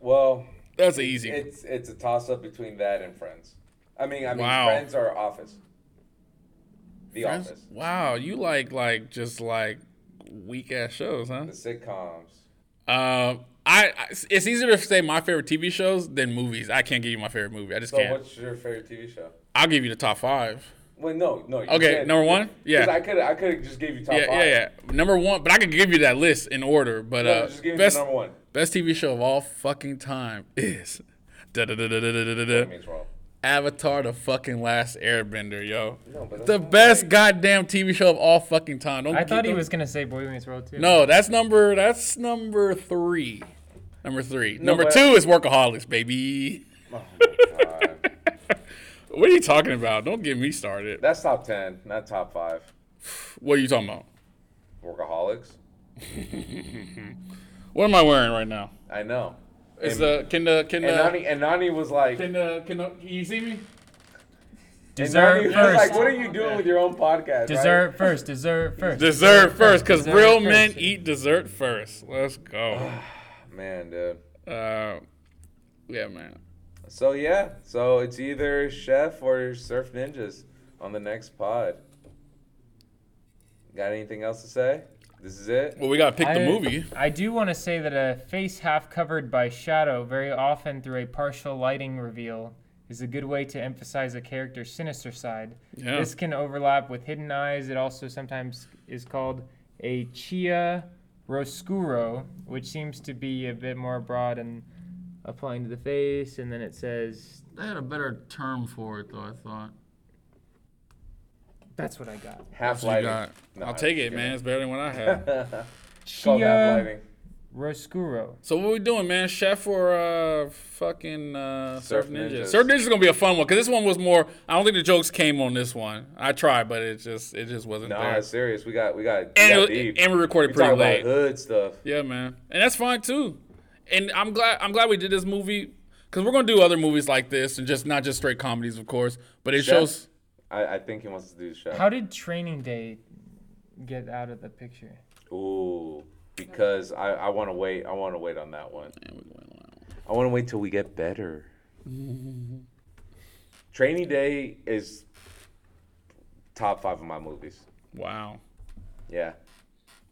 Well,
That's an easy. one.
it's it's a toss up between that and Friends. I mean, I mean,
Wow.
Friends or Office. The Office,
Wow, you like like just like weak ass shows, huh?
the sitcoms.
Um, I, I it's easier to say my favorite TV shows than movies. I can't give you my favorite movie. I just
So,
can't.
what's your favorite TV show?
I'll give you the top five.
Well, no, no. You
Okay,
can't.
number one?
'Cause
Yeah.
I could I could have just gave you top
Yeah,
five.
yeah, yeah. Number one, but I could give you that list in order. But
No,
uh,
just give me
best
the number one.
best TV show of all fucking time is da da da da da da da
That
da
means wrong.
Avatar: The fucking Last Airbender, yo.
No, but that's
The
not
best
right.
goddamn TV show of all fucking time. Don't
I
get-
thought he
don't-
was gonna say Boy Meets World too.
No, that's number that's number three. Number three. number
but-
two is Workaholics, baby.
Oh God.
What are you talking about? Don't get me started.
That's top ten, not top five.
What are you talking about?
Workaholics.
What am I wearing right now?
I know.
It's
And-
uh can the can
And
the
Nani, and Nani was like,
can the can the, you see me?
and Nani
Dessert
was like,
first.
what are you doing with your own podcast?
Dessert first. Dessert first.
Dessert first, because
Dessert
real
first.
men eat dessert first. Let's go.
Right? Man, dude.
Uh, yeah, man.
So yeah, so it's either Chef or Surf Ninjas on the next pod. Got anything else to say? This is it.
Well, we gotta pick
I-
the movie.
I do want to say that a face half covered by shadow, very often through a partial lighting reveal, is a good way to emphasize a character's sinister side.
Yeah.
This can overlap with hidden eyes. It also sometimes is called a chia roscuro, which seems to be a bit more broad and applying to the face. And then it says,
I had a better term for it though. I thought.
that's what I got.
Half
You
lighting.
got.
No,
I'll
I'm
take
just
it,
kidding.
man. It's better than what I had.
It's called half
Chia
lighting.
roscuro.
so what we doing, man? Chef or uh, fucking uh, Surf,
Surf
Ninja?
Ninjas.
Surf Ninja is gonna be a fun one because this one was more. I don't think the jokes came on this one. I tried, but it just it just wasn't
Nah,
there.
it's serious. We got we got. We
and,
got
it-
deep.
and we recorded
we
pretty
talk
late.
about hood stuff.
Yeah, man, and that's fine too. And I'm glad I'm glad we did this movie because we're gonna do other movies like this and just not just straight comedies, of course. But it
Chef?
shows
I, I think he wants to do Chef.
How did training day get out of the picture?
Ooh, because I I want to wait. I want to wait on that one. I want to wait till we get better. Training Day is top five of my movies.
wow.
Yeah.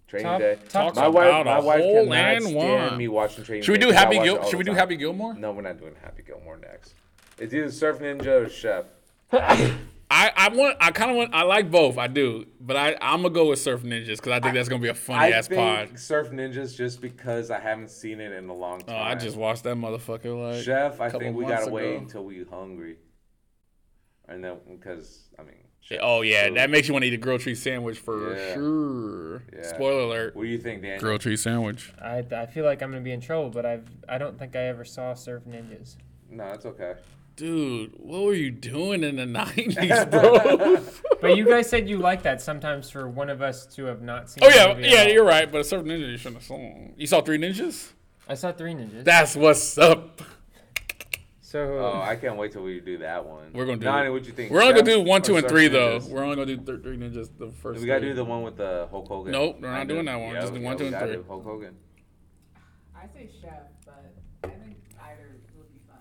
Training
Top-
Day.
top-
my wife,
about
my
a
wife
whole
cannot
and
stand
one.
me watching Training
Should we
Day
do
'cause I
Happy
watch it
Gil-
all
Should
the
we do
time.
Happy Gilmore?
No, we're not doing Happy Gilmore next. It's either Surf Ninja or Chef.
I I, I want I kind of want I like both I do but I I'm gonna go with Surf Ninjas because I think that's gonna be a funny
I
ass
think
pod.
Surf Ninjas just because I haven't seen it in a long
Oh,
time.
I just watched that motherfucker like
Chef, I
couple
think we
months
gotta wait
ago.
until we hungry, and then because I mean,
Yeah, Oh yeah,
Sure.
that makes you want to eat a grilled cheese sandwich for
Yeah.
sure.
Yeah.
Spoiler alert:
what do you think, Dan?
grilled cheese sandwich.
I, I feel like I'm gonna be in trouble, but I've I don't think I ever saw Surf Ninjas.
No, it's okay.
Dude, what were you doing in the nineties, bro? Oh,
But you guys said you like that sometimes for one of us to have not seen.
oh
the
yeah,
movie at
yeah,
all.
you're right. But a surf ninja, you shouldn't have seen. You saw three ninjas.
I saw Three Ninjas.
That's what's up.
so
Oh, I can't wait till we do that one.
We're gonna do.
Nani,
it.
what you think?
We're only gonna
Chef
do one,
or
two, and
Surf
three though.
Ninjas?
We're only gonna do th- three ninjas the first.
We gotta
three.
do the one with the Hulk Hogan.
Nope, we're not
I
doing
know.
that one. Just do
we-
one, two,
we
and
gotta
three.
do Hulk Hogan.
I say chef, but I think either would be fun.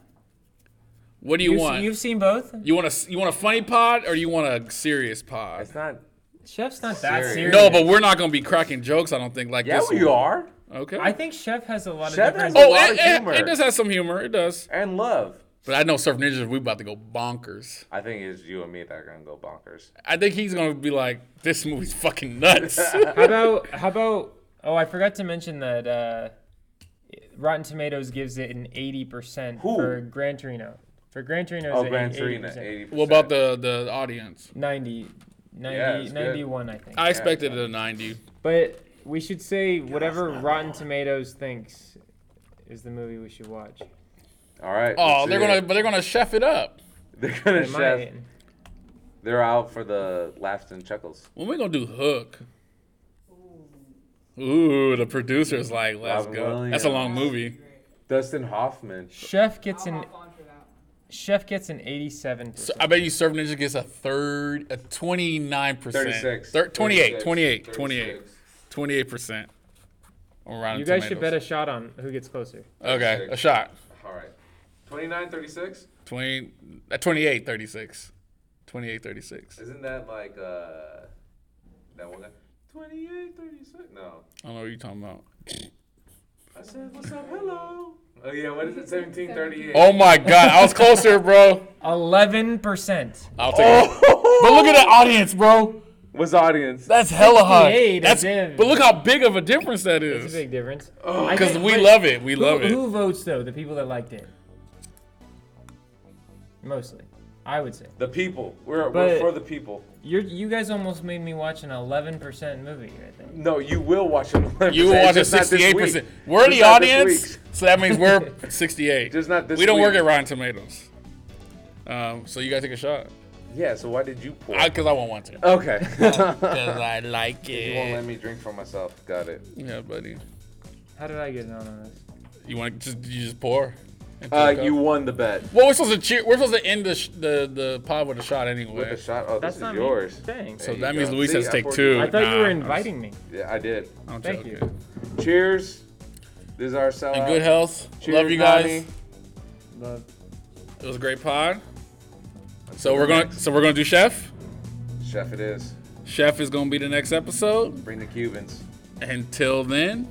What do you
you've,
want?
you've seen both?
you want a you want a funny pod or you want a serious pod?
It's not.
Chef's not that
Serious.
serious.
No, but we're not gonna be cracking jokes. I don't think like
Yeah,
this.
we
one.
are.
Okay.
I think Chef has a lot
Chef
of
has
different.
a
Oh,
lot
it,
of
it-
humor.
It, does have some humor. It does.
And love.
But I know Surf Ninjas, we about to go bonkers.
I think it's you and me that are gonna go bonkers.
I think he's going to be like, this movie's fucking nuts.
How about how about? Oh, I forgot to mention that uh, Rotten Tomatoes gives it an eighty percent
Who?
for Gran Torino. For Gran Torino,
Oh,
it's
Gran
at
Torino,
80%.
eighty.
what about the, the audience?
90, 90
Yeah, it's good.
91, I think.
I expected it a 90.
But we should say whatever Rotten Tomatoes thinks is the movie we should watch.
All right.
Oh,
let's
they're
see
going to
it.
but they're going to chef it up.
They're gonna
It might.
chef. They're out for the laughs and chuckles.
When we going to do Hook? Ooh, the producer's like, let's
Robin
go.
Williams.
That's a long movie.
Dustin Hoffman.
Chef gets
I'll
an
hop on for that one.
Chef gets an eighty-seven
So
percent.
I bet you Surf Ninja gets a third, a 29%.
36.
Thir- 28,
36,
28, 28,
36.
28%. On Rotten
You guys should bet
Tomatoes.
a shot on who gets closer.
Okay, a shot.
All right. 29, 36?
20, uh, 28, 36. 28, 36.
Isn't that like uh that one guy? 28, 36? No.
I don't know what you're talking about.
I said, what's up? Hello. Oh yeah, what is it? 17, 38.
Oh my God, I was closer, bro.
Eleven percent.
I'll take
Oh.
it. Oh, But look at the audience, bro.
What's the audience?
That's hella high.
68,
That's,
again.
but look how big of a difference that
That's a
is.
big difference.
Oh,
Because we love it. We love
who,
it.
Who votes though? The people that liked it. Mostly, I would say.
The people. We're, we're
But-
for the people.
You you guys almost made me watch an eleven percent movie right there.
No, you will watch it. 11%.
You watch it
Just not this
68%.
week.
We're
Just
the
not this
audience,
week.
so that means we're 68.
Just not this
We don't work
week.
at Rotten Tomatoes. Um, so you gotta take a shot.
Yeah, so why did you pour?
I, Cause I won't want to.
okay.
Cause I like
you won't let
it.
me drink for myself. Got it.
Yeah, buddy.
How did I get in on this?
You want to just you just pour? Into
Uh,
the cup?
you won the bet.
Well, we're supposed to cheer. We're supposed to end the sh- the the pod with a shot
With
anyway.
a shot. Oh,
That's
this
not
is yours.
Me. Thanks.
so
you
that means
go.
Luis
See,
has to
I
take
poured-
two.
I thought you
Nah,
were
I'm
inviting me.
Yeah, I did.
just- I'm
Thank
joking.
Cheers. This is our sellout.
And good health.
Uh, Cheers,
Love you guys.
Nani.
Love.
It was a great pod. So we're gonna so we're gonna do chef.
Chef, it is.
Chef is gonna be the next episode.
Bring the Cubans.
Until then,